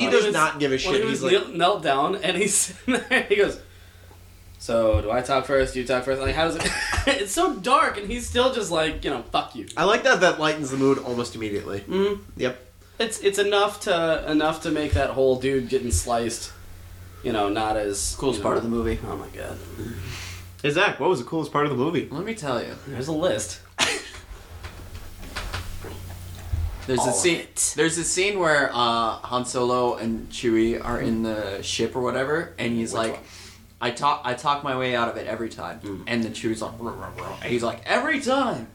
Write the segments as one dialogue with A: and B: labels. A: he does not give a shit.
B: he
A: He's
B: was kneel- knelt down and he's he goes. So do I talk first? You talk first? Like how does it? it's so dark and he's still just like you know fuck you.
A: I like that. That lightens the mood almost immediately.
B: Mm.
A: Yep.
B: It's it's enough to enough to make that whole dude getting sliced, you know, not as
C: Coolest
B: you
C: part
B: know-
C: of the movie.
B: Oh my god,
A: Hey Zach, what was the coolest part of the movie?
C: Let me tell you.
B: there's a list.
C: There's
B: All
C: a
B: of
C: scene.
B: it.
C: There's a scene where uh, Han Solo and Chewie are in the ship or whatever, and he's
B: Which
C: like,
B: one? Mm.
C: "I talk, I talk my way out of it every time." And then Chewie's like, "Ruh, ruh, ruh," and he's like, "Every time."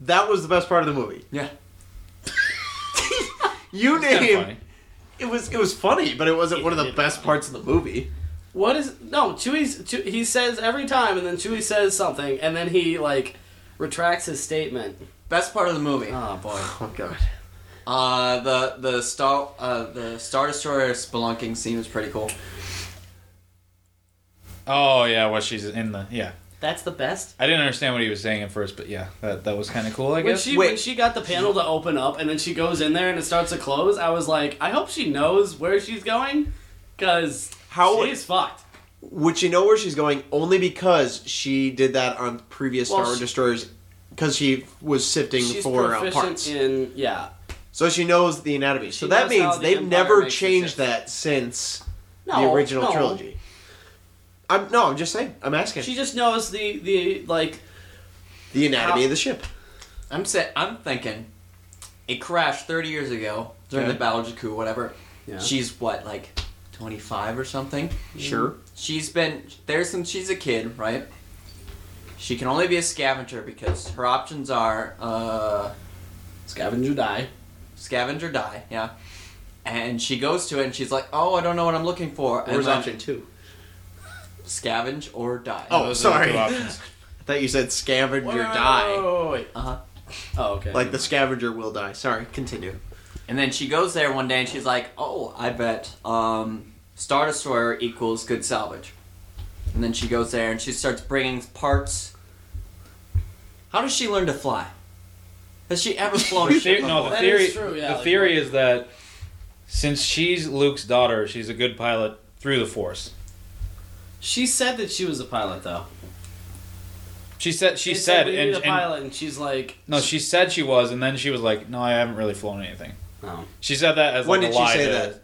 A: That was the best part of the movie.
C: Yeah.
A: You
D: It's kinda
A: name
D: funny.
A: it was it was funny, but it wasn't one of the best parts of the movie.
B: What is no Chewie's? Chew, he says every time, and then Chewie says something, and then he like retracts his statement.
C: Best part of the movie.
B: Oh boy.
A: Oh god.
C: Uh, the the star uh, the star destroyer spelunking scene was pretty cool.
D: Oh yeah, what she's in the yeah.
B: That's the best.
D: I didn't understand what he was saying at first, but yeah, that that was kind of cool. I
B: When
D: guess.
B: she
A: Wait.
B: when she got the panel to open up and then she goes in there and it starts to close, I was like, I hope she knows where she's going, cause
A: How-
B: she's fucked.
A: Would she know where she's going only because she did that on previous
B: Well,
A: Star
B: she-
A: Destroyers? Because she was sifting
B: She's
A: for uh,
B: proficient
A: parts,
B: in yeah.
A: so she knows the anatomy. so
B: She
A: that
B: knows how
A: means
B: the
A: they've
B: Empire
A: never
B: makes the
A: changed
B: ships.
A: that since
B: No,
A: the original
B: no.
A: trilogy. I'm no, I'm just saying. I'm asking
B: She just knows the the like
A: the anatomy
B: How-
A: of the ship.
C: I'm sa- I'm thinking, it crashed 30 years ago during
A: Okay.
C: the Battle of Jakku, whatever.
B: Yeah.
C: She's what like 25 or something.
A: Sure.
C: She's been there since she's a kid, right? She can only be a scavenger because her options are uh,
B: scavenger die.
C: scavenger die, yeah. And she goes to it and she's like, "Oh, I don't know what I'm looking for." And
A: Where's
C: then
A: option two?
C: Scavenge or die.
A: Oh,
D: Those are the
A: sorry.
D: two options.
A: I thought you said scavenger
B: Wait, wait, wait,
A: die.
B: wait, wait, wait.
C: Uh huh.
B: Oh okay.
A: Like the scavenger will die. Sorry, continue.
C: And then she goes there one day and she's like, "Oh, I bet um, Star Destroyer equals good salvage." And then she goes there and she starts bringing parts. How does she learn to fly? Has she ever flown? a
D: The
C: ship
D: theory, no, the
B: That
D: theory.
B: is true, yeah,
D: the
B: like-
D: theory is that since she's Luke's daughter, she's a good pilot through the Force.
B: she said that she was a pilot though.
D: She said. She
B: They
D: said,
B: we need
D: and,
B: a
D: and-
B: pilot, and she's like,
D: no, she said she was, and then she was like, "No, I haven't really flown anything."
B: no.
D: She said that as
A: When did
D: like a
A: she
D: lie
A: say
D: to-
A: that?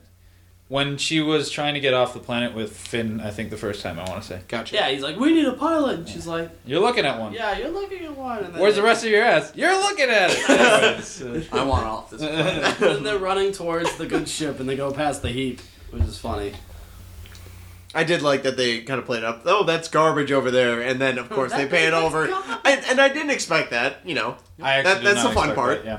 D: When she was trying to get off the planet with Finn, I think the first time I want to say.
A: Gotcha.
B: Yeah, he's like, we need a pilot. And she's like,
D: You're looking at one.
B: yeah, you're looking at one. And then
D: Where's
B: they-
D: the rest of your ass? You're looking at it. Anyways, uh,
C: I want off this.
B: then they're running towards the good ship, and they go past the heap, which is funny.
A: I did like that they kind of played up. Oh, that's garbage over there, and then of course they
B: Oh, That-
A: pan
B: that's
A: over.
B: garbage.
A: And, and I didn't expect that. You know,
D: I actually
A: That-
D: did
A: that's
D: not
A: the fun
D: expect
A: part.
D: that, yeah.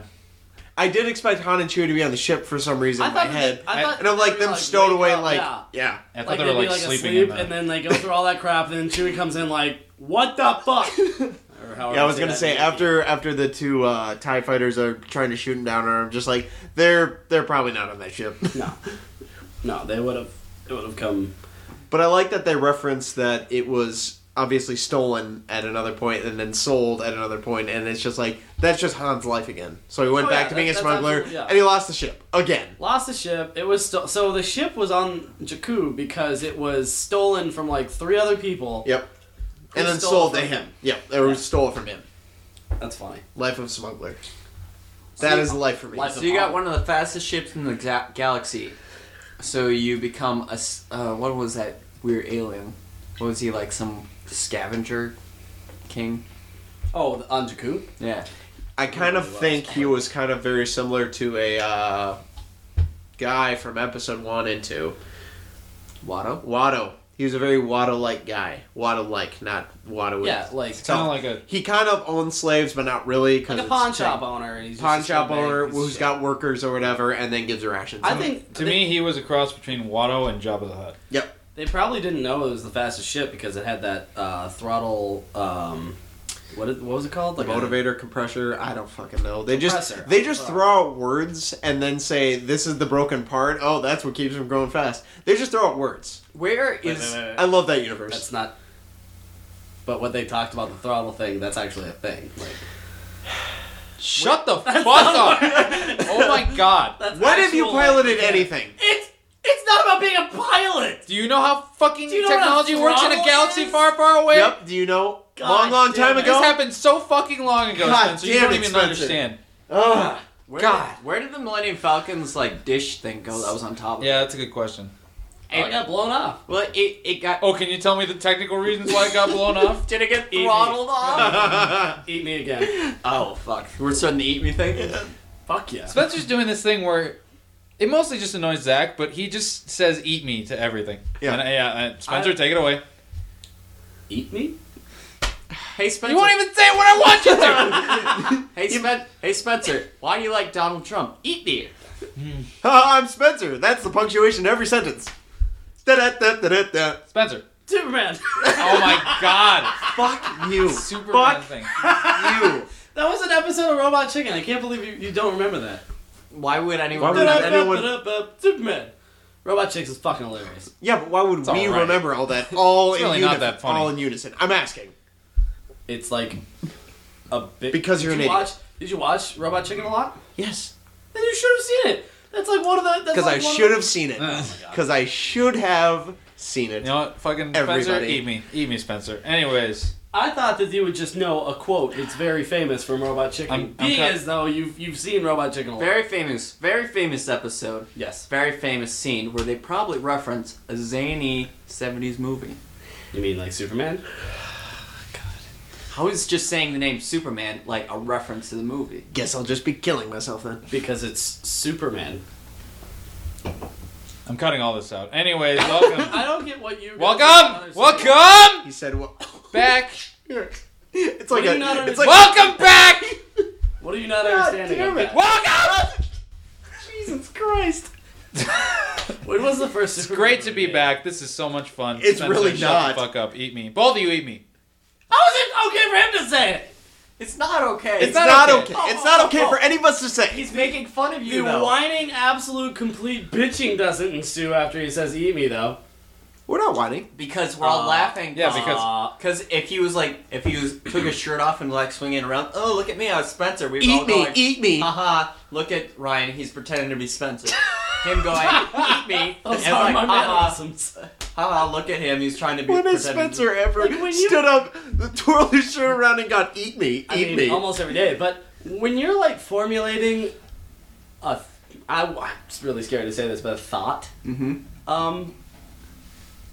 A: I did expect Han and Chewie to be on the ship for some reason in my
B: that
A: head,
B: they- I
D: I-
B: thought
A: and I'm like
B: they
A: them
B: were,
A: stowed
B: wake
A: away.
B: up,
A: like,
B: yeah.
A: yeah,
D: I thought
B: Like
D: they
B: they'd
D: were
B: be
D: like,
B: like
D: sleeping
B: asleep,
D: in the-
B: and then they go through all that crap, and then Chewie comes in like, "What the fuck?" Or however
A: yeah. I
B: you
A: was gonna
B: that
A: say
B: in the movie.
A: after after the two uh, Tie fighters are trying to shoot him down, and I'm just like, they're they're probably not on that ship.
B: No, no, they would have, it would have come.
A: But I like that they reference that it was obviously stolen at another point and then sold at another point, and it's just like that's just Han's life again. So he went
B: Oh,
A: back
B: yeah,
A: to being a
B: that- that's
A: smuggler,
B: absolutely- yeah.
A: and he lost the ship again.
B: Lost the ship. It was sto- so the ship was on Jakku because it was stolen from like three other people.
A: Yep. And
B: Who
A: then
B: stole
A: sold
B: it
A: to
B: from
A: him.
B: him.
A: Yep, they were stole from him.
B: That's funny.
A: Life of smuggler. That is life for me.
B: Life
C: So you got one of the fastest ships in the ga- galaxy. So you become a s- uh, what was that weird alien? What was he like? Some scavenger king?
B: Oh, on Jakku.
C: Yeah.
A: I kind of think he was kind of very similar to a uh, guy from episode one and two.
C: Watto.
A: Watto. He was a very Watto-like guy. Watto-like, not Watto. with-
B: Yeah, like
D: It's kind of like a.
A: He kind of owns slaves, but not really because
B: like a pawn shop owner. And he's just
A: pawn
B: a
A: shop
B: scumbag
A: owner
B: piece of
A: who's
B: shit.
A: got workers or whatever, and then gives rations.
B: I think
D: To
B: they-
D: me, he was a cross between Watto and Jabba the Hutt.
A: Yep.
B: They probably didn't know it was the fastest ship because it had that uh, throttle. Um, what it- what was it called?
A: The
B: a-
A: motivator compressor. I don't fucking know. They
B: Compressor.
A: just they just throw out words and then say this is the broken part. Oh, that's what keeps them going fast. They just throw out words.
C: Where
D: Wait,
C: is?
D: wait, wait,
A: I love that
B: That's
A: universe.
B: not. But what they talked about the throttle thing, that's actually a thing. Like,
D: Shut the fuck up! oh my god.
B: That's
A: When have you
B: actual
A: piloted
B: language.
A: anything?
B: It's it's not about being a pilot.
D: Do you know how fucking
B: Do you know what a
D: technology works in a
B: throttle
D: galaxy
B: is?
D: far, far away?
A: Yep. Do you know?
B: God
A: long, long
B: damn
A: time
B: it.
A: ago.
D: This happened so fucking long ago,
A: God
D: Spencer. You
A: damn
D: don't
A: it,
D: even
A: Spencer.
D: understand.
A: Ugh.
C: Where
D: God.
C: Did, where did the Millennium Falcon's like dish thing go that was on top of it?
D: Yeah, that's a good question.
B: And it got blown off.
C: Well, it, it got.
D: Oh, can you tell me the technical reasons why it got blown off?
C: Did it get
B: Eat me.
C: throttled off?
B: Eat me again.
C: oh, fuck. We're starting to eat me thing?
B: Fuck yeah.
D: Spencer's doing this thing where it mostly just annoys Zach, but he just says "eat me" to everything.
A: Yeah.
D: And, uh, yeah. uh, Spencer,
B: I-
D: take it away.
B: Eat me?
C: Hey, Spencer.
D: You won't even say what I want you to.
C: Hey, Spen- hey, Spencer. Why do you like Donald Trump? Eat me.
A: I'm Spencer. That's the punctuation every sentence. Da-da-da-da-da-da.
D: Spencer.
B: Superman.
D: Oh my God.
A: Fuck you.
D: Superman
A: Fuck
D: thing.
A: you.
B: That was an episode of Robot Chicken. I can't believe you, you don't remember that.
C: Why would anyone?
A: Why would
C: remember
A: I- anyone-
B: Superman. Robot Chicks is fucking hilarious.
A: Yeah, but why would
D: all
A: we
D: right.
A: remember all that all
D: It's
A: in
D: really not
A: unison?
D: that funny.
A: All in unison. I'm asking.
B: It's like a bit.
A: Because
B: Did
A: you're an
B: you
A: idiot.
B: Watch, did you watch Robot Chicken a lot?
A: Yes.
B: Then you should have seen it. That's like one of the. that's
A: Because
B: like
A: I
B: one of
A: should
B: the-
A: have seen it.
D: God.
A: Because I should have seen it.
D: You know what? Fucking Spencer,
A: Everybody.
D: eat me. Eat me, Spencer. Anyways,
B: I thought that you would just know a quote that's very famous from Robot Chicken.
D: I'm- I'm
B: being
D: cut-
B: as though you've you've seen Robot Chicken a lot.
C: Very famous, very famous episode.
B: yes.
C: Very famous scene where they probably reference a zany '70s movie.
B: You mean like Superman?
C: I was just saying the name Superman like a reference to the movie.
A: Guess I'll just be killing myself then.
B: Because it's Superman.
D: I'm cutting all this out. Anyways, welcome.
B: I don't get what you.
D: welcome. Welcome
A: He said, "Well,
D: back.
A: it's like
B: do you
A: a,
B: not
A: it's like
D: Welcome back.
B: What are you not
A: God
B: understanding?
A: damn
B: of
A: it.
B: that?
D: Welcome.
A: Jesus Christ."
B: When was the first?
D: It's great to be back. This is so much fun.
A: It's
D: Spencer,
A: really
D: shut
A: not.
D: the fuck up. Eat me. Both of you eat me.
B: How is it okay for him to say it?
C: It's not okay. Oh,
A: It's,
D: not
A: not,
D: okay.
A: okay. It's not okay for any of us to say.
C: He's making fun of
B: The
C: you though.
B: whining, absolute, complete bitching doesn't ensue after he says "eat me," though.
A: We're not whining.
C: Because we're all
B: Uh,
C: laughing.
D: yeah, because-
B: Aw.
C: Because if he was like, if he was took his shirt off and like swinging around, oh look at me, I was Spencer. We all
A: Eat me,
C: going, Ah,
A: eat me.
C: haha. Look at Ryan, he's pretending to be Spencer. him going, eat me.
B: I'm "Ah,
C: and
B: sorry, my
C: like, haha,
B: mannerisms.
C: haha. Look at him, he's trying to be.
A: When has
C: pretending to-
A: Spencer ever
B: Like, when you-
A: stood up, twirled his shirt around, and got "eat me, eat
B: I mean,
A: me"?
B: almost every day. But when you're like formulating a, th- I, am really scared to say this, but a thought.
A: Mm-hmm.
C: Mhm.
B: Um,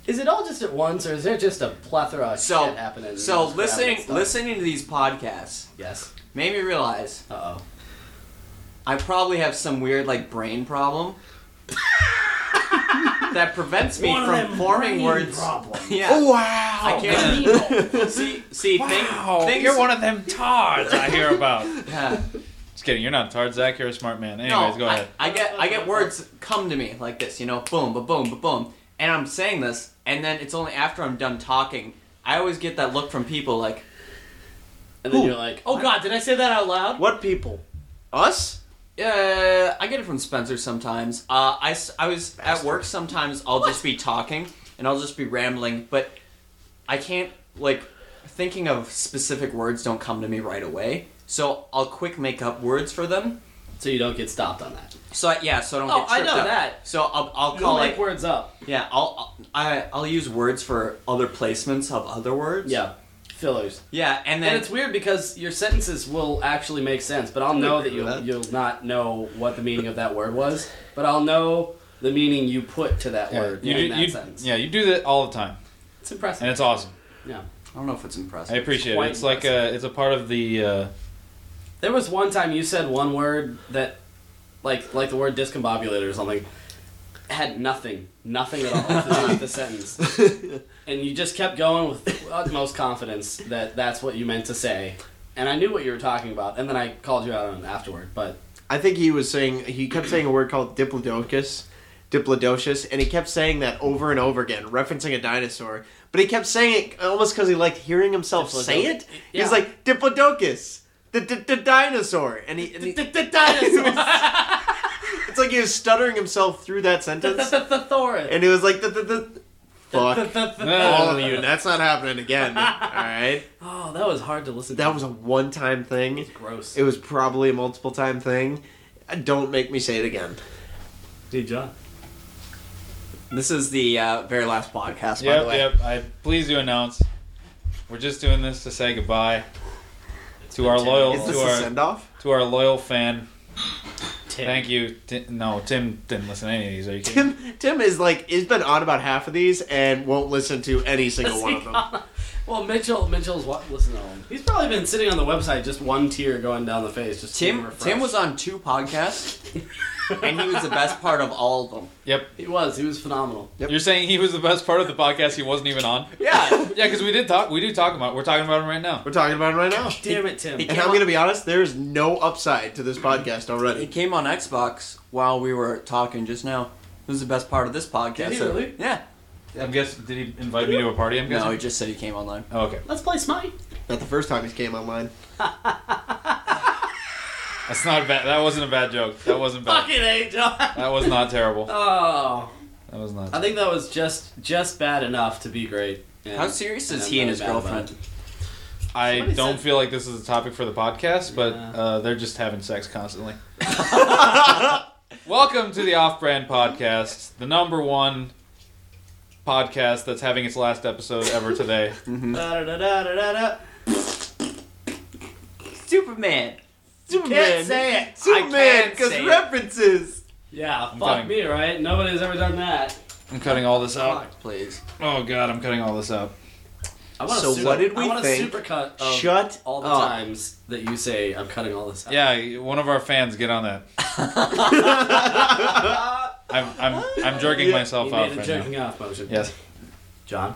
B: is it all just at once, or is there just a plethora of
C: So
B: shit happening? and
C: so
B: just grabbing
C: listening
B: stuff?
C: listening to these podcasts
B: Yes.
C: made me realize
B: Uh oh.
C: I probably have some weird like brain problem that prevents me from forming words. Yeah.
A: Oh wow!
C: I can't. see, see, thing-
D: Wow,
C: things.
D: you're one of them tards I hear about.
C: Yeah.
D: Just kidding, you're not a tard, Zach. You're a smart man. Anyways,
C: No,
D: go
C: I-
D: ahead.
C: I, get I get words come to me like this, you know, boom, ba boom, ba boom, and I'm saying this, and then it's only after I'm done talking. I always get that look from people like,
B: And then
A: Who?
B: you're like, oh god, did I say that out loud?
A: What people? Us?
C: uh, I get it from Spencer sometimes. Uh, I, s- I was at work sometimes. I'll just be talking and I'll just be rambling, but I can't like thinking of specific words don't come to me right away. So I'll quick make up words for them.
B: So you don't get stopped on that.
C: So I, yeah, so I don't
B: Oh,
C: get
B: I
C: tripped
B: know
C: up.
B: that.
C: So I'll, I'll
B: You'll
C: call
B: make
C: like
B: words up.
C: Yeah, I'll I I'll use words for other placements of other words.
B: Yeah. Fillers.
C: yeah, and then
B: And it's weird because your sentences will actually make sense, but I'll know that
A: agree
B: you'll
A: with that.
B: you'll not know what the meaning of that word was, but I'll know the meaning you put to that word
D: you,
B: in
D: do,
B: that
D: you,
B: sentence.
D: yeah, you do that all the time,
B: It's impressive.
D: and it's awesome.
B: yeah.
C: I don't know if it's
D: I
C: impressive.
D: appreciate
B: Quite
D: it. It's like a, it's a part of the. Uh,
B: There was one time you said one word that like like the word discombobulated or something had nothing, nothing at all to do with the sentence. And you just kept going with utmost confidence that that's what you meant to say. And I knew what you were talking about, and then I called you out on it afterward, but
A: I think he was saying he kept saying a word called diplodocus, diplodocus, and he kept saying that over and over again, referencing a dinosaur. But he kept saying it almost because he liked hearing himself say
B: Diplodoc-
A: it.
B: yeah.
A: He's like diplodocus, the the the dinosaur, and he. And he it's like he was stuttering himself through that sentence,
B: Thoris.
A: and he was like the the. the fuck all of you. And that's not happening again. All right.
B: Oh, that was hard to listen to.
A: That was a one time thing.
B: gross.
A: It was probably a multiple time thing. Uh, Don't make me say it again.
B: Dude, John.
C: This is the uh, very last podcast, by
D: Yep,
C: the way.
D: yep. I please do announce. We're just doing this to say goodbye to our
B: been
D: loyal
A: Is this
D: to
A: a
D: our
A: send off?
D: to our loyal fan.
B: Tim.
D: Thank you. Ti- no, Tim didn't listen to any of these. Are you kidding?
A: Tim Tim is like he's been on about half of these and won't listen to any single one of them.
B: Well, Mitchell, Mitchell's wa- listening to him. He's probably been sitting on the website, just one tear going down the face. Just to
C: Tim,
B: refresh.
C: Tim was on two podcasts, and he was the best part of all of them.
D: Yep.
B: He was. He was phenomenal.
D: You're saying he was the best part of the podcast. He wasn't even on.
C: Yeah.
D: Yeah, because we did talk. We do talk about. We're talking about him right now.
A: We're talking about him right now.
B: Damn it, Tim.
A: And I'm gonna be honest, there is no upside to this podcast
C: He
A: already.
C: came on Xbox while we were talking just now. This is the best part of this podcast.
B: Did he
C: so-
B: really?
C: Yeah.
D: I'm guessing. Did he invite me to a party? I'm
C: No, he
D: guessing.
C: just said he came online.
D: Oh, okay.
B: Let's play Smite.
A: Not the first time he came online.
D: That's not a bad. That wasn't a bad joke. That wasn't bad.
B: Fucking A, John.
D: That was not terrible. That
B: Oh.
D: was not.
B: I think that was just just bad enough to be great. And-
C: How serious is
B: I'm
C: he and
B: really
C: his
B: bad about
C: girlfriend?
D: I
B: Somebody
D: don't
B: said-
D: feel like this is a topic for the podcast, but
B: Yeah.
D: uh, they're just having sex constantly. Welcome to the Off Brand Podcast, the number one podcast that's having its last episode ever today.
B: it.
A: Mm-hmm.
B: Da-da-da-da-da-da.
C: Superman.
A: Superman.
C: say it. I
A: Superman,
C: can't
A: because
C: say it.
A: references.
B: Yeah, fuck
D: telling
B: me, right? Nobody's ever done that.
D: I'm cutting all this out.
C: Please.
D: Oh god, I'm cutting all this out.
B: I want
A: So
B: a super,
A: what did we
B: I want
A: think?
B: a supercut
A: Um,
B: of
A: Shut
B: all the
A: up.
B: times that you say I'm cutting all this out.
D: Yeah, one of our fans, get on that. I'm I'm I'm jerking
A: Yeah,
D: myself
B: You made
D: off
B: a
D: right
B: jerking
D: now.
B: off motion.
D: Yes.
B: John.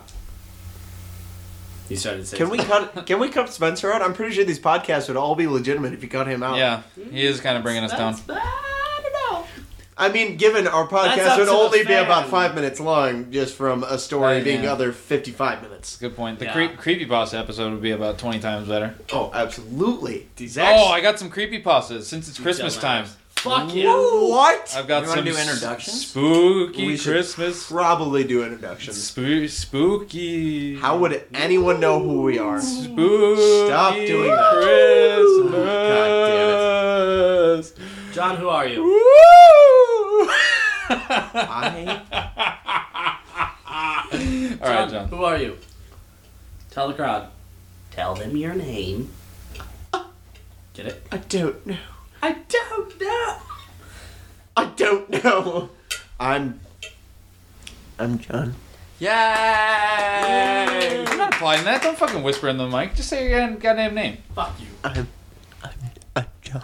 B: You started saying
A: Can we cut? Can we cut Spencer out? I'm pretty sure these podcasts would all be legitimate if you cut
B: Oh.
A: him out.
D: Yeah, he is kind of bringing us down.
B: That's- I don't know.
A: I mean, given our
B: That's up
A: podcast would
B: to the
A: only be
B: fan.
A: about five minutes long, just from a story
D: Right,
A: being
D: yeah.
A: other fifty-five minutes.
D: Good point. The
B: Yeah.
D: creep, creepy boss episode would be about twenty times better.
A: Oh, absolutely.
D: Oh, I got some creepy pastas since it's Christmas time.
B: Fuck you.
A: what?
D: I've got
C: You
D: some
C: wanna do introductions?
D: spooky
A: We should-
D: Christmas.
A: Probably do introductions.
D: Spoo- spooky.
A: How would anyone know who we are?
D: spooky
A: Stop doing that.
D: Christmas.
A: God
B: John, who are you?
D: Woo!
A: I
D: All right, John.
B: Who are you? Tell the crowd. Tell them your name. Get it?
A: I don't know.
B: I don't know.
A: I don't know. I'm. I'm John.
C: Yay!
D: I'm not applying that. Don't fucking whisper in the mic. Just say your goddamn- goddamn name.
B: Fuck you.
A: I'm. I'm. I'm John.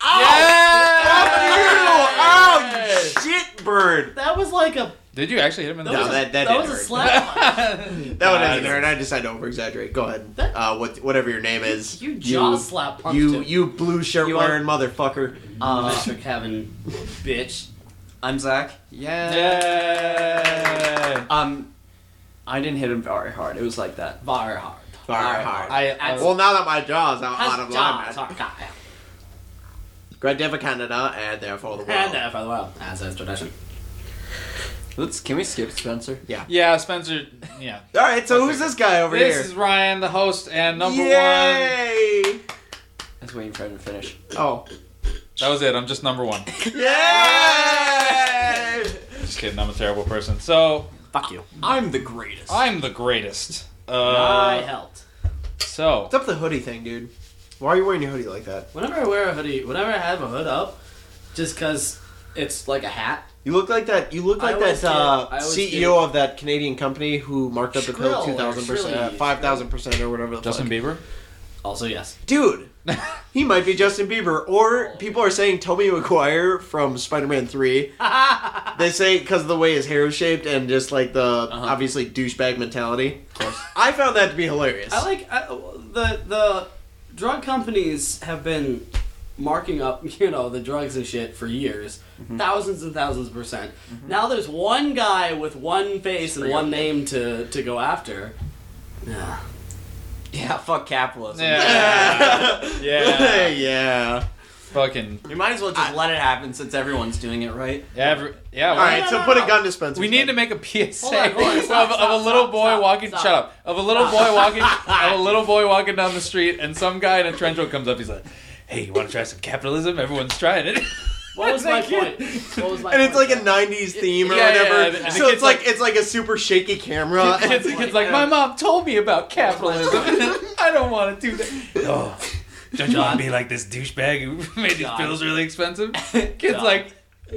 A: Oh!
B: Hey!
A: shit, bird.
B: That was like a
D: Did you actually hit him in the
A: No,
B: was a-
A: that- that
B: that was
A: didn't
B: a
A: hurt.
B: slap. fight.
A: That one
D: Uh,
A: isn't there, and I decided to over exaggerate. Go ahead.
B: That-
A: Uh, what, whatever your name is.
B: You jaw slap punched
A: You,
B: him.
A: you blue shirt
C: You are-
A: wearing motherfucker.
C: Uh,
B: Mr. Kevin, bitch.
C: I'm Zach. Yeah.
D: Yay!
C: Um, I didn't hit him very hard. It was like that.
B: Var hard.
A: Fire
C: Alright,
A: hard.
D: I,
B: That's-
D: well,
A: well, now that my jaw's out, out of
B: Has
A: line.
B: jaws are guy.
A: Great day for Canada, and therefore the world.
B: And that for the world, as is tradition.
C: Let's. Can we skip Spencer?
D: yeah, Spencer. Yeah.
A: All right, so who's this guy over
D: this
A: here?
D: is Ryan, the host, and number one.
A: Yay!
C: I was waiting for him to finish.
A: Oh,
D: That was it. I'm just number one.
A: yay!
D: Just kidding. I'm a terrible person. So
B: Fuck you.
C: I'm the greatest.
D: I'm the greatest.
B: I
D: Uh,
B: helped.
D: so
A: What's up with the hoodie thing, dude? Why are you wearing your hoodie like that?
B: Whenever I wear a hoodie, whenever I have a hood up, just because it's like a hat,
A: You look like that. You look
B: I
A: like
B: always
A: that uh,
B: did. I always
A: CEO
B: did.
A: of that Canadian company who marked up the pill
B: Shrill
A: two
B: or
A: thousand percent, uh,
B: Shrilly.
A: five thousand percent, or whatever. The
D: Justin
A: fuck.
D: Bieber.
B: also yes.
A: dude, he might be Justin Bieber, or people are saying Toby Maguire from Spider-Man Three. they say because of the way his hair is shaped and just like the
D: Uh-huh.
A: obviously douchebag mentality. I found that to be hilarious.
B: I like I, the the drug companies have been marking up, you know, the drugs and shit for years, thousands and thousands of percent. Now there's one guy with one face and one name to to go after. Yeah.
C: Yeah. Fuck capitalism.
D: Yeah. yeah.
A: yeah.
D: Fucking
C: You might as well just let it happen since everyone's doing it right.
D: every yeah.
A: All right,
B: no,
A: so
B: no,
A: put a
B: no.
A: gun dispenser.
D: We need to make a PSA
B: Hold on, hold on,
D: of,
B: stop,
D: of
B: stop,
D: a little
B: stop,
D: boy
B: stop,
D: walking.
B: stop.
D: Shut up! Of a little boy walking. of a little boy walking down the street, and some guy in a trench coat comes up. He's like, "Hey, you want to try some capitalism? Everyone's trying it."
B: What was my
D: Thank you.
B: point? What was my
A: and it's
B: point?
A: like a '90s theme or
D: Yeah, yeah,
A: whatever.
D: and- and the
A: so it's
D: kid's
A: like,
D: like-
A: it's like a super shaky camera.
D: Kids, kids like, "My mom told me about capitalism. I don't want to do that." Oh, don't you want to be like this douchebag who made these
C: God.
D: pills really expensive? Kids
C: God.
D: like,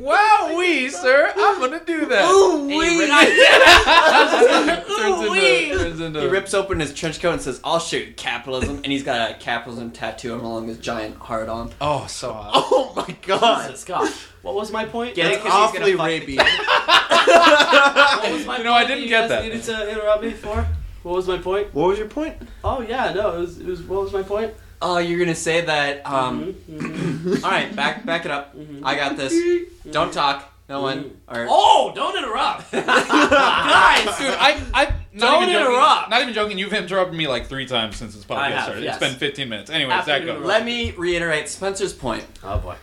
D: "Wow, we sir, I'm gonna do that."
A: Ooh, wee.
D: turns into, turns into
C: He rips open his trench coat and says, "I'll shoot capitalism," and he's got a capitalism tattoo along his giant heart on.
D: oh, so hot.
A: Oh my god.
B: Jesus, God. What was my point?
C: Get
B: Like,
C: it?
A: That's
C: 'cause
A: awfully
C: he's gonna
A: rapey.
B: What was my
D: You know, I
B: point
D: didn't
B: you
D: get
B: guys
D: that.
B: Needed to interrupt me for. What was my point?
A: What was your point?
B: Oh yeah, no, it was. It was what was my point?
C: Oh, you're gonna say that? Um,
B: Mhm, mhm,
D: Mm-hmm.
C: all right, back back it up.
B: mhm.
C: I got this.
B: Mhm.
C: Don't talk. No one. Or,
B: Oh, don't interrupt,
D: Mm-hmm. Oh, Dude,
B: guys.
D: I, I not
B: Don't
D: even joking-
B: interrupt.
D: Not even joking. You've interrupted me like three times since this
B: I
D: podcast
B: have,
D: started.
B: yes.
D: It's been 15 minutes. Anyway,
B: After
D: Zach,
B: you
D: go.
B: interrupt-
C: let me reiterate Spencer's point.
B: Oh boy.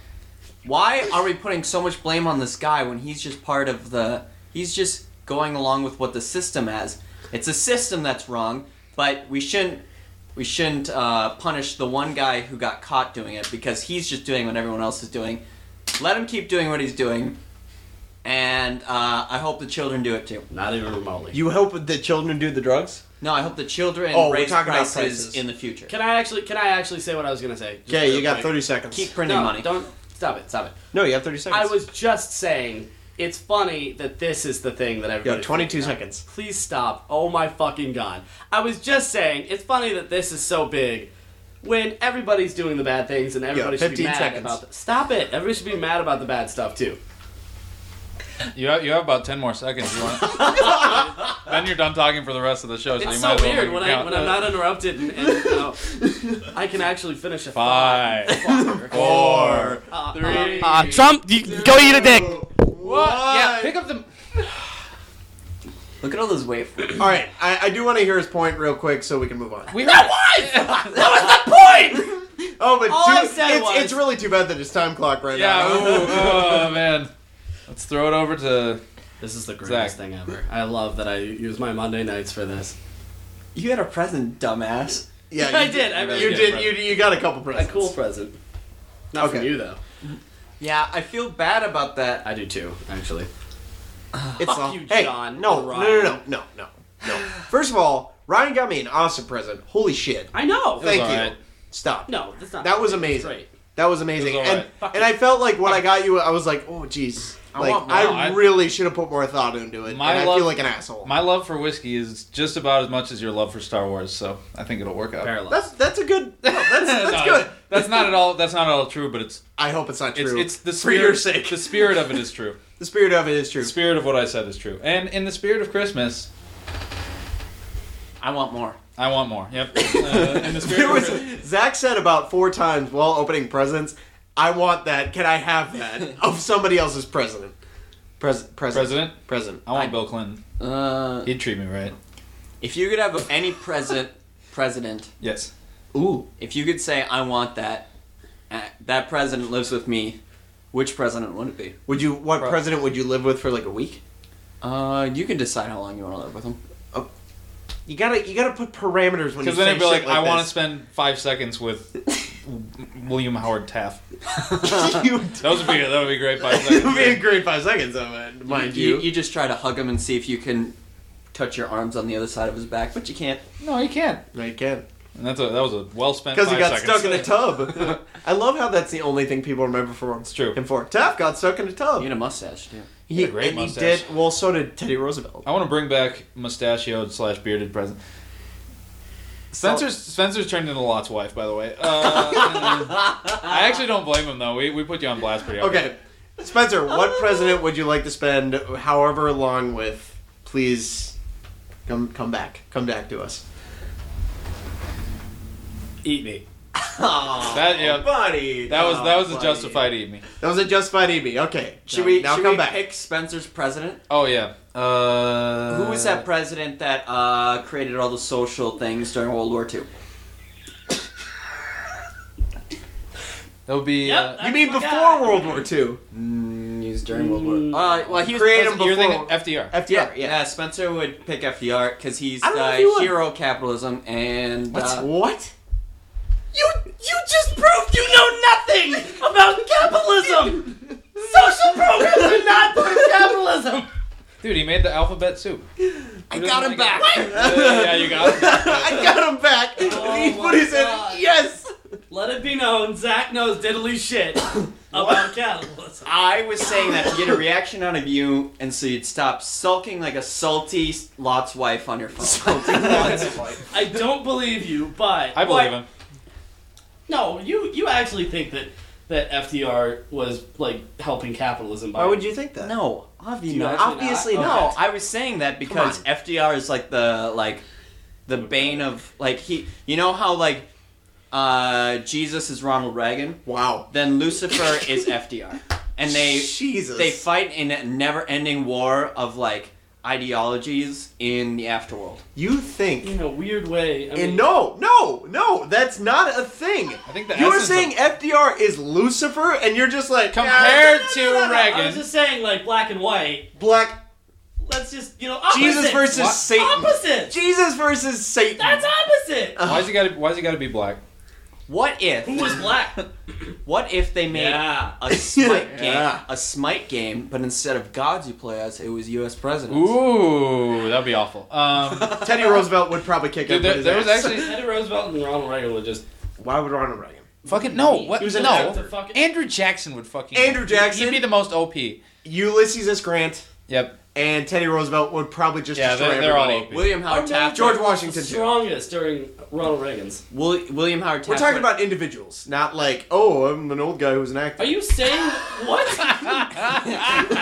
C: Why are we putting so much blame on this guy when he's just part of the? He's just going along with what the system has. It's a system that's wrong, but we shouldn't. We shouldn't uh, punish the one guy who got caught doing it because he's just doing what everyone else is doing. Let him keep doing what he's doing, and uh, I hope the children do it too.
B: Not even remotely.
A: You help the children do the drugs?
C: No, I hope the children
A: Oh, we're
C: raise
A: talking about
C: prices,
A: prices.
C: in the future.
B: Can I actually? Can I actually say what I was gonna say? Just
A: Okay,
B: real
A: you got
B: quick.
A: 30 seconds.
C: Keep printing
B: no,
C: money.
B: Don't stop it. Stop it.
A: No, you have 30 seconds.
B: I was just saying. It's funny that this is the thing that
A: You
B: everybody.
A: have 22
B: freaks out.
A: seconds.
B: Please stop. Oh my fucking god. I was just saying, it's funny that this is so big when everybody's doing the bad things and everybody should be
A: 15
B: mad
A: seconds.
B: about the- Stop it. Everybody should be mad about the bad stuff too.
D: You have, you have about 10 more seconds. You want? then you're done talking for the rest of the show. So
B: It's
D: you
B: so
D: might as well
B: weird
D: make
B: when,
D: it
B: I,
D: count.
B: when I'm not interrupted and, and you know, I can actually finish a thought.
D: Five,
B: Fucker.
D: four,
B: Uh,
D: three.
B: uh,
E: Trump, you, go
C: Oh,
E: eat a dick.
D: what? Yeah, pick up the.
C: Look at all those waveforms.
A: All right, I, I do want to hear his point real quick so we can move on.
D: We heard.
A: Oh, but
B: All
A: too,
B: I said
A: it's,
B: was-
A: it's really too bad that it's time clock right
D: Yeah.
A: now.
D: ooh, oh man. Let's throw it over to.
B: this is the greatest
D: Zach.
B: thing ever. I love that I use my Monday nights for this.
C: You had a present, dumbass.
A: yeah,
B: I
A: you-
B: did. I really
A: You
B: did.
A: did. You, you got a couple
B: A
A: presents.
B: cool present. Not from
A: Okay.
B: you though.
C: Yeah, I feel bad about that.
B: I do too, actually.
A: It's
B: Fuck
A: all-
B: you,
A: hey,
B: John.
A: No,
B: Or
A: no, no, no,
B: Ryan.
A: no, no, no. First of all, Ryan got me an awesome present. Holy shit!
B: I know.
A: Thank
D: all
A: you.
D: right.
A: Stop.
B: No, that's not.
A: That was
B: It's
A: amazing.
B: great.
A: That was amazing,
D: It was
A: and
D: alright.
A: and I felt like when I got you, I was like, oh jeez,
C: I
A: like
C: want more.
D: No,
A: I
D: I-
A: really should have put more thought into it, and
D: My
A: I
D: love-
A: feel like an asshole.
D: My love for whiskey is just about as much as your love for Star Wars, so I think it'll work out.
B: Parallel.
A: that's that's a good. no, that's that's
D: No,
A: good.
D: That's not at all. That's not at all true, but it's
A: I hope it's not true.
D: it's, it's the
A: for your
D: spirit.
A: sake.
D: The spirit of it is true.
A: The spirit of it is true.
D: The spirit of what I said is true. And in the spirit of Christmas,
C: I want more.
D: I want more. Yep. Uh, in the
A: There
D: spirit of
A: was
D: Christmas.
A: Zach said about four times while opening presents, "I want that. Can I have that of somebody else's president?" Pres- president.
D: President,
A: President.
D: I want Bill Clinton.
C: Uh,
D: He'd treat me right.
C: if you could have any present president,
D: Yes.
A: Ooh.
C: if you could say, "I want that," uh, that president lives with me. Which president would it be?
A: Would you? What
D: Pro-
A: president would you live with for like a week?
C: Uh, you can decide how long you want to live with him.
A: You gotta, you gotta put parameters when you
D: Because
A: say
D: then
A: shit
D: I'd be like,
A: like,
D: I want to
A: this.
D: spend five seconds with William Howard Taft.
A: you
D: That would be that would be great.
A: it
D: Five
A: would be a
D: seconds.
A: great five seconds of it, mind
C: you,
A: you.
C: you just try to hug him and see if you can touch your arms on the other side of his back, but you can't.
D: no, you can't.
A: I can
D: And that's a, that was a well spent.
A: because
D: Because
A: he got stuck in a tub. I love how that's the only thing people remember for him. It's
D: true.
A: Him for Taft got stuck in a tub.
C: You need a mustache too.
A: he,
D: had a great
A: and he
D: mustache.
A: did. Well, so did Teddy Roosevelt.
D: I want to bring back mustachioed slash bearded president. Spencer's Spencer's turned into Lot's wife, by the way. Uh, I actually don't blame him though. We, we put you on blast pretty hard.
A: Okay, Spencer,
D: Uh,
A: what president would you like to spend however long with? Please come come back. Come back to us.
B: Eat me.
D: That yeah.
A: buddy.
D: That was that was a
A: Oh, buddy.
D: justified EB.
A: That was a justified EB. Okay.
C: Should we
A: now
C: should
A: come
C: we
A: back?
C: pick Spencer's president?
D: Oh yeah. Uh,
C: Who was that president that uh, created all the social things during World War II?
D: That would be.
B: Yep,
D: Uh,
B: that's
A: you mean
B: my
A: before
B: guy.
A: World War II?
C: Mm, he was during World War.
B: Mm.
C: Uh, well, he was.
A: Create
C: was-
A: him
D: you're
A: before-
D: thinking FDR.
A: FDR,
C: Yeah,
A: yeah.
C: yeah. Spencer would pick FDR because he's
A: I don't know
C: uh,
A: if he would.
C: hero capitalism and
A: What?
C: uh,
A: what?
C: you. You just proved you know nothing about capitalism.
B: Social programs are not part of capitalism.
D: Dude, he made the alphabet soup.
C: I
D: Who
C: got
D: doesn't
C: him
D: like
C: back.
D: it? yeah, yeah, you got it.
A: I got him back. he
B: my
A: put his
B: God.
A: in. Yes.
B: Let it be known, Zach knows diddly shit about capitalism.
C: I was saying that to get a reaction out of you, and so you'd stop sulking like a salty Lot's wife on your phone.
B: I don't believe you, but
D: I believe him.
B: No, you you actually think that that FDR was like helping capitalism by
A: Why would you think that?
C: No, obviously,
B: Do you
C: not.
B: actually
C: obviously
B: not?
C: no.
B: Okay.
C: I was saying that because
A: on.
C: FDR is like the like the bane of like he. You know how like uh, Jesus is Ronald Reagan,
A: Wow.
C: then Lucifer is FDR, and they
A: Jesus.
C: they fight in a never-ending war of like ideologies in the afterworld.
A: you think?
B: in a weird way. I mean,
A: And no, no, no, that's not a thing.
D: I think the
A: you were
D: essence
A: saying
D: of-
A: FDR is Lucifer, and you're just like
D: Compared
A: "Ah,
D: to
B: I was
D: Reagan,
B: just saying, like black and white.
A: black
B: Let's just you know opposite.
A: Jesus versus
D: What?
A: Satan.
B: opposite.
A: Jesus versus Satan.
B: Oh. That's opposite.
D: why's he got? Why's he got to be black?
C: What if?
B: Who was black?
C: What if they made
B: yeah.
C: a smite game?
A: Yeah.
C: A smite game, but instead of gods you play as, it was U.S. presidents.
D: Ooh, that'd be awful. Um,
A: Teddy Roosevelt would probably kick
D: dude,
A: up
D: there,
A: his
D: there was
A: ass.
D: actually
B: Teddy Roosevelt and Ronald Reagan were just
A: Why would Ronald Reagan?
D: fucking no. What?
B: He was an
D: no.
B: actor, fucking-
D: Andrew Jackson would fucking.
A: Andrew Jackson?
D: He'd be the most OP.
A: Ulysses S. Grant
D: Yep.
A: and Teddy Roosevelt would probably just
D: Yeah,
A: destroy
D: they're, they're all
A: everybody.
D: OP.
C: William Howard
B: Arnold
C: Taft.
A: George
B: the
A: Washington too.
B: strongest during Ronald Reagan's.
C: Will, William Howard Taft.
A: We're talking about individuals, not like oh, I'm an old guy who's an actor.
B: Are you saying what?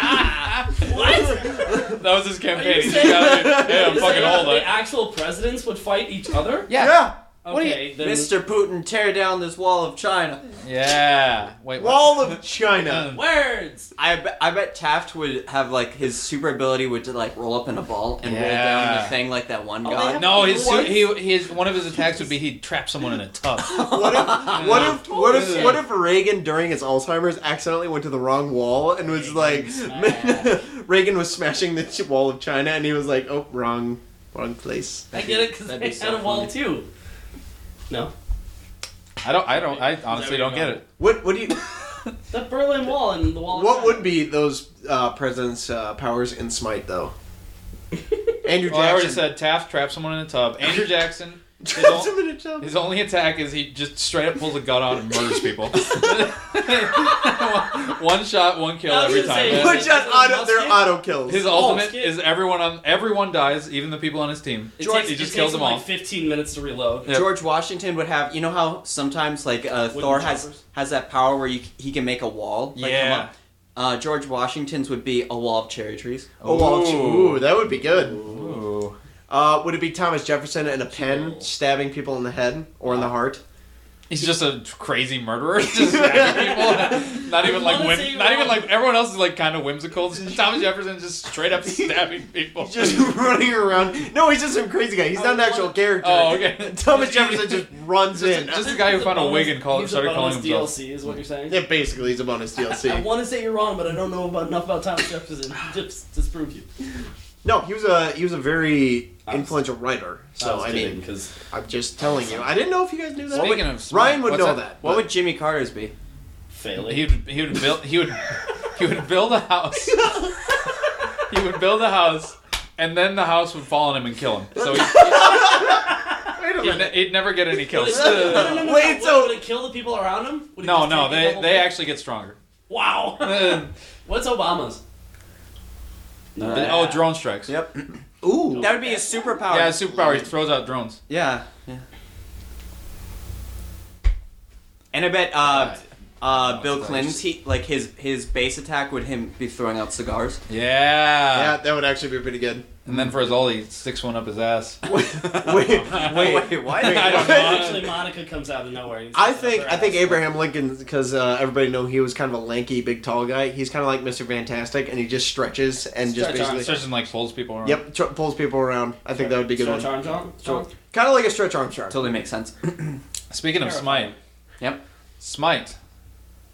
B: what?
D: That was his
B: Are you
D: campaign. He's
B: saying-
D: gotta be- yeah,
B: You're
D: I'm fucking
B: saying
D: old.
B: The
D: I-
B: actual presidents would fight each other.
D: Yeah.
A: Yeah.
D: What do you-
B: Okay, then
C: Mr. Putin, tear down this wall of China.
D: Yeah. Wait. what? Um,
A: Wall of China.
B: words.
C: I, be- I bet Taft would have like his super ability would to like roll up in a ball and roll down
D: Yeah.
C: the thing like that one
B: Oh, they
C: guy.
B: have-
D: No, his
B: What?
D: he his one of his attacks would be he'd trap someone in a tub.
A: What if what if what
D: Holy
A: if what if Reagan during his Alzheimer's accidentally went to the wrong wall and was like Reagan was smashing the ch- wall of China and he was like, oh, wrong, wrong place.
B: I get it because they had a wall too. No,
D: I don't. I don't. I honestly don't get it.
A: What what do you
B: the Berlin Wall and the Wall. of
A: what
B: China.
A: would be those uh, presidents' uh, powers in Smite though? Andrew
D: Well, I already
A: Jackson.
D: said Taft traps someone in a tub. Andrew Jackson. His,
A: Trapped
D: o-
A: him in a tub.
D: his only attack is he just straight up pulls a gun out and murders people. one shot, one kill
B: I was
D: every
B: gonna say,
D: time.
A: Which
B: Yeah.
A: just auto, they're
B: Musket?
A: auto kills.
D: His
B: Oh,
D: ultimate
B: skip.
D: is everyone on everyone dies, even the people on his team.
B: It
D: he
B: takes,
D: just
B: it takes
D: kills them
B: like
D: all.
B: 15 minutes to reload.
D: Yeah.
C: George Washington would have, you know how sometimes like uh,
B: Wooden
C: Thor has
B: choppers?
C: has that power where you, he can make a wall. Like,
D: Yeah.
C: come up. Uh, George Washington's would be a wall of cherry trees.
A: oh, well,
D: Ooh.
A: ooh, that would be good.
D: Ooh.
A: Uh, would it be Thomas Jefferson and a pen stabbing people in the head or in the heart?
D: He's just a crazy murderer, just stabbing people. Not even
B: I
D: like
B: wanna
D: whim-
B: say you're
D: not even
B: wrong.
D: like everyone else is like kind of whimsical. Thomas Jefferson just straight up stabbing people.
A: Just running around. No, he's just some crazy guy. He's not an actual character.
D: Oh, okay.
A: Thomas Jefferson just runs in.
D: Just the guy who
B: He's
D: found a
B: bonus-
D: wig and called,
B: he's
D: started
B: a
D: calling
B: bonus
D: himself.
B: DLC is what you're saying.
A: Yeah, basically, he's a bonus
B: I
A: DLC.
B: want to say you're wrong, but I don't know about, enough about Thomas Jefferson to dis- disprove you.
A: No, he was a he was a very
B: I was-
A: influential writer. So I, mean,
B: because
A: I'm just telling you. I didn't know if you guys knew that.
D: Speaking of smart-
A: Ryan would
D: what's
A: know
D: that?
A: that.
C: What would Jimmy Carter's be?
D: He
B: failing.
D: would he would build he would he would build a house. he would build a house, and then the house would fall on him and kill him. So
A: Wait
D: he'd,
A: a
D: he'd, ne-
A: minute.
D: he'd never get any
B: Would
D: kills.
B: it- no, no, no, no,
A: Wait,
B: no.
A: so-
B: would it kill the people around him? Would it
D: No,
B: just
D: no,
B: take the
D: they
B: double
D: they
B: hit?
D: actually get stronger.
B: Wow.
D: Uh,
B: What's Obama's?
C: Uh,
D: oh, drone strikes.
C: Yep.
A: Ooh,
C: That would be his superpower.
D: Yeah, superpower. He throws out drones.
C: Yeah. Yeah. And I bet uh, uh,
D: Oh,
C: Bill
D: nice.
C: Clinton's he like his his base attack would him be throwing out cigars.
A: yeah,
D: Yeah.
A: that would actually be pretty good.
D: And then for his all, he sticks one up his ass.
A: Wait, wait,
C: wait, what?
D: I don't know.
B: Actually, Monica comes out of nowhere. and
A: I
B: sticks up
A: think
B: her
A: I think
B: ass.
A: Abraham Lincoln because uh, everybody know he was kind of a lanky, big, tall guy. He's kind of like Mister Fantastic, and he just stretches and just
B: Stretch arms.
A: basically
D: Starts and like pulls people around.
A: yep tr- pulls people around. I think that would be a good
B: Stretch
A: one.
B: Armstrong? Armstrong?
A: Kind of like a stretch arm shark.
C: Totally makes sense.
D: Speaking of smite,
C: Yep.
D: smite.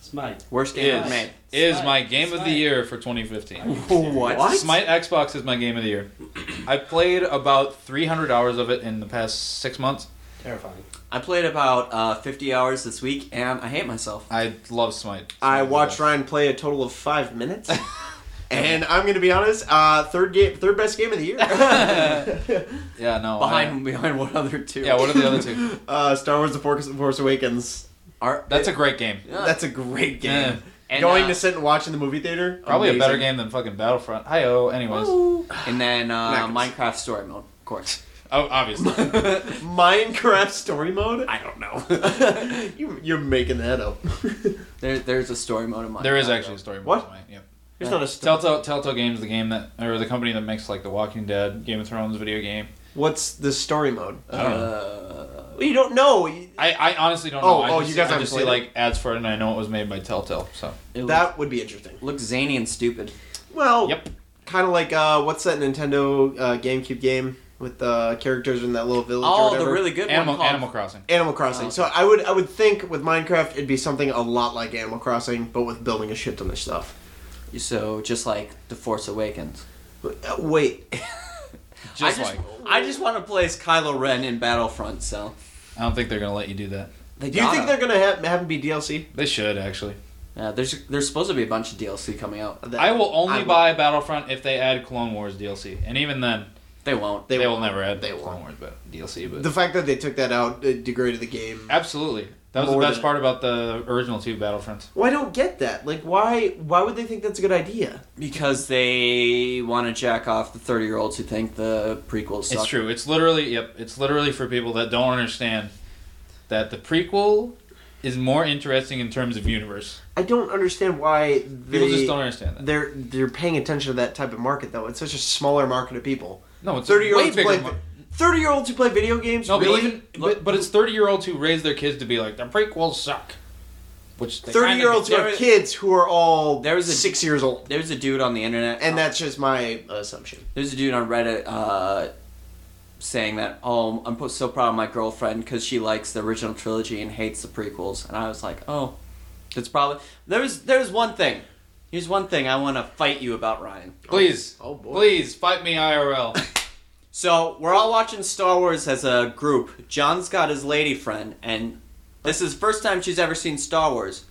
B: Smite.
C: Worst game
D: Is
C: ever made.
D: is
B: Smite.
D: my game of the
B: Smite.
D: year for 2015.
C: What?
D: Smite Xbox is my game of the year. I played about 300 hours of it in the past six months.
B: Terrifying.
C: I played about uh, 50 hours this week, and I hate myself.
D: I love Smite.
A: I
D: Smite is
A: watched
D: the
A: Ryan play a total of five minutes. And I'm gonna be honest, uh, third game, third best game of the year,
D: best. Oh, Yeah, no. I-
C: Behind behind what other two?
D: yeah, what are the other two?
A: uh, Star Wars: The Force, Force Awakens.
C: Are-
D: That's a great game.
C: Yeah.
A: That's a great game.
D: Yeah.
C: And,
A: Going
C: uh,
A: to sit and watch in the movie theater,
D: Probably
A: amazing.
D: a better game than fucking Battlefront. Hi oh, anyways.
C: And then uh,
A: Knackers.
C: Minecraft story mode, of course.
D: Oh, obviously.
A: Minecraft story mode.
C: I don't know.
A: you, you're making that up.
C: there, there's a story mode in Minecraft.
D: there is actually a story mode.
A: What?
D: Smite, Yep.
A: There's not a story.
D: Telltale Telltale Games, the game that or the company that makes like The Walking Dead, Game of Thrones video game.
A: What's the story mode?
D: I don't know.
C: Uh,
A: Well, you don't know. You-
D: I, I honestly don't
A: Oh,
D: know. I
A: oh,
D: just,
A: you guys
D: I
A: haven't
D: just see
A: played it.
D: like ads for it, and I know it was made by Telltale. So
C: it
A: That would be interesting.
C: looks, looks zany and stupid.
A: Well,
D: Yep.
A: Kind of like uh, what's that Nintendo uh, GameCube game with the uh, characters in that little village? or
C: Oh, the
A: whatever?
C: really good
D: Animal
C: one called
D: Animal Crossing.
A: Animal Crossing.
C: Oh.
A: So I would I would think with Minecraft it'd be something a lot like Animal Crossing, but with building a shit ton of stuff.
C: So just like The Force Awakens.
A: But, uh, wait,
D: Just,
C: I just,
D: like
C: I just want to place Kylo Ren in Battlefront. So
D: I don't think they're gonna let you do that.
C: they
A: do you think
C: gotta.
A: they're gonna have, have it be DLC?
D: They should actually.
C: Yeah, there's there's supposed to be a bunch of DLC coming out.
A: That-
D: I will only
A: I will-
D: buy Battlefront if they add Clone Wars DLC, and even then,
C: They won't.
D: they,
A: They
D: will never add
A: They
D: Clone Wars but DLC. But
A: The fact that they took that out it degraded the game.
D: absolutely, that was the
A: More
D: best
A: than-
D: part about the original two Battlefronts.
A: Well, I don't get that. Like, why? Why would they think that's a good idea?
C: Because they want to jack off the 30 year olds who think the prequels suck.
D: It's true. It's literally yep. It's literally for people that don't understand that the prequel is more interesting in terms of universe.
A: I don't understand why they,
D: People just don't understand that.
A: they're they're paying attention to that type of market though. It's such a smaller market of people.
D: No, it's
A: Thirty year
D: way
A: olds
D: bigger.
A: play.
D: mar-
A: Thirty year olds who play video games.
D: No,
A: really?
D: but even but, but it's thirty year olds who raise their kids to be like the prequels suck, which they kinda
A: thirty year olds who
D: do.
A: have kids who are all
C: There was a-
A: six years old,
C: There's a dude on the internet,
D: Oh.
A: and that's just my assumption.
C: there's a dude on Reddit uh, saying that, "Oh, I'm po- so proud of my girlfriend because she likes the original trilogy and hates the prequels." And I was like, "Oh, that's probably there's there's one thing. Here's one thing I want to fight you about, Ryan.
D: Please,
A: Oh, boy.
D: please fight me IRL.
C: So we're all watching Star Wars as a group. John's got his lady friend, and this is the first time she's ever seen Star Wars.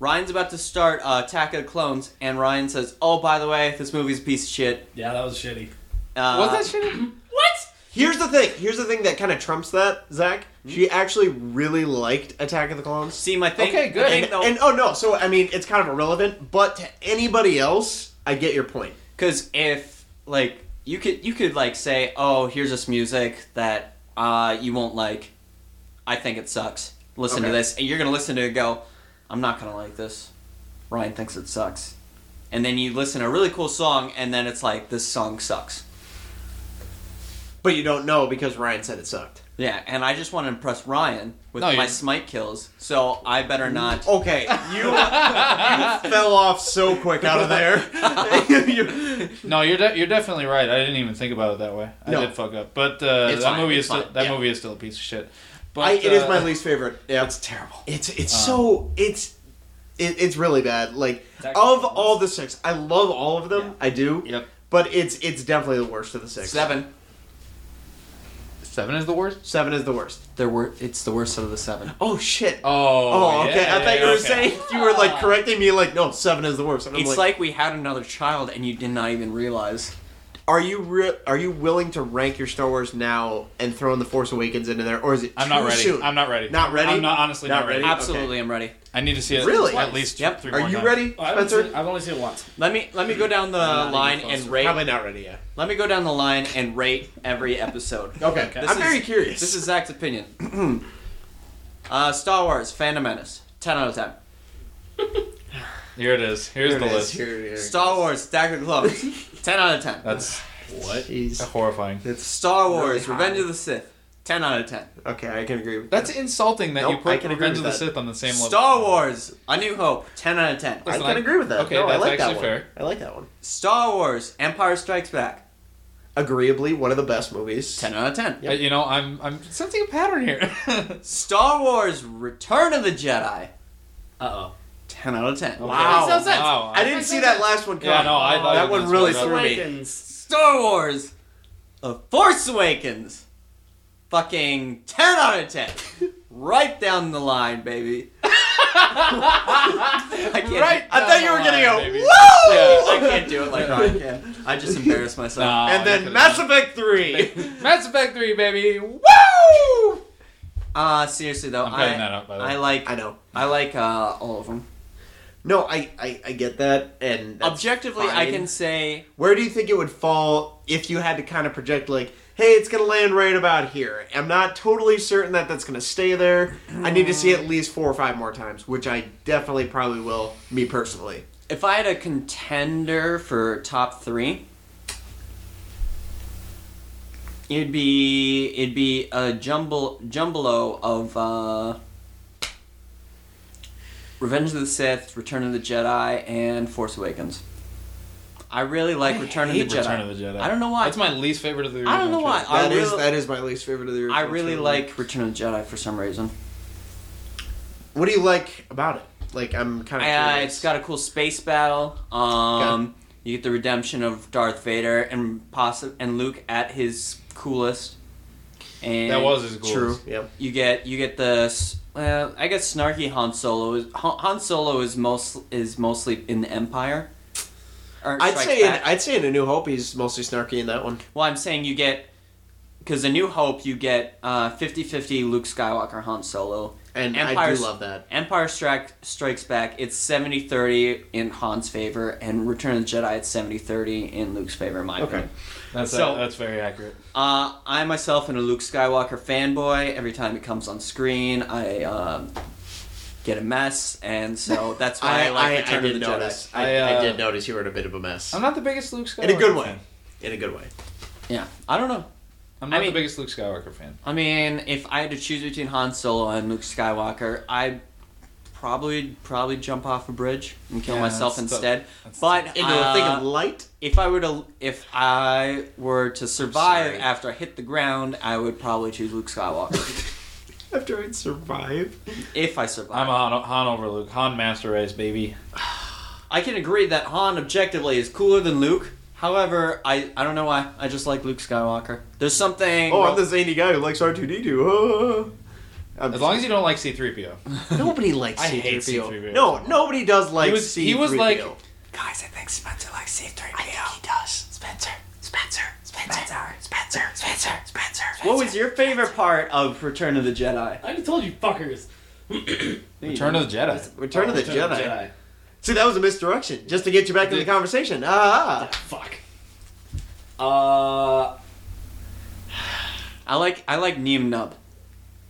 C: Ryan's about to start uh, Attack of the Clones, and Ryan says, "Oh, by the way, this movie's a piece of shit."
B: Yeah, that was shitty.
C: Uh,
D: Was that shit?
C: What?
A: Here's the thing. Here's the thing that kind of trumps that, Zach.
D: Hmm?
A: She actually really liked Attack of the Clones.
C: See, my thing.
D: Okay, good.
C: I think,
A: And,
C: though-
A: and oh no, so I mean, it's kind of irrelevant. But to anybody else, I get your point.
C: Because if like you could you could like say, oh, here's this music that uh, you won't like. I think it sucks. Listen to
A: Okay.
C: this, and you're gonna listen to it. and Go, I'm not gonna like this. Ryan thinks it sucks, and then you listen to a really cool song, and then it's like this song sucks.
A: But you don't know because Ryan said it sucked.
C: Yeah, and I just want to impress Ryan with
D: No,
C: my
D: you're-
C: smite kills, so I better not.
A: Okay, you, you fell off so quick out of there. You-
D: No, you're de- you're definitely right. I didn't even think about it that way. I
A: No.
D: did fuck up, but uh, that
C: It's fine,
D: movie
C: it's
D: is still,
C: fine,
D: that
C: yeah.
D: movie is still a piece of shit. But
A: I, it is my
D: uh,
A: least favorite. Yeah, it's terrible. It's it's so it's it, it's really bad. Like
B: Attack of
A: of
B: the Clones.
A: all the six, I love all of them. I do.
D: Yep.
A: But it's it's definitely the worst of the six.
C: Seven.
D: Seven is the worst.
A: Seven is the worst.
C: There were. It's the worst of the seven.
A: Oh shit.
D: Oh,
A: Oh,
D: yeah,
A: okay. I thought you were
D: okay.
A: saying you were like correcting me. Like, no, seven is the worst. And I'm
C: It's like, we had another child, and you did not even realize.
A: are you re- are you willing to rank your Star Wars now and throw in the Force Awakens into there, or is it
D: I'm not
A: too
D: ready.
A: soon?
D: I'm not ready.
A: Not ready?
D: I'm not honestly not,
A: Not
D: ready.
A: ready?
C: Absolutely, I'm ready.
D: I need to see it
A: Really?
D: at least
C: Yep.
D: three
A: Are
D: more
A: you
D: times.
A: ready,
B: I haven't
A: Spencer?
B: seen- Oh, I've only seen it once.
C: Let me let me go down the
B: Not even
C: line
B: close.
C: and rate.
A: Probably not ready yet.
C: Let me go down the line and rate every episode.
A: Okay,
B: Okay.
A: I'm
C: This
A: very
C: is-
A: curious.
C: This is Zach's opinion. uh, Star Wars: Phantom Menace, ten out of ten.
D: Here it is. Here's
A: Here it
D: the
A: is,
D: list.
A: here it is.
C: Star Wars: Attack of the Clones, ten out of ten.
D: That's what
A: Jeez.
D: horrifying.
A: It's
C: Star
A: Really
C: Wars:
A: high.
C: Revenge of the Sith, ten out of ten.
A: okay. I can agree with
D: That's
A: that.
D: insulting that
A: Nope,
D: you
A: I
D: put
A: can agree
D: Revenge of
A: with
D: the
A: that.
D: Sith on the same level.
C: Star Wars: A New Hope, ten out of ten.
A: I
D: Listen,
A: can
D: I-
A: agree with that.
D: okay,
A: no, I
D: that's
A: like that
D: actually
A: one.
D: fair.
A: I like that one.
C: Star Wars: Empire Strikes Back,
A: Agreeably, one of the best movies.
C: ten out of ten.
D: Uh, You know, I'm I'm sensing a pattern here.
C: Star Wars: Return of the Jedi,
B: Uh oh.
C: Ten out of ten.
A: Wow.
B: Makes no sense.
D: Wow.
A: I didn't see that last one coming.
D: Yeah, no, I thought
A: that
D: it
A: one
D: was
A: really
D: better.
A: threw me.
B: Awakens.
C: Star Wars, The Force Awakens, fucking ten out of ten. right down the line, baby. I can't.
D: Right
A: I thought you were
D: down the
A: getting
D: line,
A: a
D: baby.
A: woo,
C: Yeah, I can't do it like Ryan can. I just embarrassed myself.
D: Nah,
A: and
D: that
A: then
D: Oh, could've
A: Mass Effect Three.
D: been- Mass Effect Three, baby. Woo!
C: Uh, seriously though,
D: I'm cutting
C: I-
D: that out, by the way.
C: I like
A: I know.
C: I like uh, all of them.
A: No, I, I, I get that, and that's
C: Objectively, I
A: fine.
C: can say
A: Where do you think it would fall if you had to kind of project, like, hey, it's going to land right about here? I'm not totally certain that that's going to stay there. I need to see at least four or five more times, which I definitely probably will, me personally.
C: if I had a contender for top three, it'd be it'd be a jumble jumble of uh, Revenge of the Sith, Return of the Jedi, and Force Awakens. I really like Return, of the,
D: hate
C: Jedi.
D: Return of the Jedi.
C: I don't know why.
D: That's my least favorite of the.
C: I don't know
D: original
C: why.
D: trilogy.
C: I
A: That is
C: really,
A: that is my least favorite of the original
C: I really
A: trilogy.
C: like Return of the Jedi for some reason.
A: What do you like about it? Like, I'm kind of.
C: I, uh,
A: curious.
C: it's got a cool space battle. Um, you get the redemption of Darth Vader and possi- and Luke at his coolest. And
D: That was his goal.
A: True. Yeah.
C: You get you get the s- well, I guess snarky Han Solo. Is, Han, Han Solo is most is mostly in the Empire. Or
A: I'd
C: Strikes
A: say in,
C: Back.
A: I'd say in A New Hope he's mostly snarky in that one.
C: well, I'm saying you get because the New Hope you get uh, 50-50 Luke Skywalker Han Solo.
A: And I
C: Empire's-
A: do love that.
C: Empire Strike, Strikes Back, it's 70 30 in Han's favor, and Return of the Jedi, it's 70 30 in Luke's favor, in my
A: Okay.
C: opinion.
D: That's
C: So-
D: that's very accurate.
C: Uh, I myself am a Luke Skywalker fanboy. Every time it comes on screen, I um, get a mess, and so that's why I, like Return of the
A: did
C: Jedi.
A: notice. I,
D: I,
A: I,
D: uh,
A: did notice you were in a bit of a mess.
D: I'm not the biggest Luke Skywalker.
A: in a good way.
D: fan.
A: In a good way.
C: Yeah, I don't know.
D: I'm not
C: I mean-
D: the biggest Luke Skywalker fan.
C: I mean, if I had to choose between Han Solo and Luke Skywalker, I'd probably probably jump off a bridge and kill
D: Yeah,
C: myself
D: that's tough.
C: instead.
D: That's
C: But
A: Into
C: uh,
A: a thing of light.
C: if I were to if I were to survive
A: Sorry.
C: after I hit the ground, I would probably choose Luke Skywalker.
A: After I'd survive.
C: if I survive,
D: I'm a Han, Han over Luke. Han Master Race, baby.
C: I can agree that Han objectively is cooler than Luke. However, I I don't know why I just like Luke Skywalker. There's something.
A: Oh, I'm the zany guy who likes R2D2. Uh,
D: As long as you don't like C-3PO.
A: nobody likes
D: I hate
A: C-3PO.
D: C-3PO.
A: No, nobody does like
D: He was-
A: C3PO.
D: he was like-
C: guys, I think Spencer likes C-3PO. I think he does. Spencer. Spencer. Spencer. Spencer. Spencer. Spencer. Spencer. What was your favorite part of Return of the Jedi?
B: I already told you fuckers.
D: Return of the Jedi.
A: Return of the
B: Return of
A: Jedi. See, that was a misdirection, just to get you back in the conversation. Ah,
B: Ah, fuck. Uh,
C: I like I like Neem Nub.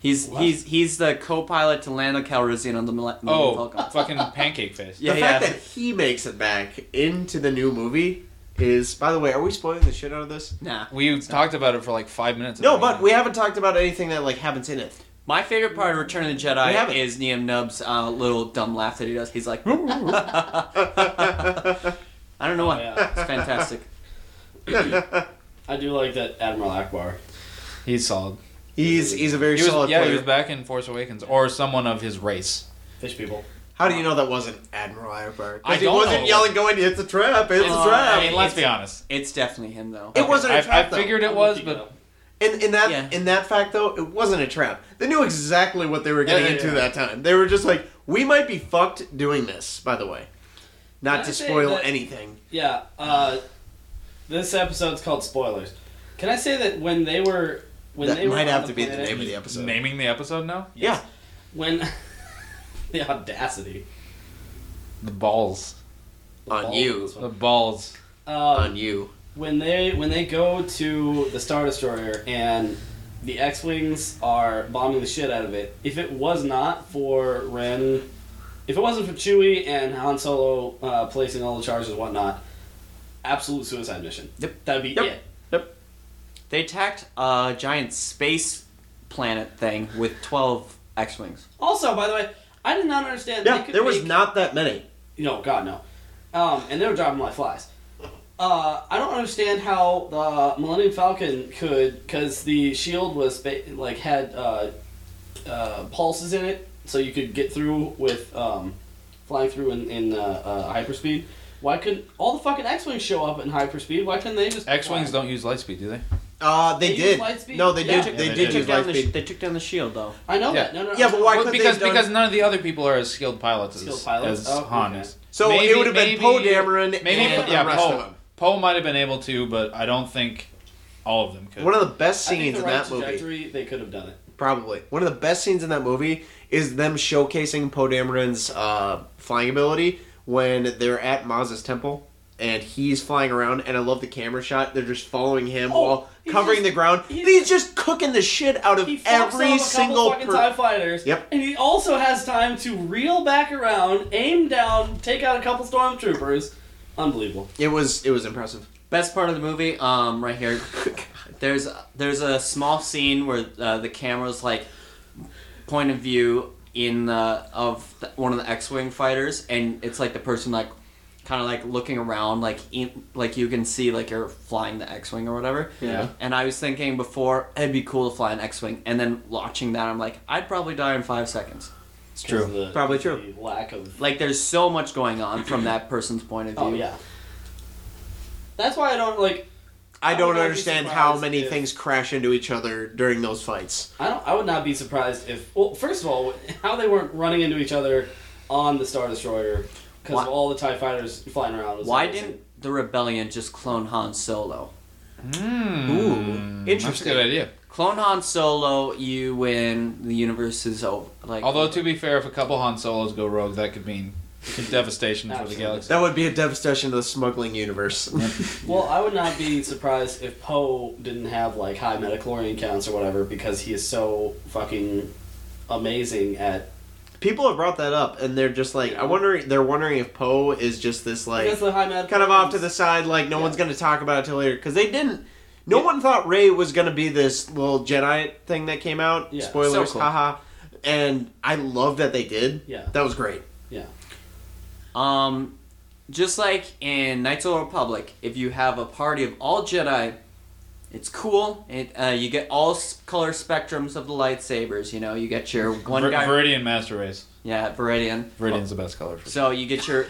C: He's
B: What?
C: he's he's the co-pilot to Lando Calrissian on the Mille- Millennium
D: Oh,
C: Falcon.
D: fucking pancake face.
C: Yeah,
A: the
C: yeah.
A: fact that he makes it back into the new movie is, by the way, are we spoiling the shit out of this?
C: nah.
D: We talked about it for like five minutes.
A: No, but we haven't talked about anything that like happens in it.
C: My favorite part of Return of the
A: We
C: Jedi
A: haven't.
C: is Neem Nub's uh, little dumb laugh that he does. He's like, I don't know why.
B: yeah.
C: It's fantastic.
B: I do like that Admiral Akbar.
D: he's solid.
A: He's he's a very
D: He was-
A: solid
D: yeah,
A: player.
D: he was back in Force Awakens or someone of his race.
B: Fish people.
A: How do you know that wasn't Admiral Akbar? 'Cause
D: I
A: he
D: don't
A: wasn't
D: know.
A: yelling, going, "It's a trap! It's
C: Uh,
A: a trap!"
D: I mean, let's be honest.
C: It's definitely him though.
A: It wasn't a
D: I,
A: trap,
D: I
A: though.
D: figured it was, but
A: In, in that
C: Yeah.
A: in that fact though, it wasn't a trap. They knew exactly what they were getting
D: Yeah, yeah,
A: into
D: yeah.
A: that time. They were just like, "We might be fucked doing this." By the way, not
B: Can
A: to
B: I say
A: spoil
B: that-
A: anything.
B: Yeah. Uh, this episode's called spoilers. Can I say that when they were when
A: That
B: they were
A: might
B: on
A: have
B: the
A: to be the
B: planet-
A: name of the episode.
D: naming the episode now?
A: Yeah,
B: when the audacity
D: The balls.
B: The
A: On
B: ball-
A: you.
B: this
D: The
B: one.
D: balls.
B: Um,
A: on you.
B: when they when they go to the star destroyer and the X-wings are bombing the shit out of it. If it was not for Ren, if it wasn't for Chewie and Han Solo uh, placing all the charges and whatnot, absolute suicide mission.
C: Yep.
B: That'd be
A: Yep.
B: it.
C: They attacked a giant space planet thing with twelve X-wings.
B: Also, by the way, I did not understand. they
A: Yeah,
B: could
A: there was
B: make-
A: not that many.
B: No, God, no. Um, and they were dropping like flies. Uh, I don't understand how the Millennium Falcon could, because the shield was ba- like had uh, uh, pulses in it, so you could get through with um, flying through in, in uh, uh, hyperspeed. Why couldn't all the fucking X wings show up in hyperspeed? Why couldn't they just
D: X wings
B: fly?
D: don't use light speed, do they?
A: Uh, they,
B: They used
A: did.
B: Lightspeed.
A: No, they
B: Yeah.
A: did.
D: Yeah,
A: They,
D: they
A: did
D: did.
A: use
C: down the, sh-
A: Lightspeed.
C: they took down the shield though.
B: I know
D: Yeah.
B: that. No, no, no.
A: Yeah, but why
D: Well,
A: couldn't
D: because
A: they have
D: because
A: done-
D: none of the other people are as skilled pilots as,
B: Skilled pilots?
D: as
B: Oh,
D: Han
B: okay.
D: is.
A: So it would have been
D: maybe-
A: Poe Dameron
D: Maybe
A: and
D: yeah,
A: the rest
D: Poe.
A: of them.
D: Poe might have been able to, but I don't think all of them could.
A: One of the best
B: I think
A: scenes
B: the
A: in
B: right
A: that movie,
B: trajectory, they could have done it.
A: probably one of the best scenes in that movie, is them showcasing Poe Dameron's uh, flying ability when they're at Maz's temple and he's flying around. And I love the camera shot; they're just following him
B: Oh,
A: while
B: he's
A: covering
B: just-
A: the ground.
B: he's-
A: He's, just cooking the shit out of
B: He fucks
A: every
B: up a
A: single.
B: couple fucking
A: per-
B: TIE fighters.
A: Yep.
B: And he also has time to reel back around, aim down, take out a couple stormtroopers. Unbelievable.
A: it was it was impressive.
C: Best part of the movie, um, right here.
B: Oh
C: There's there's a small scene where uh, the camera's like point of view in the of the, one of the X-wing fighters, and it's like the person like kind of like looking around, like in, like you can see like you're flying the X-wing or whatever.
A: Yeah.
C: And I was thinking before it'd be cool to fly an X-wing, and then watching that, I'm like, I'd probably die in five seconds.
B: It's
D: true.
A: Probably true.
B: The lack of.
C: Like there's so much going on from that person's point of view.
B: Oh yeah. That's why I don't like.
A: I
B: I
A: don't
B: would not be
A: understand how
B: surprised
A: many
B: if-
A: things crash into each other during those fights.
B: I don't. I would not be surprised if. Well, first of all, how they weren't running into each other on the star destroyer because
C: Why-
B: of all the Tie fighters flying around. was
C: Why
B: amazing.
C: didn't the rebellion just clone Han Solo?
D: Hmm,
A: Ooh, interesting.
D: That's a good idea.
C: Clone Han Solo, you win. The universe is over. Like
D: Although to be fair, if a couple Han Solos go rogue, that could mean devastation for the
B: Absolutely.
D: galaxy.
A: That would be a devastation to the smuggling universe.
B: Well, I would not be surprised if Poe didn't have like high metachlorine counts or whatever because he is so fucking amazing at.
A: People have brought that up, and they're just like, I wonder. They're wondering if Poe is just this like
B: Because the high metachlorine.
A: kind of off to the side, like no
B: Yeah.
A: one's going to talk about it till later because they didn't. No
B: Yeah.
A: one thought Ray was going to be this little Jedi thing that came out.
B: Yeah.
A: Spoilers,
C: So cool.
A: haha. And I love that they did.
B: Yeah.
A: That was great.
C: um, just like in Knights of the Republic, if you have a party of all Jedi, it's cool. It uh, you get all s- color spectrums of the lightsabers. You know, you get your one
D: Vir-
C: guy,
D: Viridian Master Race.
C: yeah, Viridian.
D: Viridian's the best color. For
C: So you get your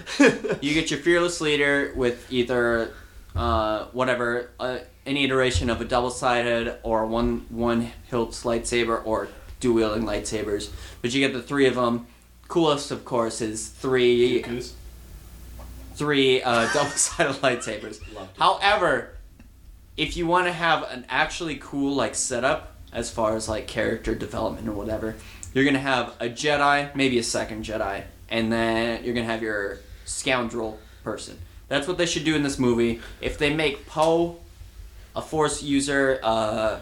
C: you get your fearless leader with either uh, whatever uh, any iteration of a double sided or one one hilt lightsaber or dual wielding lightsabers, but you get the three of them. Coolest, of course, is three
B: Goose.
C: three uh, double sided lightsabers.
B: Loved it.
C: However, if you want to have an actually cool like setup as far as like character development or whatever, you're gonna have a Jedi, maybe a second Jedi, and then you're gonna have your scoundrel person. That's what they should do in this movie. If they make Poe a Force user, uh,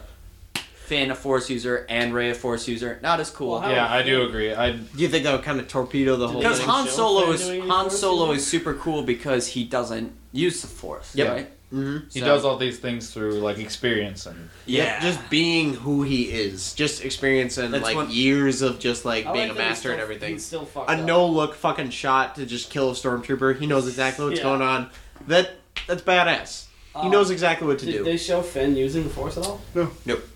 C: Finn a Force user, and Ray a Force user, not as cool.
B: Well, how-
D: yeah, I do agree. I
A: Do you think that would kind of torpedo the whole
B: they-
C: Because
A: thing?
B: Does
C: Han
B: show
C: Solo
B: Finn
C: is
B: doing any
C: Han
B: Force
C: Solo
B: using?
C: is super cool because he doesn't use the Force,
D: Yep.
C: right?
A: Mhm.
D: he
C: So-
D: does all these things through like experience and
A: Yep, just being who he is, just experiencing
C: That's
A: like
C: what-
A: years of just like
B: I like
A: being
B: that
A: a master
B: he's
A: and
B: still-
A: everything.
B: He's still fucked
A: A
B: up.
A: no look fucking shot to just kill a stormtrooper. He knows exactly what's
B: Yeah.
A: going on. That that's badass. he
B: Um,
A: knows exactly what to
B: Did
A: do.
B: they show Finn using the Force at all?
A: Nope.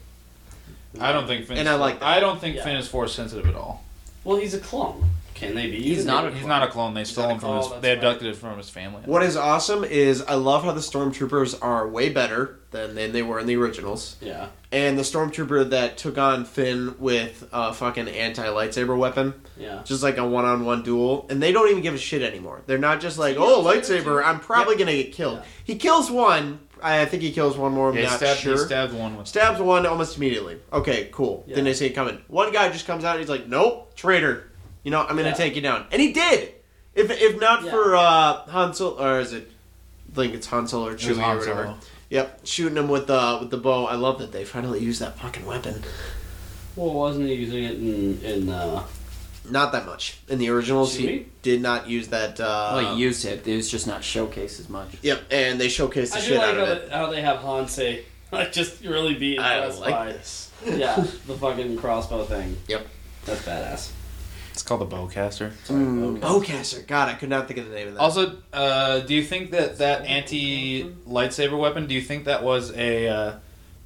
D: I don't think Finn.
A: And I like that.
D: I don't think
B: Yeah.
D: Finn is force sensitive at all.
B: Well, he's a clone. Can they be?
C: He's
B: using
C: not
B: it?
C: a-
D: He's not a clone. They stole
B: not a
D: him from
B: clone,
D: his.
B: that's
D: They
B: right.
D: abducted it from his family.
A: What is awesome is I love how the stormtroopers are way better than, than they were in the originals.
B: Yeah.
A: And the stormtrooper that took on Finn with a fucking anti lightsaber weapon,
B: Yeah.
A: just like a one on one duel, and they don't even give a shit anymore. They're not just like, oh, lightsaber, I'm probably gonna get killed.
B: Yeah.
A: He kills one. I I think he kills one more. I'm
D: Yeah, he
A: not
D: stabbed,
A: sure.
D: he stabbed one with.
A: Stabs one almost immediately. Okay, cool.
B: Yeah.
A: Then they see it coming. One guy just comes out. He's like, "Nope, traitor. You know, I'm gonna
B: Yeah.
A: take you down." And he did. If if not
B: Yeah.
A: for uh, Hansel, or is it? I think it's Hansel or
D: It was
A: Chewie or
D: Han
A: whatever.
D: Solo.
A: Yep, shooting him with the with the bow. I love that they finally used that fucking weapon.
B: Well, wasn't he using it in in? Uh,
A: Not that much in the originals. He
B: Chewie?
A: did not use that. Uh,
D: Oh,
C: Well, he used it. It was just not showcased as much.
A: Yep, and they showcased the
B: I do
A: shit
B: like
A: out
B: how,
A: of it.
B: they- how they have Han say, "I just really be
A: I
B: impressed
A: like
B: by
A: this.
B: yeah the fucking crossbow thing."
A: Yep.
B: That's badass.
D: It's called the bowcaster.
C: Hmm. Oh,
A: Bowcaster. God, I could not think of the name of that.
D: Also, uh, do you think that that anti lightsaber weapon? Do you think that was a uh,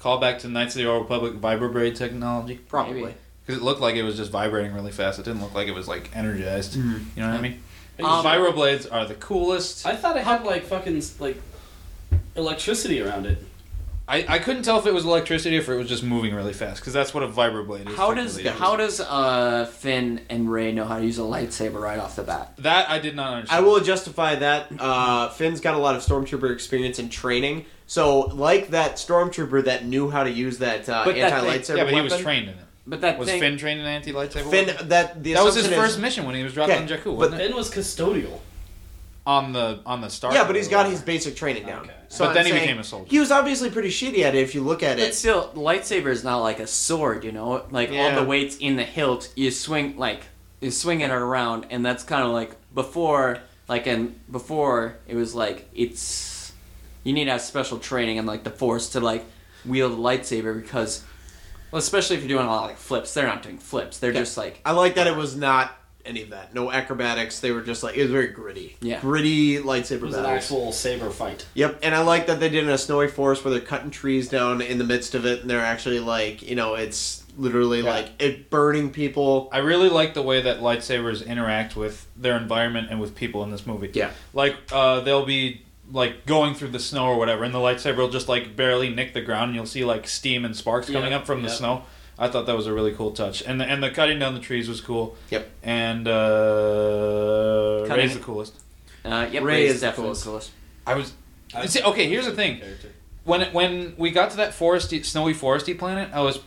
D: callback to Knights of the Old Republic vibrobraid technology?
C: Probably.
A: Mm-hmm.
D: Because it looked like it was just vibrating really fast. It didn't look like it was like energized. You know what I mean?
C: Um,
D: Spiral blades are the coolest. I,
B: I thought it had like fucking like electricity around it.
D: I couldn't tell if it was electricity or if it was just moving really fast because that's what a vibroblade is.
C: How does
D: technically.
C: how does uh, Finn and Ray know how to use a lightsaber right off the bat?
D: that I did not understand.
A: I will justify that. Uh, Finn's got a lot of stormtrooper experience and training, so like that stormtrooper that knew how to use that uh,
C: But that
A: anti lightsaber
D: Yeah, but he was
A: weapon.
D: trained in it.
C: But that
D: Was
C: thing,
D: Finn trained in anti lightsaber?
A: Finn, that the
D: that was his
A: assumption is-
D: first mission when he was dropped
A: Yeah,
D: on Jakku,
A: but-
D: wasn't it?
B: Ben was custodial.
D: On the on the star.
A: Yeah, but he's got
D: Destroyer.
A: his basic training down.
B: Okay.
D: But then he
A: saying-
D: became a soldier.
A: He was obviously pretty shitty at it if you look at
C: But
A: it.
C: still, lightsaber is not like a sword, you know. Like
A: Yeah.
C: all the weights in the hilt, you swing like you swinging it around, and that's kind of like before, like and before it was like it's you need to have special training and like the force to like wield a lightsaber because, well, especially if you're doing a lot of like flips, they're not doing flips. They're
A: Yeah.
C: just like
A: I like that it was not any of that. No acrobatics. They were just like it was very gritty.
C: Yeah.
A: Gritty lightsaber
B: It was an
A: battles.
B: actual saber fight.
A: Yep, and I like that they did it in a snowy forest where they're cutting trees down in the midst of it, and they're actually like, you know, it's literally
D: Yeah.
A: like it burning people.
D: I really like the way that lightsabers interact with their environment and with people in this movie.
A: Yeah.
D: Like uh, they'll be like going through the snow or whatever, and the lightsaber will just like barely nick the ground, and you'll see like steam and sparks coming
B: Yeah,
D: up from the
B: yeah.
D: snow. I thought that was a really cool touch, and the, and the cutting down the trees was cool.
A: Yep.
D: And uh,
C: Cutting-
D: Ray's the coolest.
C: uh, yep,
A: Ray
C: Ray's
A: is the
C: definitely
A: coolest.
C: coolest.
D: I was. See, okay, here's the thing.
B: Character.
D: when it, when we got to that foresty, snowy foresty planet, I was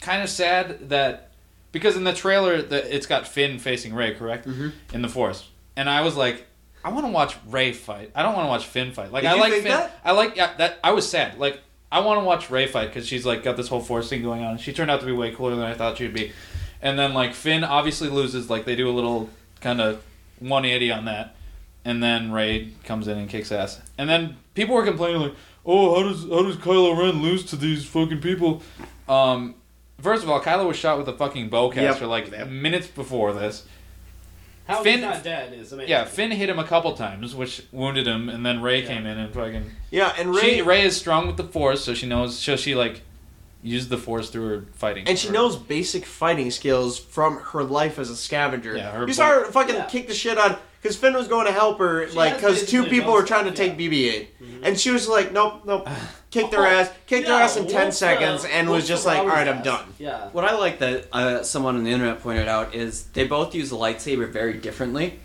D: kind of sad that because in the trailer the, it's got Finn facing Ray, correct,
A: Mhm.
D: in the forest, and I was like, I want to watch Ray fight. I don't want to watch Finn fight. Like
A: Did
D: I
A: you
D: like
A: think
D: Finn.
A: that?
D: I like yeah, that. I was sad. Like I want to watch Ray fight because she's like got this whole forest thing going on. She turned out to be way cooler than I thought she'd be, and then like Finn obviously loses. Like they do a little kind of 180 on that and then Ray comes in and kicks ass. And then people were complaining like, "Oh, how does how does Kylo Ren lose to these fucking people?" Um, first of all, Kylo was shot with a fucking bowcaster
A: Yep.
D: like
A: Yep.
D: minutes before this.
B: How
D: Finn-
B: he's not dead is amazing.
D: Yeah, Finn hit him a couple times, which wounded him, and then Ray came in and fucking.
A: Yeah, and Ray,
D: Ray she, Ray is strong with the Force, so she knows. So she like used the Force through her fighting,
A: and she
D: Her-
A: knows basic fighting skills from her life as a scavenger.
D: Yeah, her
A: you saw her fucking
B: Yeah.
A: kick the shit on because Finn was going to help her,
B: She
A: like
B: has
A: because two
B: basically
A: people were
B: both-
A: trying to
B: yeah.
A: take BB-8, and she was like, "Nope, nope," kicked their
B: Oh,
A: ass, kicked their
B: Yeah,
A: ass in ten
B: whoops,
A: seconds,
B: uh,
A: and
B: whoops
A: was just
B: the
A: like, "All
B: Robin's
A: right, I'm
B: ass.
A: done."
B: Yeah.
C: What I like that uh, someone on the internet pointed out is they both use the lightsaber very differently.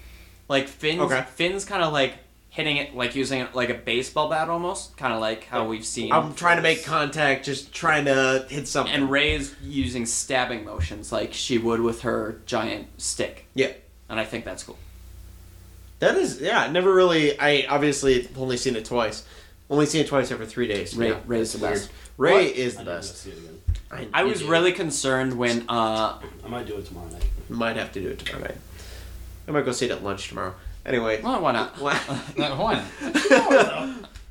C: Like Finn's,
A: Okay.
C: Finn's kind of like hitting it, like using it like a baseball bat almost, kind of like how we've seen.
A: I'm trying to make contact, just trying to hit something.
C: and Ray's using stabbing motions like she would with her giant stick,
A: yeah.
C: and I think that's cool.
A: That is, yeah. I Never really. I obviously only seen it twice. Only seen it twice over three days.
C: Ray,
A: Yeah.
C: Ray's the
A: Weird.
C: best.
A: Ray
B: What?
A: is the
B: I need to
A: best.
B: see it again.
C: I
A: you
C: was
A: do.
C: really concerned when
B: I
C: uh,
B: might do it tomorrow night.
A: might have to do it tomorrow night. I might go see it at lunch tomorrow. Anyway,
C: well, why not?
D: Uh, why not?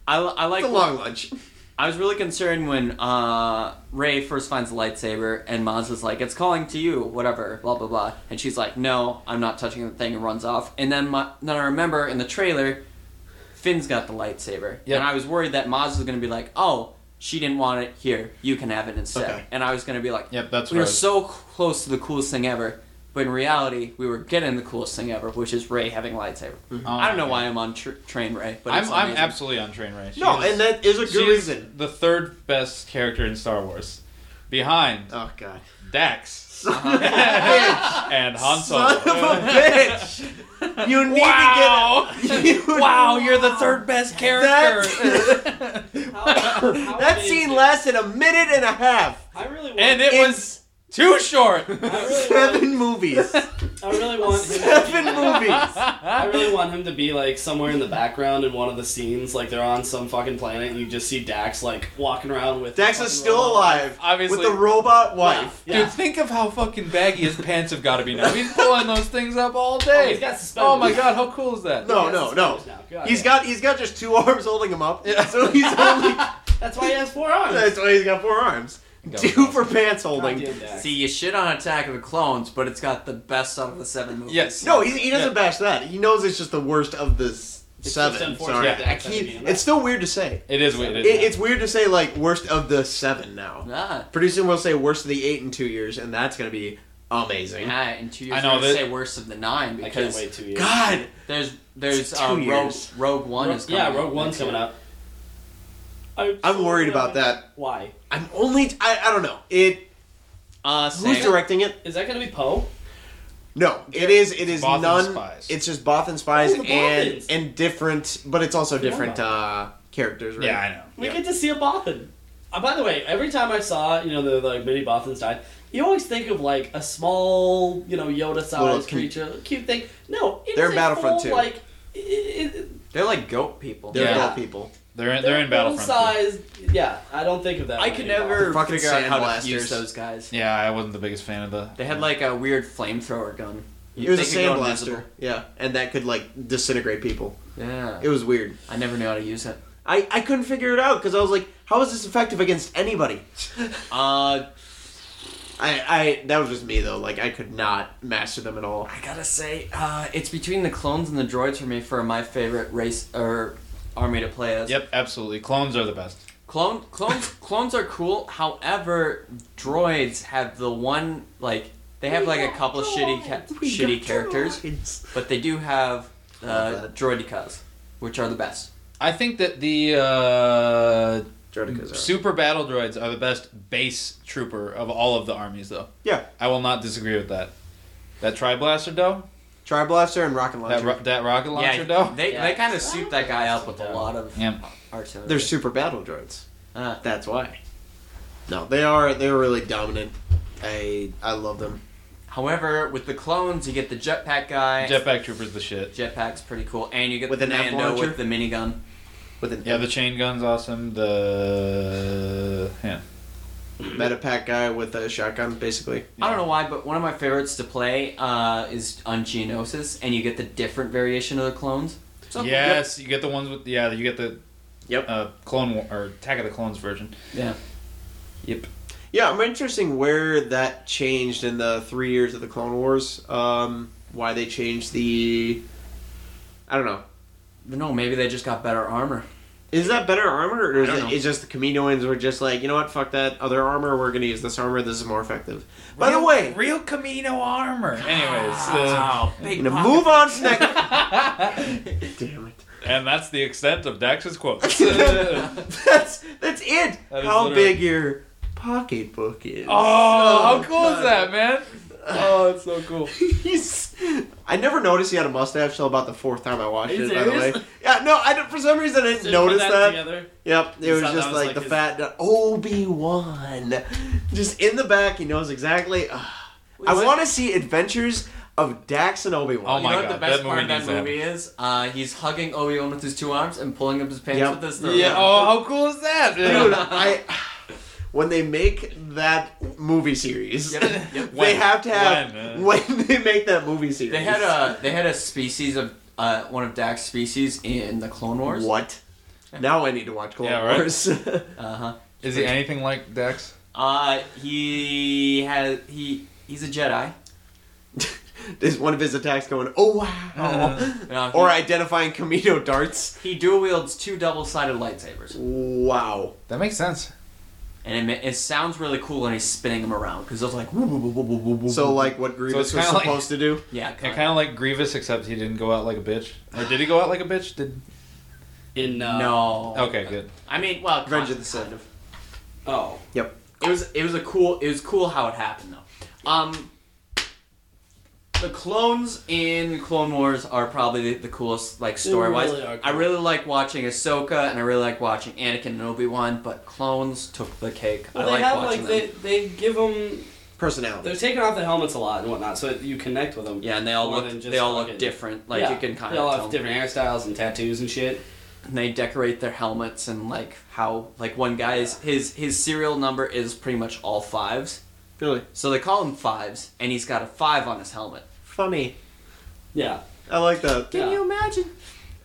C: I, I like
A: it's a long lunch.
C: I was really concerned when uh, Ray first finds the lightsaber and Maz is like, "It's calling to you," whatever, blah blah blah, and she's like, "No, I'm not touching the thing," and runs off. And then, my, then I remember in the trailer, Finn's got the lightsaber,
D: Yeah.
C: and I was worried that Maz was going to be like, "Oh, she didn't want it. Here, you can have it instead."
A: Okay.
C: And I was going to be like,
D: Yep, that's
C: "We were
D: right.
C: so close to the coolest thing ever." But in reality, we were getting the coolest thing ever, which is Ray having a lightsaber. I don't know why I'm on tr- train Ray, but
D: Mm-hmm. Um, I'm
C: it's
D: I'm
C: amazing.
D: absolutely on train Ray. She
A: No,
D: is-
A: and that is a
D: she
A: good
D: is
A: reason.
D: the third best character in Star Wars, behind
A: Oh god,
D: Dax
A: son of a bitch!
D: and Han
A: Son
D: Solo.
A: of a bitch! You need
D: wow!
A: to get it. You-
C: Wow, you're the third best character.
B: How, how
A: That
B: big
A: scene
B: is-
A: lasted a minute and a half.
B: I really want.
D: and it
A: In
D: was too short.
B: I really want.
A: seven movies.
B: I really want. Him to be-
A: Seven movies.
B: I really want him to be like somewhere in the background in one of the scenes, like they're on some fucking planet, and you just see Dax like walking around with.
A: Dax
B: fucking
A: is still
B: robot.
A: alive.
D: Obviously.
A: With the robot wife.
B: Yeah.
D: Dude, think of how fucking baggy his pants have got to be now. He's pulling those things up all
B: Oh,
D: day.
B: he's got suspenders.
D: oh my god, how cool is that?
A: No,
B: He has
A: no, no.
B: suspenders now. God,
A: He's
B: yeah.
A: got he's got just two arms holding him up.
D: Yeah.
A: So he's only
B: That's why he has four arms.
A: that's why he's got four arms.
D: That was
A: Two
D: awesome.
A: for pants holding.
B: Goddamn Dax.
C: See, you shit on Attack of the Clones, but it's got the best out of the seven movies.
D: Yes.
A: No, he, he doesn't
D: Yeah.
A: bash that. He knows it's just the worst of the s-
B: It's just
A: seven.
B: unfortunate
A: Sorry,
B: that
A: I
B: it's gonna be in
A: can't.
B: that.
A: It's still weird to say.
D: It is what
A: It,
D: it is.
A: it's weird to say like worst of the seven now.
C: Ah,
A: Producing will say worst of the eight in two years, and that's gonna be amazing.
C: Yeah, and two years
D: I know
C: we're gonna
D: that-
C: say worse of the nine
B: I can't
C: because
B: wait two years.
A: God,
C: there's there's
A: It's
C: uh,
A: two
C: Rogue
A: years.
C: Rogue One
B: Rogue-
C: is coming
B: yeah,
C: out
B: Rogue One's
C: next
B: coming
C: year.
B: out.
A: I'm worried about that.
B: Why
A: I'm only I, I don't know it.
C: Uh,
A: Who's
C: same.
A: directing it?
B: is that going to be Poe?
A: No, it is. It is
D: Both and
A: none.
D: Spies.
A: It's just Both and Spies
B: Oh, the
A: and
B: Bothans.
A: and different, but it's also
B: Forgot
A: different uh, characters. Right?
D: Yeah, I know.
B: We
A: Yeah.
B: get to see a Bothan. Uh, by the way, every time I saw you know the like mini Bothans died, you always think of like a small you know
A: Little
B: Yoda-sized
A: cute-
B: creature, cute thing. No, it's
A: They're
B: a
A: Battlefront
B: full,
A: two.
B: Like it, it,
C: They're like goat people.
A: They're
D: Yeah.
A: all people.
D: They're in, they're in Battlefront.
B: sized. Yeah, I don't think of that.
C: I
B: when
C: could
B: you-
C: never
A: The fucking
C: figure out how
A: sandblasters.
C: to use those guys.
D: too. Yeah, I wasn't the biggest fan of the.
C: They had like a weird flamethrower gun.
A: It was a
C: They could go
A: sandblaster.
C: invisible.
A: Yeah, and that could like disintegrate people.
C: Yeah.
A: It was weird.
C: I never knew how to use it.
A: I, I couldn't figure it out because I was like, how is this effective against anybody?
C: Uh,
A: I, I that was just me though. Like I could not master them at all.
C: I gotta say, uh, it's between the clones and the droids for me for my favorite race or army to play as.
D: Yep, absolutely. Clones are the best.
C: Clone clones clones are cool. However, droids have the one like they have like a couple of shitty ca- shitty characters, but they do have
A: Love
C: uh,
A: that.
C: droidicas, which are the best.
D: I think that the uh,
A: Droidicas are-
D: super battle droids are the best base trooper of all of the armies, though.
A: Yeah,
D: I will not disagree with that. That triblaster though,
A: Triblaster and Rocket
D: that
A: Launcher.
D: ro- that rocket launcher
C: yeah,
D: though.
C: they
B: Yeah.
C: they kind of suit that guy up with a
B: Yeah.
C: lot of
D: Yeah.
C: artillery.
A: They're super battle droids.
C: Ah.
A: That's why. No, they are they're really dominant. I I love them.
C: However, with the clones, you get the jetpack guy.
D: Jetpack troopers the shit.
C: Jetpack's pretty cool, and you get
A: With
C: the
A: an amp
C: Mando
A: launcher?
C: with the minigun.
A: With an
D: Yeah, the chain gun's awesome. The yeah,
A: metapack guy with a shotgun, basically.
D: Yeah.
C: I don't know why, but one of my favorites to play uh, is on Geonosis, and you get the different variation of the clones. So,
D: yes, you get the ones with yeah, you get the
A: Yep.
D: uh, clone War- or Attack of the Clones version.
C: Yeah.
D: Yep.
A: Yeah, I'm interesting where that changed in the three years of the Clone Wars. Um, why they changed the I don't know.
C: No, maybe they just got better armor.
A: Is that better armor, or is
C: I don't
A: it
C: know.
A: it's just the Kaminoans were just like, you know what, fuck that other armor. We're gonna use this armor. This is more effective. By the way,
D: real Camino armor. Anyways, uh,
C: Wow,
A: we're
C: big
A: gonna
C: pocket.
A: move on to next. Damn it.
D: and that's the extent of Dax's quotes.
A: that's that's it.
D: That is
A: How
D: literally-
A: big your pocketbook is.
D: Oh, how cool
A: God.
D: is that, man? Oh, it's so cool.
A: He's. I never noticed he had a mustache till about the fourth time I watched
B: Are you
A: it. By the
B: serious?
A: way, yeah, no, I didn't- for some reason I didn't
B: Didn't put
A: notice that.
B: together.
A: Yep, it
B: You
A: was
B: thought
A: just
B: that was
A: like
B: like
A: the
B: his-
A: fat Obi Wan, just in the back. He knows exactly. Ugh. I
C: it-
A: want to see Adventures of Dax and Obi
D: Oh
A: Wan.
C: You
D: my
C: know what
D: God,
C: the best
D: that
C: part of
D: movie
C: that
D: needs to
C: movie is? Uh, he's hugging Obi Wan with his two arms and pulling up his pants
A: Yep.
C: with his third.
D: Yeah.
C: arm.
D: Oh, how cool is that?
A: Dude,
D: man?
A: I. When they make that movie series,
C: Yep, yep.
A: they
D: When?
A: have to have
D: When, uh,
A: when, they make that movie series.
C: They had uh, a they had a species of uh, one of Dax's species in the Clone Wars.
A: What? Now I need to watch Clone
D: Yeah, right.
A: Wars.
C: Uh huh.
D: Is he anything like Dax?
C: Uh, he has he he's a Jedi.
A: Is one of his attacks going, oh wow.
C: No, he,
A: or identifying Camino darts.
C: he dual wields two double sided lightsabers,
A: Wow.
D: That makes sense.
C: and it, ma- it sounds really cool when he's spinning them around because it's like woo, woo, woo, woo, woo, woo, woo,
A: So,
C: woo.
A: like what Grievous was
D: kinda like-
A: supposed to do?
C: yeah,
D: Yeah,
C: kinda.
D: kind of like Grievous, except he didn't go out like a bitch. Or did he go out like a bitch? Did
B: In uh,
C: no.
D: okay, good.
C: I mean, well, kind-
A: Revenge of the Sith.
C: kind of.
B: Oh,
A: Yep.
C: It was it was a cool it was cool how it happened though. Um, the clones in Clone Wars are probably the, the coolest like story wise.
B: really are cool.
C: I really like watching Ahsoka and I really like watching Anakin and Obi Wan, but clones took the cake.
B: well,
C: I
B: they
C: like
B: have
C: watching
B: like
C: them.
B: they they give them
A: Personality.
B: They're taking off the helmets a lot and whatnot, so that you connect with them.
C: yeah, and they all
B: more
C: look
B: than just
C: they all look
B: fucking-
C: different. Like
B: Yeah,
C: you can kind
B: They all
C: of
B: have
C: tell.
B: different hairstyles and tattoos and shit.
C: And they decorate their helmets and like how like one guy's his his serial number is pretty much all fives.
A: really
C: So they call him fives, and he's got a five on his helmet.
A: funny.
B: Yeah.
A: I like that.
B: Can Yeah. you
C: imagine?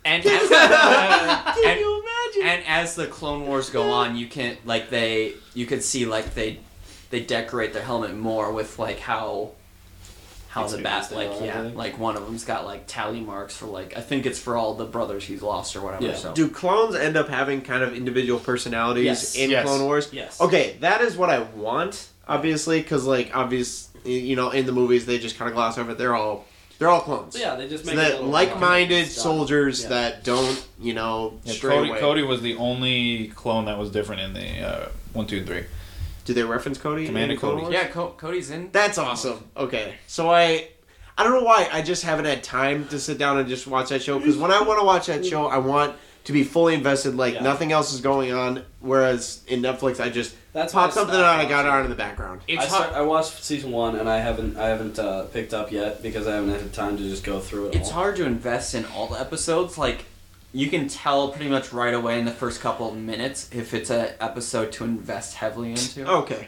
C: And as,
A: Can
C: and,
A: you imagine?
C: and as the Clone Wars go on, you can like they you could see like they they decorate their helmet more with like how how the bat
B: Experienced they
C: like
B: are,
C: yeah
B: I think.
C: like one of them's got like tally marks for like I think it's for all the brothers he's lost or whatever.
B: Yeah.
C: So
A: do clones end up having kind of individual personalities
B: Yes.
A: in
D: Yes.
A: Clone Wars?
B: Yes.
A: Okay, that is what I want. obviously, because like obvious, you know, in the movies they just kind of gloss over. it. They're all they're all clones.
B: So yeah, they just
A: So
B: make a
A: that
B: little
A: like-minded
B: stuff.
A: soldiers
B: Yeah.
A: that don't, you know,
D: Yeah,
A: stray
D: Cody,
A: away.
D: Cody was the only clone that was different in the uh, one, two, and three.
A: Did they reference Cody? in
D: Commander
A: Clone
D: Cody.
A: Wars?
C: Yeah, Co- Cody's in.
A: That's awesome. Okay, so I, I don't know why I just haven't had time to sit down and just watch that show because when I want to watch that show, I want to be fully invested, like
B: Yeah.
A: nothing else is going on. Whereas in Netflix, I just
B: That's why
A: pop
B: I
A: something on, I
B: stopped
A: got
B: watching.
A: it on in the background.
C: It's
B: I,
C: hard.
B: start, I watched season one and I haven't I haven't uh, picked up yet because I haven't had time to just go through it.
C: It's
B: all.
C: hard to invest in all the episodes. Like, you can tell pretty much right away in the first couple of minutes if it's an episode to invest heavily into.
A: Okay, Oh,
C: Because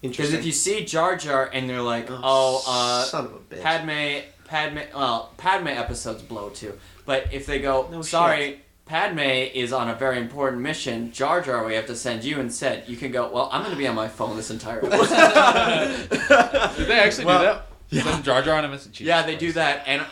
A: interesting.
C: if you see Jar Jar and they're like, oh, uh,
A: son of a bitch.
C: Padme, Padme, well, Padme episodes blow too. But if they go,
A: No
C: sorry, Padme is on a very important mission. Jar Jar, we have to send you instead. You can go. Well, I'm going to be on my phone this entire. episode.
D: Did they actually
A: Well,
D: do that? Send Jar Jar on a message. Jesus
C: yeah, they do
D: Christ.
C: that, and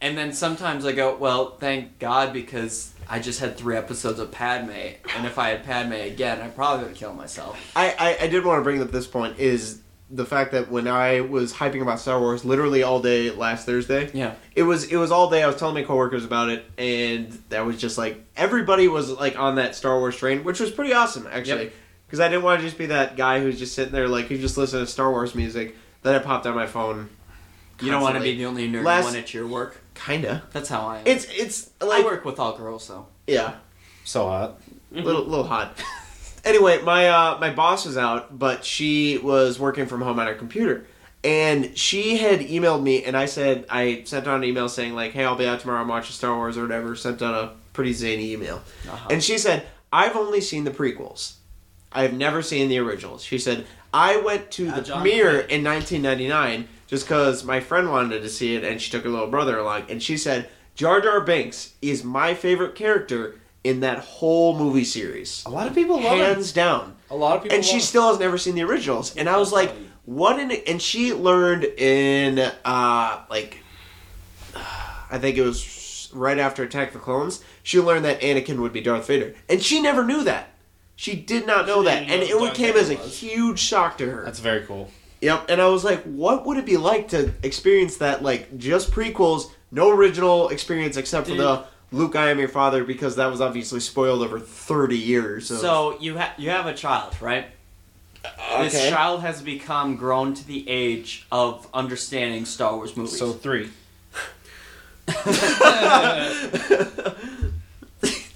C: and then sometimes I go, well, thank God because I just had three episodes of Padme, and if I had Padme again, I probably would kill myself.
A: I, I, I did want to bring up this point is the fact that when I was hyping about Star Wars literally all day last Thursday,
C: Yeah.
A: it was it was all day. I was telling my coworkers about it, and that was just like everybody was like on that Star Wars train, which was pretty awesome actually. Because I didn't want to just be that guy who's just sitting there like who just listening to Star Wars music. Then I popped on my phone.
C: You don't want to
A: Constantly.
C: be the only nerd
A: Last-
C: one at your work.
A: Kinda.
C: That's how I am.
A: It's it's
C: I
A: like
C: work with all girls, so
A: yeah.
D: So hot.
A: little little hot. anyway, my uh, my boss was out, but she was working from home on her computer, and she had emailed me, and I said I sent out an email saying like, "Hey, I'll be out tomorrow. I'm watching Star Wars or whatever." Sent out a pretty zany email,
C: Uh-huh.
A: and she said, "I've only seen the prequels. I have never seen the originals." She said, "I went to
B: Ah,
A: the
B: John
A: premiere in 1999 just because my friend wanted to see it, and she took her little brother along, and she said." Jar Jar Binks is my favorite character in that whole movie series
D: A lot of people love it.
A: hands down.
D: A lot of people.
A: And she
D: love it.
A: still has never seen the originals. And I was like, what an and she learned in uh like I think it was right after Attack of the Clones, she learned that Anakin would be Darth Vader. And she never knew that. She did not know
B: She
A: that.
B: didn't
A: And
B: know
A: it
B: who
A: would-
B: Darth
A: came
B: Vader
A: as a
B: was.
A: huge shock to her.
D: That's very cool.
A: Yep, and I was like, what would it be like to experience that, like, just prequels, no original experience except for
B: Dude.
A: the Luke, I am your father, because that was obviously spoiled over 30 years. Of,
C: So you have you have a child, right? This
A: Okay.
C: child has become grown to the age of understanding Star Wars movies.
D: So three.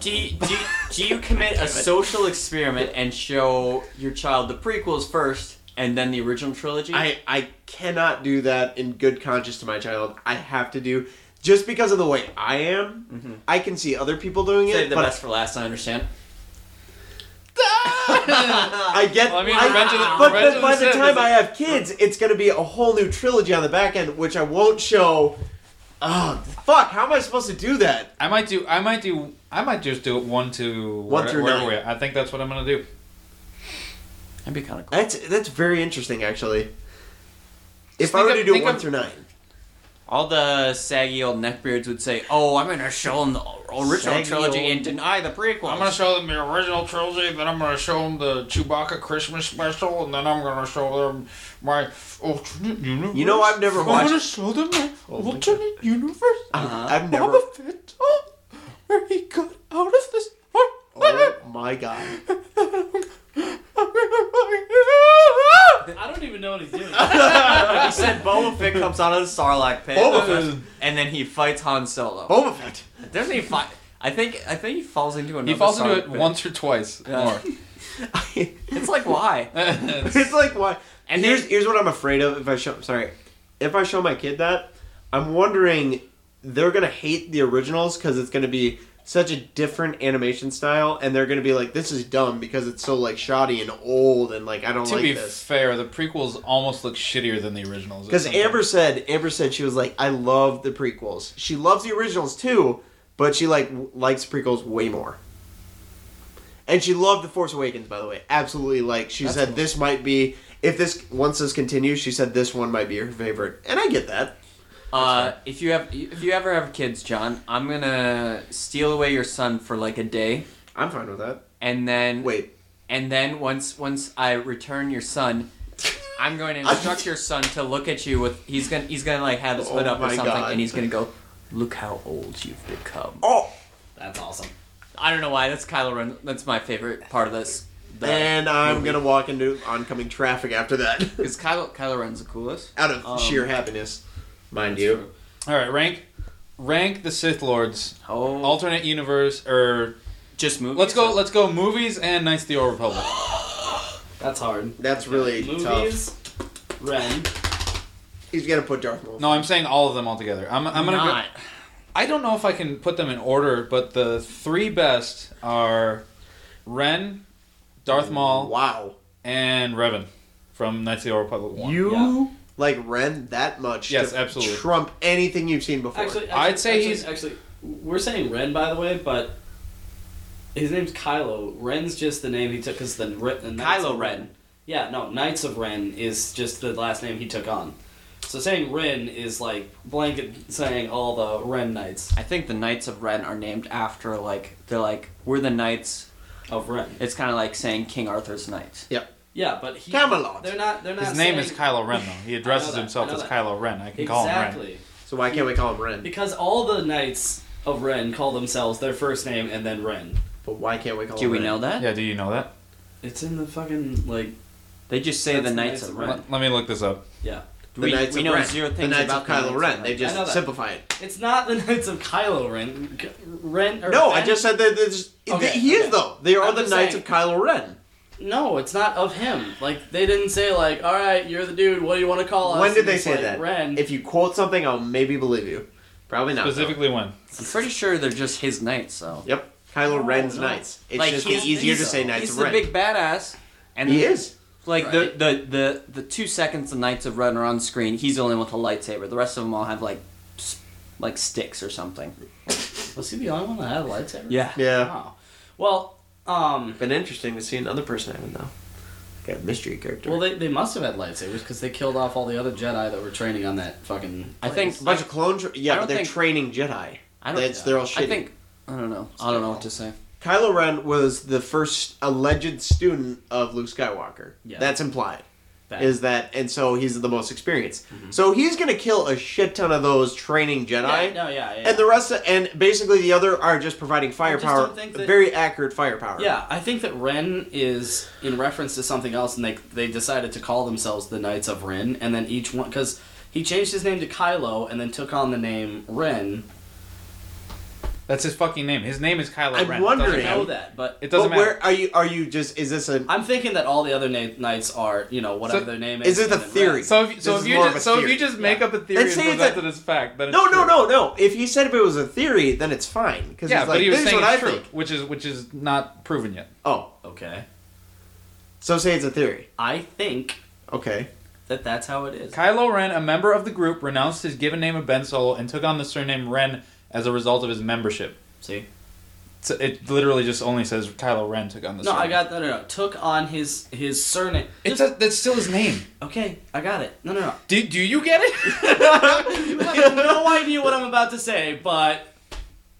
C: do you, do, you, do you commit a social experiment and show your child the prequels first and then the original trilogy?
A: I I cannot do that in good conscience to my child. I have to do just because of the way I am. I can see other people doing it,
C: Save the
A: but
C: best for last. I understand.
A: I get.
D: Well, I mean,
A: I-
D: Revenge of the-
A: but
D: Revenge
A: but
D: of
A: by
D: the
A: the
D: Sith
A: time
D: is-
A: I have kids, it's going to be a whole new trilogy on the back end, which I won't show. Oh fuck! How am I supposed to do that?
D: I might do. I might do. I might just do it one to
A: One
D: where-
A: through
D: wherever
A: nine.
D: we are. I think that's what I'm gonna do.
C: That'd be kind of cool.
A: That's that's very interesting, actually. If I
D: think
A: were
D: of-
A: to do
D: think
A: one
D: of-
A: through nine,
C: All the saggy old neckbeards would say, "Oh, I'm gonna show them the original
A: Saggy
C: trilogy
A: old-
C: and deny the prequels."
D: I'm gonna show them the original trilogy, then I'm gonna show them the Chewbacca Christmas special, and then I'm gonna show them my alternate universe.
A: You know, I've never watched-
D: I'm gonna show them my
A: Oh my
D: alternate universe.
A: I've-
C: Uh-huh.
A: I've never.
D: Boba Fett, oh, where he got out of this.
A: Oh my god!
B: I don't even know what he's doing.
C: He said Boba Fett comes out of the Sarlacc pit,
A: Boba Fett.
C: and then he fights Han Solo.
A: Boba Fett.
C: Doesn't he fight? I think I think he falls into another.
D: He falls into
C: Sarlacc
D: it
C: pit.
D: once or twice
C: Yeah. It's like why?
D: more.
A: It's like why? And
C: And they-
A: here's here's what I'm afraid of. If I show sorry, if I show my kid that, I'm wondering they're gonna hate the originals because it's gonna be such a different animation style, and they're gonna be like, "This is dumb" because it's so like shoddy and old, and like I don't
D: to
A: like
D: be
A: this.
D: fair, the prequels almost look shittier than the originals.
A: Because Amber said, Amber said she was like, "I love the prequels. She loves the originals too, but she like w- likes prequels way more." And she loved the Force Awakens, by the way. Absolutely, like she
D: That's
A: said,
D: cool.
A: this might be if this once this continues. She said this one might be her favorite, and I get that.
C: Uh, if you have if you ever have kids, John, I'm gonna steal away your son for like a day,
A: I'm fine with that.
C: and then
A: Wait,
C: and then once once I return your son, I'm going to instruct your son to look at you with he's gonna he's gonna like have his
A: Oh
C: hood up or
A: my
C: something
A: God.
C: and he's gonna go, Look how old you've become.
A: Oh,
B: That's awesome.
C: I don't know why, that's Kylo Ren that's my favorite part of this.
A: and I'm gonna walk into oncoming traffic after that,
C: because Kylo Kylo Ren's the coolest.
A: out of
C: Um,
A: sheer happiness, mind you.
D: All right, rank rank the Sith Lords
C: Oh
D: alternate universe or
C: just move.
D: let's go let's go movies and Knights of the Old Republic.
B: That's hard.
A: That's really tough.
B: Movies, Ren.
A: He's gonna put Darth Maul.
D: No, I'm saying all of them all together. I'm I'm gonna go,
C: not.
D: I don't know if I can put them in order, but the three best are Ren, Darth Maul,
A: Wow,
D: and Revan from Knights of the Old Republic One.
A: you
B: Yeah.
A: like Ren that much?
D: Yes,
A: to
D: absolutely.
A: Trump anything you've seen before.
B: Actually, actually,
D: I'd say
B: actually-
D: he's-
B: actually. We're saying Ren, by the way, but his name's Kylo. Ren's just the name he took because the, Re- the Knights
C: Kylo
B: of
C: Ren.
B: Yeah, no, Knights of Ren is just the last name he took on. So saying Ren is like blanket saying all the Ren Knights
C: I think the Knights of Ren are named after like they're like we're the knights.
B: of Ren.
C: It's kind of like saying King Arthur's knight.
B: Yeah, but he,
A: Camelot.
B: They're not. They're not.
D: His name is
B: saying-
D: Kylo Ren, though. He addresses
B: that,
D: himself
B: I know
D: as
B: that.
D: Kylo Ren. I can call him Ren.
B: Exactly.
A: so why can't we call him Ren?
B: Because all the knights of Ren call themselves their first name and then Ren.
A: But why can't we call
C: Do
A: him
C: we
A: Ren?
C: know that?
D: Yeah, do you know that?
B: It's in the fucking like
C: They just say
B: That's
C: the Knights of Ren.
D: Let, let me look this up.
B: yeah.
A: The
C: we,
A: Knights
C: we
A: of
C: know
A: Ren.
C: zero
A: the
C: things
A: Knights
C: about
A: of
C: the Knights
A: Kylo
C: of
A: Ren. They
B: I know
A: just
B: that.
A: simplify it.
B: It's not the Knights of Kylo Ren. K- Ren or
A: No, I
B: Ben-
A: just said that there's,
B: Okay,
A: he
B: okay.
A: is though. They are
B: I'm
A: the
B: just
A: Knights
B: saying.
A: of Kylo Ren.
B: No, it's not of him. Like they didn't say like, all right, you're the dude. What do you want to call us?
A: when did
B: And
A: they
B: it's
A: say
B: like,
A: that?
B: Ren.
A: If you quote something, I'll maybe believe you. Probably not. though.
D: Specifically when?
C: I'm pretty sure they're just his knights, though.
A: Yep. Kylo
B: No,
A: Ren's
B: no.
A: Knights. It's
C: Like,
A: just
C: he's-
A: easier to
C: he's-
A: say Knights
C: He's
A: of
C: the
A: Ren.
C: big badass, and
A: he
C: the-
A: is.
C: Like
B: Right.
C: the, the the the two seconds the Knights of Ren are on screen, he's the only one with a lightsaber. The rest of them all have like s- like sticks or something.
B: was he the only one that had a lightsaber?
C: Yeah.
A: Yeah.
B: Wow. Well, um,
A: Been interesting to see another person having though. Got a mystery character.
B: well they, they must have had lightsabers because they killed off all the other Jedi that were training on that fucking.
C: I think
A: a bunch of clone. Tra- yeah,
C: I
A: but
C: don't
A: they're
C: think-
A: training Jedi.
C: I don't.
A: That's- they're all
C: I
A: shitty.
C: think I don't know. I don't know what to say.
A: Kylo Ren was the first alleged student of Luke Skywalker.
B: Yeah.
A: That's implied.
B: That.
A: Is that and so he's the most experienced. So he's gonna kill a shit ton of those training Jedi.
B: Mm-hmm. Yeah, no, yeah, yeah.
A: And the rest, of, and basically the other are just providing
B: just
A: firepower,
B: don't think that-
A: very accurate firepower.
B: Yeah, I think that Ren is in reference to something else, and they they decided to call themselves the Knights of Ren, and then each one because he changed his name to Kylo, and then took on the name Ren.
D: That's his fucking name. His name is Kylo
A: I'm
D: Ren.
A: wondering-
D: It
B: I
D: doesn't
B: know
D: matter.
B: that, but
D: It doesn't
A: but
D: matter.
A: where are you? Are you just? Is this a?
B: I'm thinking that all the other na- knights are you know whatever
D: So-
B: their name
A: is
B: is.
A: it the
B: and then
A: theory?
B: Ren.
D: So if, so
A: This
D: if
A: is
D: you
A: more
D: just
A: of a
D: so if
A: theory.
D: you just make up a theory
A: Let's
D: and
A: say it's
D: present
A: a-
D: it as fact, then it's
A: No, no,
D: true.
A: no, no. If he said if it was a theory, then it's fine. Because
D: Yeah,
A: he's
D: but
A: like,
D: he was
A: this is
D: saying
A: what I
D: it's true,
A: think.
D: which is which is not proven yet.
A: Oh,
B: Okay,
A: so say it's a theory.
B: I think
A: Okay.
B: that that's how it is.
D: Kylo Ren, a member of the group, renounced his given name of Ben Solo and took on the surname Ren as a result of his membership.
B: See,
D: So it literally just only says Kylo Ren took on the
B: no,
D: surname.
B: I got no, no, no. Took on his his surname.
D: It's a, that's still his name.
B: Okay, I got it. No, no, no.
D: Do, do you get it?
B: You have no idea what I'm about to say, but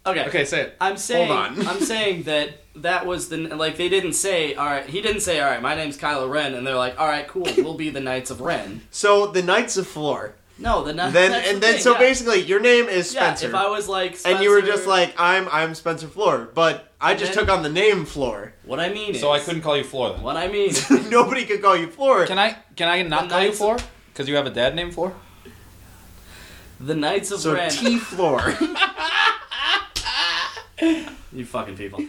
B: okay.
D: okay, say it.
B: I'm saying
A: on.
B: I'm saying that that was the like they didn't say all right he didn't say all right my name's Kylo Ren and they're like all right cool we'll be the Knights of Ren
A: So the Knights of Floor.
B: no the
D: Uh,
B: Knights
A: Then
B: that's
A: and
B: the
A: then
B: thing,
A: so
B: yeah.
A: basically your name is
B: yeah
A: Spencer,
B: if I was like
A: and you were
B: Spencer-
A: just like I'm I'm Spencer Floor, but I
B: And
A: just
B: then-
A: took on the name Floor.
B: what I mean is
D: So I couldn't call you Floor then.
B: what I mean is,
A: Nobody could call you Floor.
D: Can I can I not
B: The
D: call you
B: Knights-
D: Floor? Because you have a dad named Floor.
B: the Knights of
A: so
B: Ren
A: T Floor.
B: you fucking people
C: We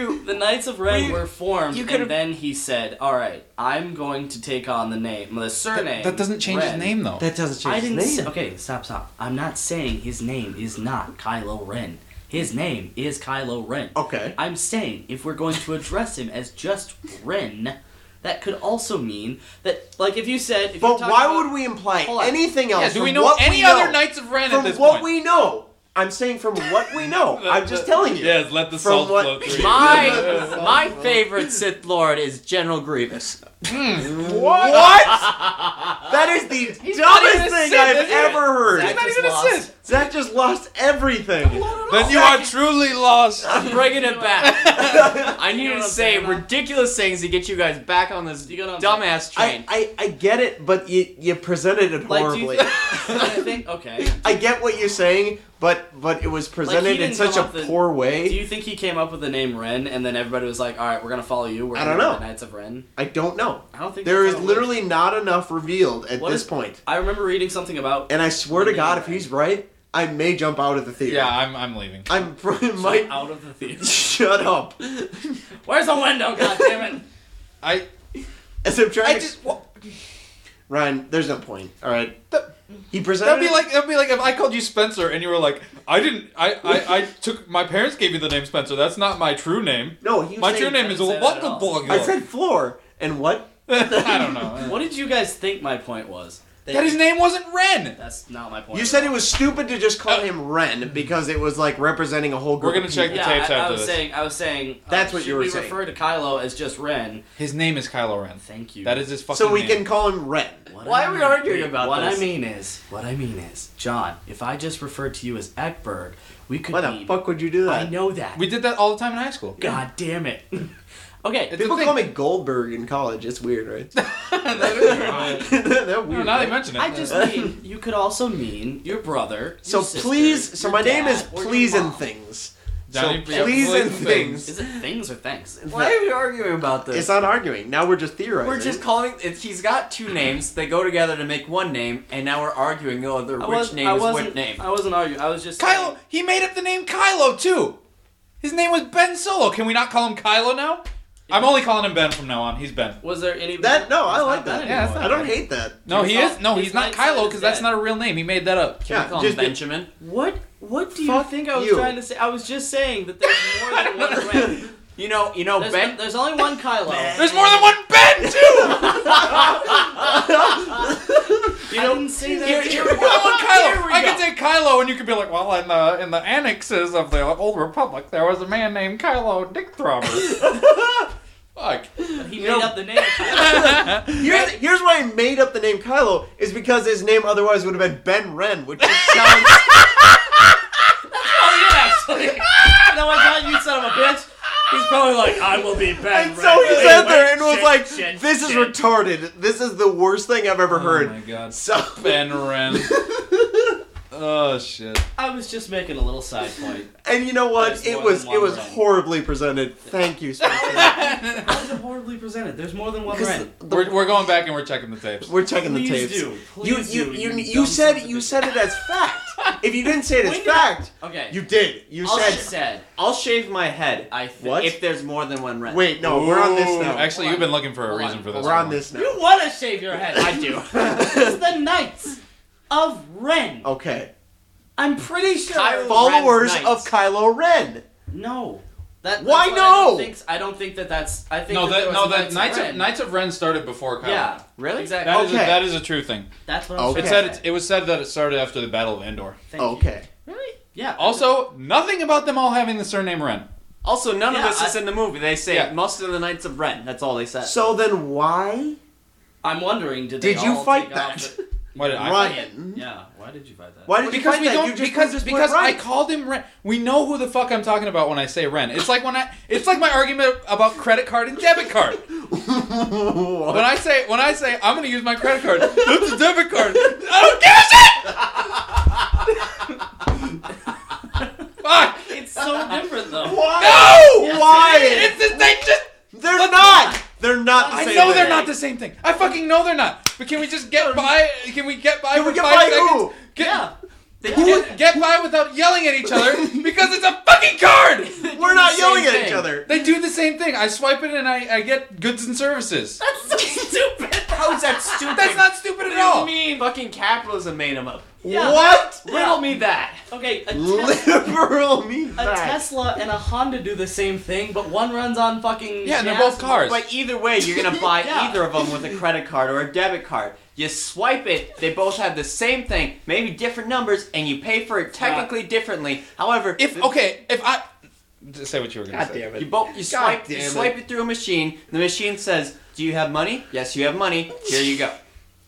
B: the Knights of Ren
C: We-
B: were formed
C: you
B: and
C: could've-
B: then he said all right I'm going to take on the name the surname
D: That doesn't change
B: Ren."
D: his name though.
A: that doesn't change
B: I didn't
A: his
B: say.
A: name.
B: Okay, stop, stop. I'm not saying his name is not Kylo Ren. His name is Kylo Ren.
A: Okay.
B: I'm saying if we're going to address him as just Ren, that could also mean that, like, if you said. If
A: But why would we imply
B: Hold on.
A: anything else?
D: yeah. Do we
A: from
D: know
A: what
D: any
A: we
D: other
A: know?
D: Knights of Ren
A: from
D: at this
A: what
D: point?
A: we know. I'm saying from what we know. I'm just telling you.
D: Yes, let the
A: From
D: salt
A: what-
D: flow through.
C: My my favorite Sith Lord is General Grievous.
A: What? that is the
D: not
A: dumbest
D: even a
A: thing
D: Sith,
A: I've
D: is he?
A: ever heard.
D: He's
A: Zach,
D: not
B: just
D: even a
B: lost.
D: Sith.
A: just lost everything.
D: Then you are truly lost.
C: I'm bringing it back. I I
B: You
C: need
B: know
C: to
B: what I'm
C: say
B: saying, though?
C: ridiculous things to get you guys back on this
B: You know what I'm
C: dumbass train.
A: I, I, I get it, but you, you presented it
C: Like, do
A: horribly.
C: you-
B: I think okay.
A: I get what you're saying, but but it was presented in
B: didn't
A: such a
B: come up with-
A: poor
B: Do
A: way.
B: you think he came up with the name Ren and then everybody was like, "All right, we're gonna follow you. We're
A: I
B: gonna
A: don't
B: do
A: know.
B: the Knights of Ren."
A: I don't know.
B: I don't think
A: There
B: that's
A: is
B: how it
A: literally
B: works.
A: not enough revealed at
B: What
A: this
B: is-
A: point.
B: I remember reading something about.
A: And I swear to
B: Yeah.
A: God, if he's right, I may jump out of the theater.
D: Yeah, I'm, I'm leaving.
A: I'm might.
B: out of the theater.
A: Shut up.
B: Where's the window? God damn it!
D: I
A: As I'm trying
D: I
A: to-
D: just
A: Ryan, there's no point. All right. He presented.
D: that'd be like that'd be like if I called you Spencer and you were like, I didn't, I, I, I took my parents gave me the name Spencer. That's not my true name.
A: no. He was
D: My
A: saying-
D: true name is
B: didn't say that at all.
D: Wonderblog.
A: I said floor and what?
D: I don't know.
B: What did you guys think my point was?
D: That his name wasn't Ren.
B: That's not my point.
A: You
B: at
A: said
B: all.
A: it was stupid to just call
D: Uh,
A: him Ren because it was like representing a whole group.
D: We're gonna
A: of
D: check
A: people.
B: Yeah,
D: tapes
B: I, I
D: after
B: was
D: this.
B: saying. I was saying.
A: That's
B: uh,
A: what you
B: should
A: were
B: we
A: saying.
B: refer to Kylo as just Ren.
D: His name is Kylo Ren.
B: Thank you.
D: That is his fucking.
A: So we
D: name.
A: can call him Ren.
B: What
C: Why
B: I
C: are we
B: mean-
C: arguing about
B: what
C: this?
B: I mean is, what I mean is, John. If I just referred to you as Eckberg, we could.
A: Why the
B: be-
A: fuck would you do that?
B: I know that.
D: We did that all the time in high school.
B: God damn it. okay.
D: It's-
A: People
D: Good
A: call me Goldberg in college. It's weird, right? That
D: No,
A: weird.
D: now that
A: right?
D: you mention it.
B: I just mean you could also mean your brother.
A: so
B: your sister,
A: please. So
B: your
A: my name
B: dad,
A: is
B: or your
A: Please and
B: mom.
A: Things.
D: Johnny
A: so please
D: Please and
A: and
D: Things.
A: things.
B: Is it things or thanks?
C: Why are we arguing about this?
A: It's not arguing. Now we're just theorizing.
C: We're just calling. It, he's got two names. They go together to make one name, and now we're arguing. Oh, the
B: I
C: which
B: was,
C: name
B: I
C: is
B: wasn't, uh,
C: what name?
B: I wasn't arguing. I was just
D: Kylo.
B: saying-
D: He made up the name Kylo too. His name was Ben Solo. Can we not call him Kylo now? I'm only calling him Ben from now on. He's Ben.
B: Was there any
A: that. No, I
B: It's
A: like
B: not Ben
A: that.
D: Yeah, it's
B: anymore.
A: I don't hate that.
D: No, he
B: He's
D: is. No,
B: not-
D: he's not
B: he's not
D: Kylo because that's
B: dead.
D: not a real name. He made that up.
C: Can we
A: Yeah,
C: call
A: just
C: him Benjamin?
B: What what do you
A: Fuck
B: think I was
A: you.
B: trying to say? I was just saying that there's more than one Ren.
C: You know, you know
B: There's,
C: Ben.
B: there's only one Kylo.
D: There's more than one Ben too.
B: You I didn't say that.
C: Here-
B: too.
C: here
D: More than one
C: Here
D: Kylo.
C: we
D: I could
C: go.
D: say Kylo, and you could be like, well, in the in the annexes of the old Republic, there was a man named Kylo Dick Throbber. Fuck.
B: he made up the name.
A: Here's, here's why I made up the name Kylo is because his name otherwise would have been Ben Ren, which just sounds.
B: oh yeah, actually. no, I thought you son of a bitch. He's probably like, I will be Ben.
A: and so he
B: Ren.
A: sat there and was
B: Shit,
A: like,
B: shit,
A: "This is
B: shit."
A: retarded. This is the worst thing I've ever
D: Oh my
A: heard."
D: god.
A: So
D: Ben Ren. oh shit.
B: I was just making a little side point.
A: and you know
B: There's
A: what? It
B: more
A: was it
B: than one
A: was
B: Ren.
A: horribly presented. Thank you. Spencer.
B: How is it horribly presented? There's more than one
A: 'Cause
B: Ren.
D: We're, we're going back and we're checking the tapes.
A: We're checking the
B: Please
A: tapes.
B: do.
A: You
B: Please
A: you
B: do,
A: you,
B: you
A: you
B: dumb
A: said
B: son of a
A: you
B: bitch.
A: said it as fact. If you didn't say it as
B: When did I-
A: fact,
B: Okay.
A: you did. You
B: All she
A: said.
B: said.
C: I'll shave my head.
B: I th-
A: What?
C: If there's more than one Ren.
A: Wait, no, we're on this
D: Ooh,
A: now.
D: Actually,
B: Hold
D: you've
B: on.
D: been looking for a
B: Hold
D: reason
B: on.
D: for this.
A: we're on
D: one.
A: this now.
B: You want to shave your head? I do. it's the Knights of Ren.
A: Okay.
B: I'm pretty sure.
C: Kylo-
A: Followers
C: Ren's
A: of Kylo Ren.
B: No. That,
A: Why
B: that's what I don't
A: no?
B: think- I don't think that that's. I think
D: No,
B: that, there
D: that,
B: was
D: no,
B: a
D: that Knights of,
B: Ren.
D: Knights of Ren started before Kylo.
B: Yeah.
C: Really?
B: Exactly.
D: That is
A: Okay.
D: a, that is a true thing.
B: That's what I'm
A: Oh. Okay.
B: saying.
D: It said it, it was said that it started after the Battle of Endor.
B: Thank you.
A: Okay.
B: Really? Yeah.
D: Also, nothing about them all having the surname Ren.
C: Also, none
B: Yeah,
C: of this
B: I-
C: is in the movie. They say
D: Yeah.
C: most of the Knights of Ren. That's all they said.
A: So then why
B: I'm wondering. Did,
A: did
B: they
A: you
B: all
A: fight
B: take
A: that?
B: off the-
D: Why did I?
A: Ryan.
B: yeah. Why did you fight that?
A: Why did you
D: Because
A: fight
D: we
A: that?
D: don't.
A: You just
D: because
A: just went
D: because I
A: right.
D: called him Ren. We know who the fuck I'm talking about when I say Ren. It's like when I. It's like my argument about credit card and debit card. When I say when I say I'm gonna use my credit card, that's a debit card. I don't give a shit. Fuck
B: It's so different though.
A: Why?
D: no!
A: Why?
D: It's this thing just.
A: They're not. They're not. The
D: I
A: same
D: know
A: thing.
D: they're not the same thing. I fucking know they're not. But can we just get by? Can we get by
A: Can
D: for
A: we get
D: five
A: by
D: seconds?
A: who?
D: Get,
B: Yeah.
C: They did-
D: get, get by without yelling at each other because it's a fucking card.
A: We're not
C: the
A: yelling
C: same
A: at each
C: thing.
A: other.
D: They do the same thing. I swipe it and I, I get goods and services.
C: That's so stupid. How is that stupid?
D: That's not stupid at all.
C: mean. Fucking capitalism made him up.
B: Yeah.
A: What?
C: Riddle me that.
B: Okay. A Tesla,
A: Liberal means
B: a
A: that.
B: Tesla and a Honda do the same thing, but one runs on fucking.
D: Yeah, and they're
B: gas
D: both cars.
C: But either way, you're gonna buy
B: Yeah.
C: either of them with a credit card or a debit card. You swipe it; they both have the same thing, maybe different numbers, and you pay for it technically differently. However,
D: If
C: the-
D: okay, if I just say what you were gonna
A: God
D: say.
A: damn
C: you
A: it.
C: both you swipe
A: damn
C: you
A: it.
C: swipe it through a machine, the machine says, "Do you have money? Yes, you have money. Here you go."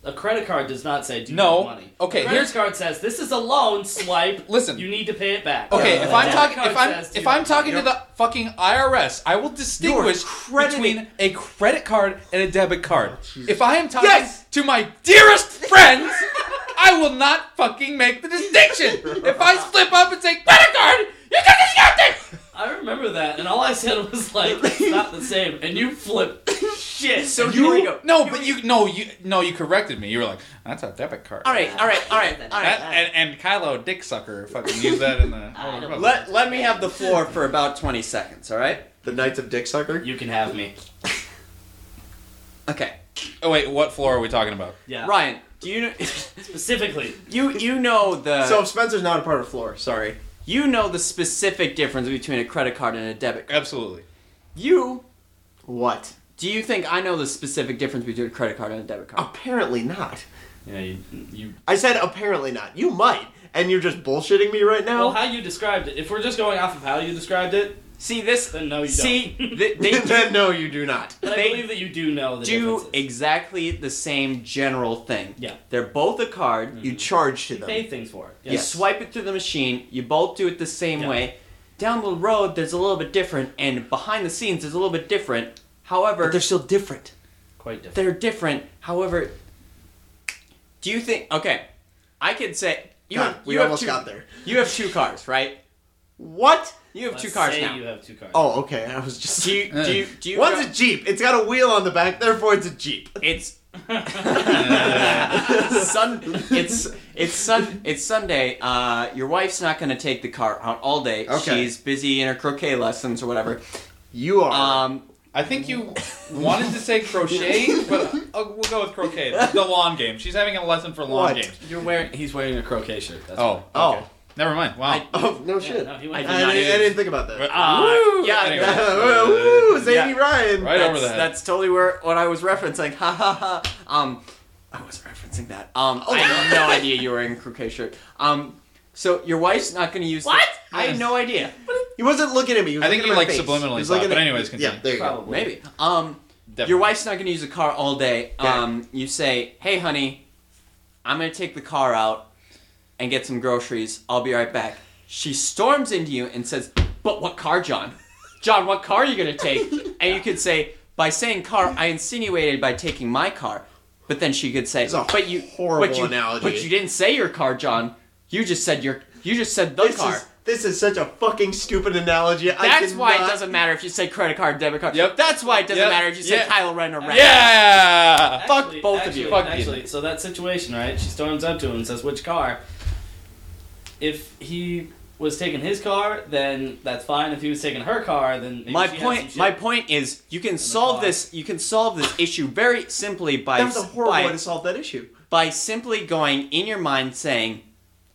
B: A credit card does not say do you
D: No.
B: have money.
F: Okay,
B: A credit
F: here's-
B: card says this is a loan. Swipe.
F: Listen.
B: You need to pay it back.
F: Okay,
B: A
F: if I'm
B: debit
F: talking,
B: card
F: if I'm,
B: says,
F: if
B: "You-
F: I'm talking to
B: you're-
F: the fucking IRS, I will distinguish
A: crediting-
F: between a credit card and a debit card.
A: Jesus.
F: if I am talking
A: Yes!
F: to my dearest friends, I will not fucking make the distinction. if I slip up and say credit card, you can discount it.
B: I remember that, and all I said was like, "It's not the same," and you flipped shit.
C: So
B: And
C: here we go.
F: No, but you, no, you, no, you corrected me. You were like, that's a debit card.
C: All right, all right, all right, all right.
F: That- and, and Kylo dick sucker fucking used that in the.
C: Let, let me have the floor for about 20 seconds, all right?
A: The Knights of Dick Sucker.
B: you can have me.
C: Okay.
F: oh wait, what floor are we talking about?
B: Yeah.
C: Ryan, do you
B: Specifically,
C: you you know the
A: So Spencer's not a part of floor. Sorry.
C: you know the specific difference between a credit card and a debit card.
F: Absolutely.
C: You
A: What?
C: do you think I know the specific difference between a credit card and a debit card?
A: Apparently not.
B: yeah, you, you.
A: I said apparently not. You might, and you're just bullshitting me right now.
B: Well, how you described it. If we're just going off of how you described it,
C: See this?
B: then no, you
C: see,
B: don't.
C: th- they do,
A: then no, you do not.
B: But I
C: they
B: believe that you do know the
C: do
B: differences.
C: exactly the same general thing.
B: Yeah.
C: They're both a card.
A: You charge to
B: You pay
A: them.
B: things for it.
C: Mm-hmm. You swipe it through the machine. You both do it the same
B: Yeah.
C: way. Down the road, there's a little bit different, and behind the scenes, there's a little bit different. However,
A: But they're still different.
B: Quite different.
C: they're different. However, do you think? Okay, I could say you
A: God,
C: have.
A: we
C: you have
A: almost
C: two-
A: got there.
C: You have two cars, right?
A: What?
C: You have two
B: Let's
C: cars
B: say
C: now.
B: You have two cars.
A: Oh, okay. I was just.
C: Do you do you do you?
A: Uh, One's
C: go-
A: a jeep. It's got a wheel on the back. Therefore, it's a jeep.
C: it's sun. It's it's sun. It's Sunday. Uh, your wife's not going to take the car out all day.
A: Okay.
C: She's busy in her croquet lessons or whatever.
A: You are.
C: Um,
F: I think you wanted to say crochet, but uh, we'll go with croquet. The lawn game. She's having a lesson for lawn
A: What?
F: games.
B: You're wearing. He's wearing a croquet shirt. That's
F: Oh,
A: oh.
F: never mind. Wow.
C: I-
A: Oh no shit.
B: no, he
A: I,
B: went-
A: didn't, I didn't think about that.
F: Uh,
C: yeah,
F: anyway. Uh,
A: Yeah, Woo, Zany Ryan.
F: Right
C: that's,
F: over the head.
C: That's totally where what I was referencing. Ha ha ha. Um, I was referencing that. Um, I had no idea you were wearing a croquet shirt. Um, so your wife's not going to use the-
B: What?
C: I had no idea.
A: He wasn't looking at me. He was
F: I think he,
A: looking at my
F: like,
A: face.
F: subliminally
A: He was
F: thought,
A: looking
F: but
A: at-
F: anyways, continue.
A: yeah, there you go.
B: Probably.
C: Maybe. Um,
F: Definitely.
C: your wife's not going to use the car all day.
A: Yeah.
C: Um, you say, "Hey, honey, I'm going to take the car out and get some groceries. I'll be right back." She storms into you and says, "But what car, John? John, what car are you going to take?" and you could say, "By saying car, I insinuated by taking my car." But then she could say,
A: It's a
C: "But you,
A: horrible
C: but you,
A: analogy.
C: but you didn't say your car, John. You just said your, you just said the
A: This
C: car."
A: is this is such a fucking stupid analogy.
C: that's why it doesn't matter if you say credit card, debit card.
F: Yep.
C: That's why it doesn't
F: Yep.
C: matter if you say
F: Yeah.
C: Kyle Ren or Ren.
F: yeah.
B: Fuck
C: both of you.
F: Fuck you.
B: actually, so that situation, right? She storms up to him and says, "Which car?" If he was taking his car, then that's fine. If he was taking her car, then maybe
C: my
B: she had some
C: point
B: shit.
C: my point is you can solve
B: car.
C: this you can solve this issue very simply by
A: That was a horrible way
C: by,
A: to solve that issue.
C: by simply going in your mind saying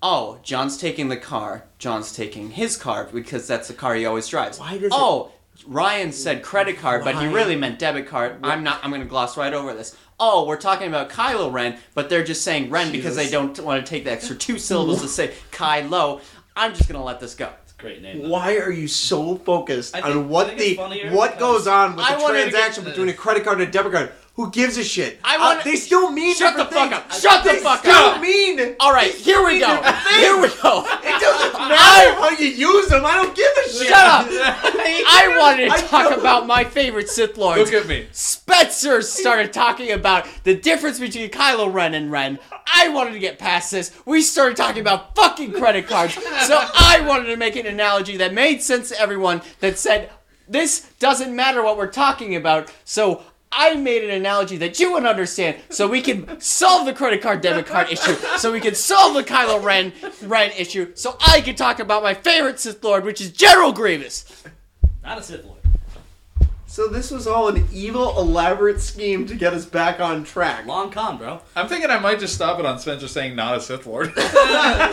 C: oh john's taking the car john's taking his car because that's the car he always drives
A: Why does it-
C: oh ryan said credit card but he
A: Why?
C: really meant debit card i'm not i'm gonna gloss right over this oh we're talking about kylo ren but they're just saying ren because they
A: Jesus.
C: don't want to take the extra two syllables to say kylo i'm just gonna let this go
B: Great name.
A: Why are you so focused
B: I think-
A: on what
B: I think
A: the
B: it's funnier
A: what
B: because-
A: goes on with
C: I
A: the
C: wanted to get
A: transaction
F: to
A: between a
F: this.
A: credit card and a debit card? Who gives a shit?
C: I
A: Uh,
C: wanna-
A: they still mean
C: Shut the
A: different
C: fuck up.
A: things.
C: Shut the
A: They
C: fuck
A: still
C: up. Oh,
A: mean.
C: all right here we go here we go
A: It doesn't matter how you use them. I don't give a shit.
C: Shut up! I wanted to
A: I
C: talk
A: don't-
C: about my favorite Sith Lords.
F: Look at me.
C: Spencer started talking about the difference between Kylo Ren and Ren. I wanted to get past this. We started talking about fucking credit cards. So I wanted to make an analogy that made sense to everyone that said, this doesn't matter what we're talking about. So I made an analogy that you would understand so we can solve the credit card debit card issue. So we can solve the Kylo Ren Ren issue. So I can talk about my favorite Sith Lord, which is General Grievous.
B: Not a Sith Lord.
A: So this was all an evil, elaborate scheme to get us back on track.
B: Long con, bro.
F: I'm thinking I might just stop it on Spencer saying not a Sith Lord.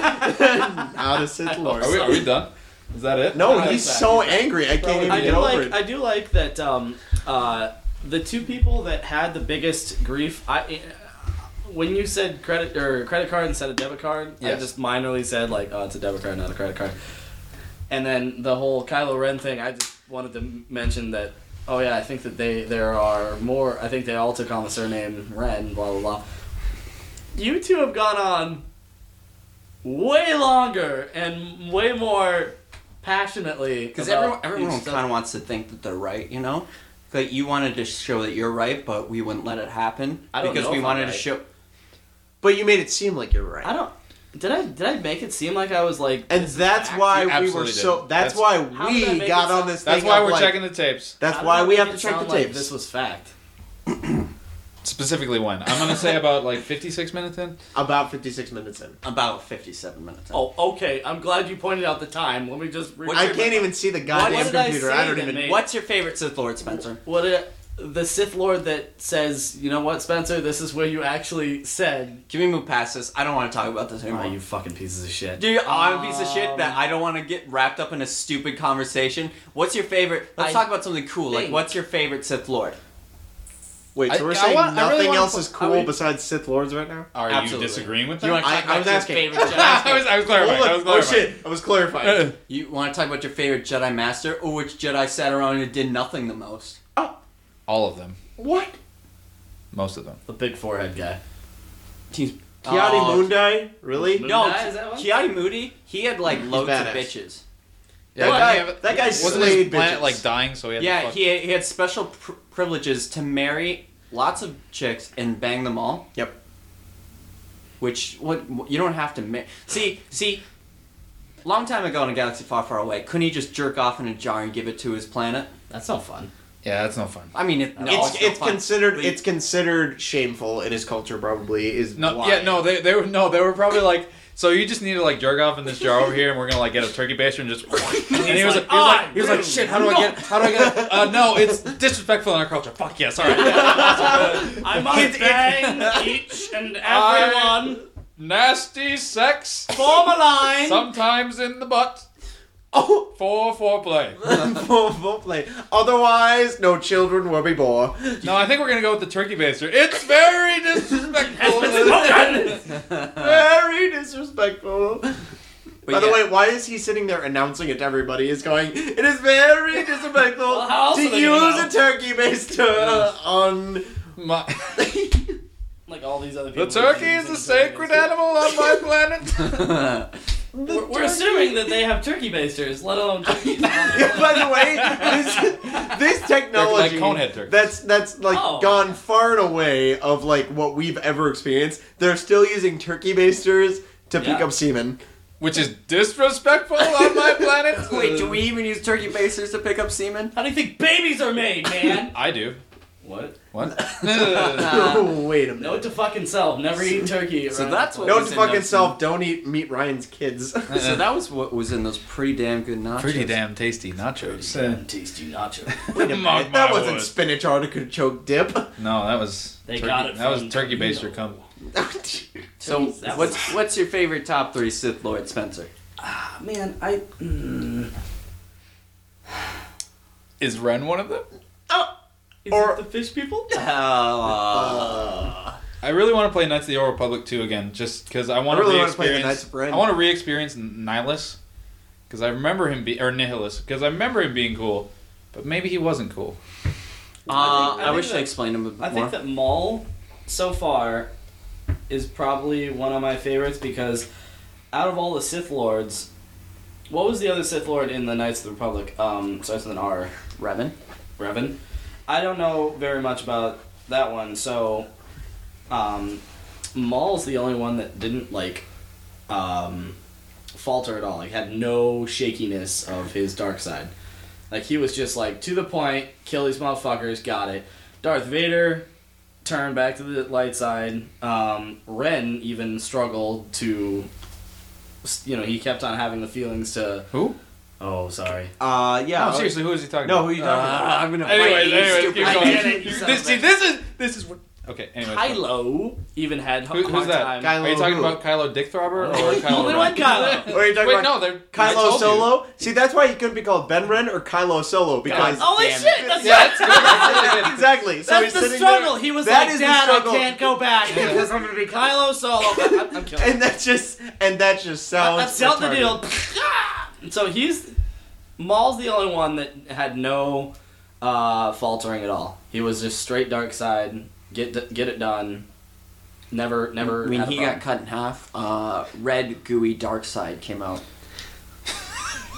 A: Out of Sith Lord.
F: are, we, are we done? Is that it?
A: No,
B: Right,
A: he's
B: back.
A: so angry. I can't
B: I
A: even
B: do
A: get over
B: like.
A: it.
B: I do like that. Um, uh, the two people that had the biggest grief. I. eh, When you said credit or credit card instead of debit card, I
F: Yes.
B: just minorly said like, "Oh, it's a debit card, not a credit card." And then the whole Kylo Ren thing, I just wanted to m- mention that. Oh yeah, I think that they there are more. I think they all took on the surname Ren. Blah blah blah. you two have gone on way longer and way more passionately
C: Because everyone,
B: about
C: everyone
B: these
C: kind of wants to think that they're right, you know? Like, you wanted to show that you're right, but we wouldn't let it happen.
B: I don't
C: because
B: know
C: we
B: if I'm
C: wanted
B: right.
C: to show.
A: But you made it seem like you're
B: I
A: right.
B: don't. Did I did I make it seem like I was like?
A: And that's why we
D: You
A: were
D: absolutely
A: so.
D: did.
A: That's,
D: That's-
A: why
B: How did I
A: we
B: make
A: got
B: it
A: on
B: sound-
A: this thing.
D: That's why
A: of,
D: we're
A: like-
D: checking the tapes.
A: That's
B: how
A: why
B: did
A: we
B: I make
A: have
B: it
A: to check the
B: sound like
A: tapes.
B: this was fact.
D: Specifically when. I'm gonna say about like fifty six minutes in.
A: About 56 minutes in.
C: About 57 minutes. in.
B: Oh, okay. I'm glad you pointed out the time. Let me just. Re-
A: I can't even see the
B: What
A: goddamn
B: did I
A: computer.
B: say
A: I, don't
B: that
A: even.
B: made-
C: What's your favorite Sith Lord, Spencer?
B: What a, the Sith Lord that says, you know what, Spencer? This is where you actually said.
C: Can we move past this? I don't want to talk about this anymore.
B: Oh, you Um. fucking pieces of shit.
C: Dude, I'm a piece of shit that I don't want to get wrapped up in a stupid conversation. What's your favorite? Let's
B: I
C: talk about something cool. Like,
B: think-
C: what's your favorite Sith Lord?
A: Wait, so
D: I-
A: we're
D: I
A: saying
D: want- I really
A: nothing
D: wanna
A: else
D: put-
A: is
D: I
A: cool
D: mean-
A: besides Sith Lords right now?
D: Are
C: Absolutely.
D: you disagreeing with
C: You want
A: I-
C: to
D: that?
C: talk
A: I
C: about
A: was
C: your
A: asking.
C: favorite Jedi?
D: I was I was clarifying. I was
A: oh
D: clarifying.
A: shit! I was clarifying.
C: You want to talk about your favorite Jedi Master or which Jedi sat around and did nothing the most?
D: All of them.
A: what?
D: Most of them.
B: The big forehead guy.
C: Teams.
A: Kiadi
C: Oh.
A: Mundi? Really?
B: Moon-
C: No,
B: Moody, is that one?
C: Kiadi Moody. He had like loads of
A: badass.
C: bitches.
A: That guy- that guy
D: wasn't
A: slayed
D: his planet
A: bitches.
D: like dying, so he had to
C: Yeah,
D: fuck-
C: he he had special pr- privileges to marry lots of chicks and bang them all.
A: Yep.
C: Which what you don't have to ma- see see. Long time ago in a galaxy far, far away, couldn't he just jerk off in a jar and give it to his planet?
B: That's not fun.
D: yeah, that's no fun.
C: I mean, it, no,
A: it's
C: no
A: it's
C: fun.
A: considered
C: Wait,
A: it's considered shameful in his culture. Probably is
D: No,
A: why.
D: yeah, no, they they were no, they were probably like. So you just need to like jerk off in this jar over here, and we're gonna like get a turkey baster and just. and he was like, he was like, he was like, shit. How do I get? How do I get? it?" Uh, no, it's disrespectful in our culture. Fuck yes, all right.
B: I must bang each and everyone.
D: Nasty sex,
B: Form a line.
D: sometimes in the butt. Oh, for foreplay.
A: Full- full play. Otherwise, no children will be born.
D: No, I think we're gonna go with the turkey baster. It's very disrespectful.
A: Very disrespectful.
C: but
A: By the
C: yeah,
A: way, why is he sitting there announcing it to everybody? Is going. It is very disrespectful
B: Well, how else
A: to
B: are they gonna
A: use
B: know?
A: a turkey baster on.
D: My,
B: like all these other
D: the
B: people.
D: turkey is a sacred animal on my planet.
B: We're, we're assuming that they have turkey basters, let alone turkeys.
A: By the way, this, this technology
D: conehead turkeys.
A: that's that's like
B: Oh.
A: gone far and away of like what we've ever experienced. They're still using turkey basters to pick
B: Yeah.
A: up semen.
D: which is disrespectful on my planet.
C: wait, do we even use turkey basters to pick up semen?
B: How do you think babies are made, man?
D: I do.
B: what?
D: What?
B: Uh,
A: oh, wait a minute.
B: Note to fucking self: never eat turkey.
C: So
B: around-
C: that's what-
A: Note
C: was
A: to
C: in
A: fucking
C: those-
A: self, don't eat meet Ryan's kids.
C: so that was what was in those pretty damn good nachos.
D: Pretty damn tasty nachos.
B: Damn tasty nacho.
A: Wait a
D: Mark
A: minute, that
D: my
A: wasn't
D: words.
A: spinach artichoke dip.
D: No, that was
B: They
D: turkey,
B: got it
D: that was
B: from
D: turkey
B: Toledo.
D: baster cum.
C: So
B: Turkeys, that
C: what's
B: was-
C: what's your favorite top three Sith Lord, Spencer?
B: Man, I. Mm,
D: Is Ren one of them?
B: is
A: Or-
B: it the fish people?
D: I really want to play Knights of the Old Republic 2 again, just because I
A: I
D: want
A: really
D: to
A: want to play the
D: re-experience.
A: Knights of Ren.
D: I want to re-experience Nihilus, because I remember him be or Nihilus, because I remember him being cool, but maybe he wasn't cool.
C: Uh,
B: I think- I
C: I, wish
B: think
C: I
B: that-
C: explained him a bit
B: I
C: more.
B: think that Maul, so far, is probably one of my favorites because out of all the Sith Lords, what was the other Sith Lord in the Knights of the Republic? Um, starts with an R.
C: Revan.
B: Revan. I don't know very much about that one, so um, Maul's the only one that didn't like um, falter at all. Like had no shakiness of his dark side. Like he was just like to the point, kill these motherfuckers, got it. Darth Vader turned back to the light side. Um, Ren even struggled to, you know, he kept on having the feelings to.
D: Who?
B: Oh, sorry.
A: Uh, yeah.
D: no, seriously, who is he talking
A: No,
D: about?
A: who you
C: Uh,
A: talking about?
C: I'm gonna fight
D: Anyways,
C: you,
D: anyways,
C: stupid-
D: keep
B: I
D: going.
B: get it, you
D: You-
B: son
D: this,
B: of
D: see, this is this is what. Okay, anyways.
B: Kylo even had a
D: Who,
B: hard
D: who's that?
B: time.
A: Uh, Kylo
D: Are you talking
A: who?
D: about Kylo Dickthrobber or
B: Only
D: Kylo Ren?
B: one Kylo.
A: Or are you talking
D: Wait,
A: about
D: no, they're I told
A: Kylo
D: you.
A: Solo? See, that's why he couldn't be called Ben Ren or Kylo Solo because
B: Holy
C: Damn it.
B: shit! That's
D: Yeah, that's good. That's really good.
A: exactly. So
B: That's
A: he's
B: the
A: sitting
B: struggle.
A: There,
B: He was
A: That
B: like,
A: is the
B: "Dad, I
A: struggle."
B: can't go back because I'm gonna be Kylo Solo." I'm, I'm killing.
A: and that just and that just sounds.
B: I've sealed the
A: retarded.
B: deal. so he's Maul's the only one that had no uh, faltering at all. He was just straight dark side. Get get it done. Never, never.
C: When
B: had a
C: he
B: problem.
C: got cut in half, uh, red gooey dark side came out.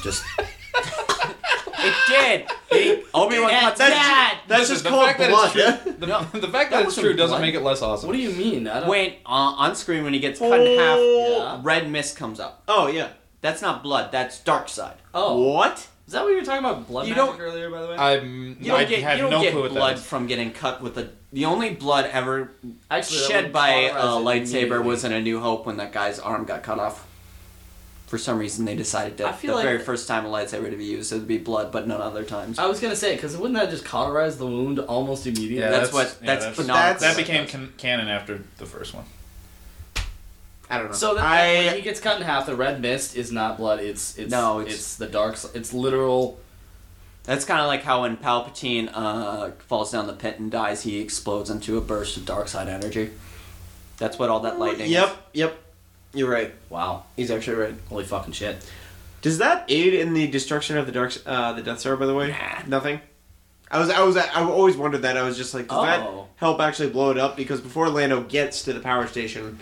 C: Just. it did. He, Obi Wan cuts
A: that's
C: bad.
A: That's
D: Listen,
A: just
D: the
A: called
D: fact that it's
A: blood. yeah?
D: true- The, the fact that, it's
C: wasn't
D: true doesn't
C: blood.
D: make it less awesome.
B: What do you mean? I don't.
C: Wait, uh, on screen when he gets cut in half,
A: Oh.
C: red mist comes up.
A: Oh yeah.
C: That's not blood. That's dark side.
B: Oh,
A: What?
B: is that what you were talking about? Blood
C: You
B: magic
C: don't-
B: earlier, by the way.
D: I'm,
C: You don't
D: I
C: get,
D: have
C: you don't
D: no
C: get
D: clue what
C: blood
D: that is.
C: from getting cut with a. The only blood ever
B: Actually, that
C: shed
B: would
C: by a
B: cauterize it
C: lightsaber was
B: immediately.
C: in A New Hope when that guy's arm got cut off. For some reason, they decided
B: I
C: that the
B: feel like Oh.
C: very
B: that-
C: first time a lightsaber to be used, it would be blood, but none other times.
B: I was gonna say because wouldn't that just cauterize the wound almost immediately?
D: Yeah,
C: that's,
D: that's-
C: what.
D: yeah,
C: that's
D: that's-
C: phenomenal.
D: That
A: That's-
D: became can- canon after the first one.
A: I don't know.
B: So that when
A: I
B: he gets cut in half, the red mist is not blood. It's it's
C: No,
B: it's,
C: it's-
B: the dark. s- It's literal.
C: That's kind of like how when Palpatine uh, falls down the pit and dies, he explodes into a burst of dark side energy. That's what all
B: Oh,
C: that lightning. is.
A: Yep, yep. You're right.
B: Wow,
A: He's actually right.
B: holy fucking shit!
A: Does that aid in the destruction of the dark, uh, the Death Star? By the way, nothing. I was, I was, I always wondered that. I was just like, does that
B: Oh.
A: help actually blow it up? Because before Lando gets to the power station,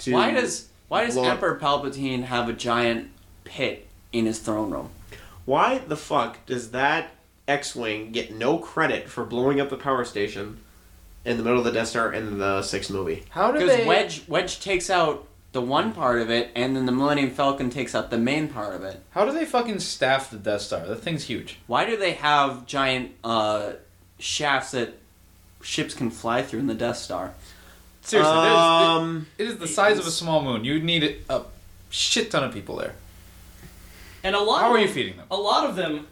A: to
C: Why does Why does
A: Blow-
C: Emperor Palpatine have a giant pit in his throne room?
A: why the fuck does that X-wing get no credit for blowing up the power station in the middle of the Death Star in the sixth movie?
B: How did
C: Because Wedge Wedge takes out the one part of it, and then the Millennium Falcon takes out the main part of it.
D: How do they fucking staff the Death Star? That thing's huge.
C: Why do they have giant uh, shafts that ships can fly through in the Death Star?
D: Seriously, that is- it-
A: um,
D: it is the size of a small moon. You need a shit ton of people there.
B: And a lot.
D: How
B: of
D: are you
B: them-
D: feeding them?
B: A lot of them.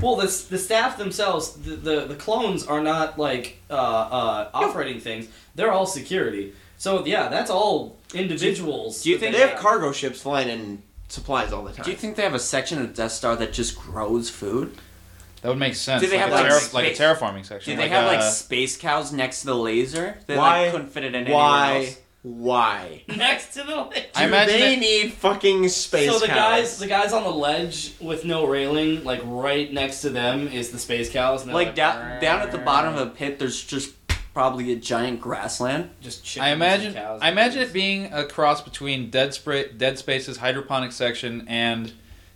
B: Well, the s- the staff themselves, the the, the clones are not like uh, uh, operating things. They're all security. So yeah, that's all individuals.
C: do you
B: that
C: think
A: they have
B: have.
A: cargo ships flying in supplies all the time.
C: Do you think they have a section of Death Star that just grows food?
D: That would make sense.
C: Do they
D: like,
C: have, like,
D: a terra- like a
C: space-
D: terraforming section?
C: Do they have like
D: a-
C: space cows next to the laser? They
A: Why-
C: like, couldn't fit it in anywhere
A: why?
C: else.
A: Why?
B: next to the ledge.
D: I
A: Do
D: imagine
A: they
D: it-
A: need fucking space.
B: so the
A: cows?
B: guys, the guys on the ledge with no railing, like right next to them is the space cows. And they're
C: Like down down at the bottom of a pit, there's just probably a giant grassland.
B: just chickens
D: I
B: and
D: imagine.
B: cows
D: I
B: and
D: imagine
B: pigs.
D: it being a cross between Dead Spra- Dead Space's hydroponic section and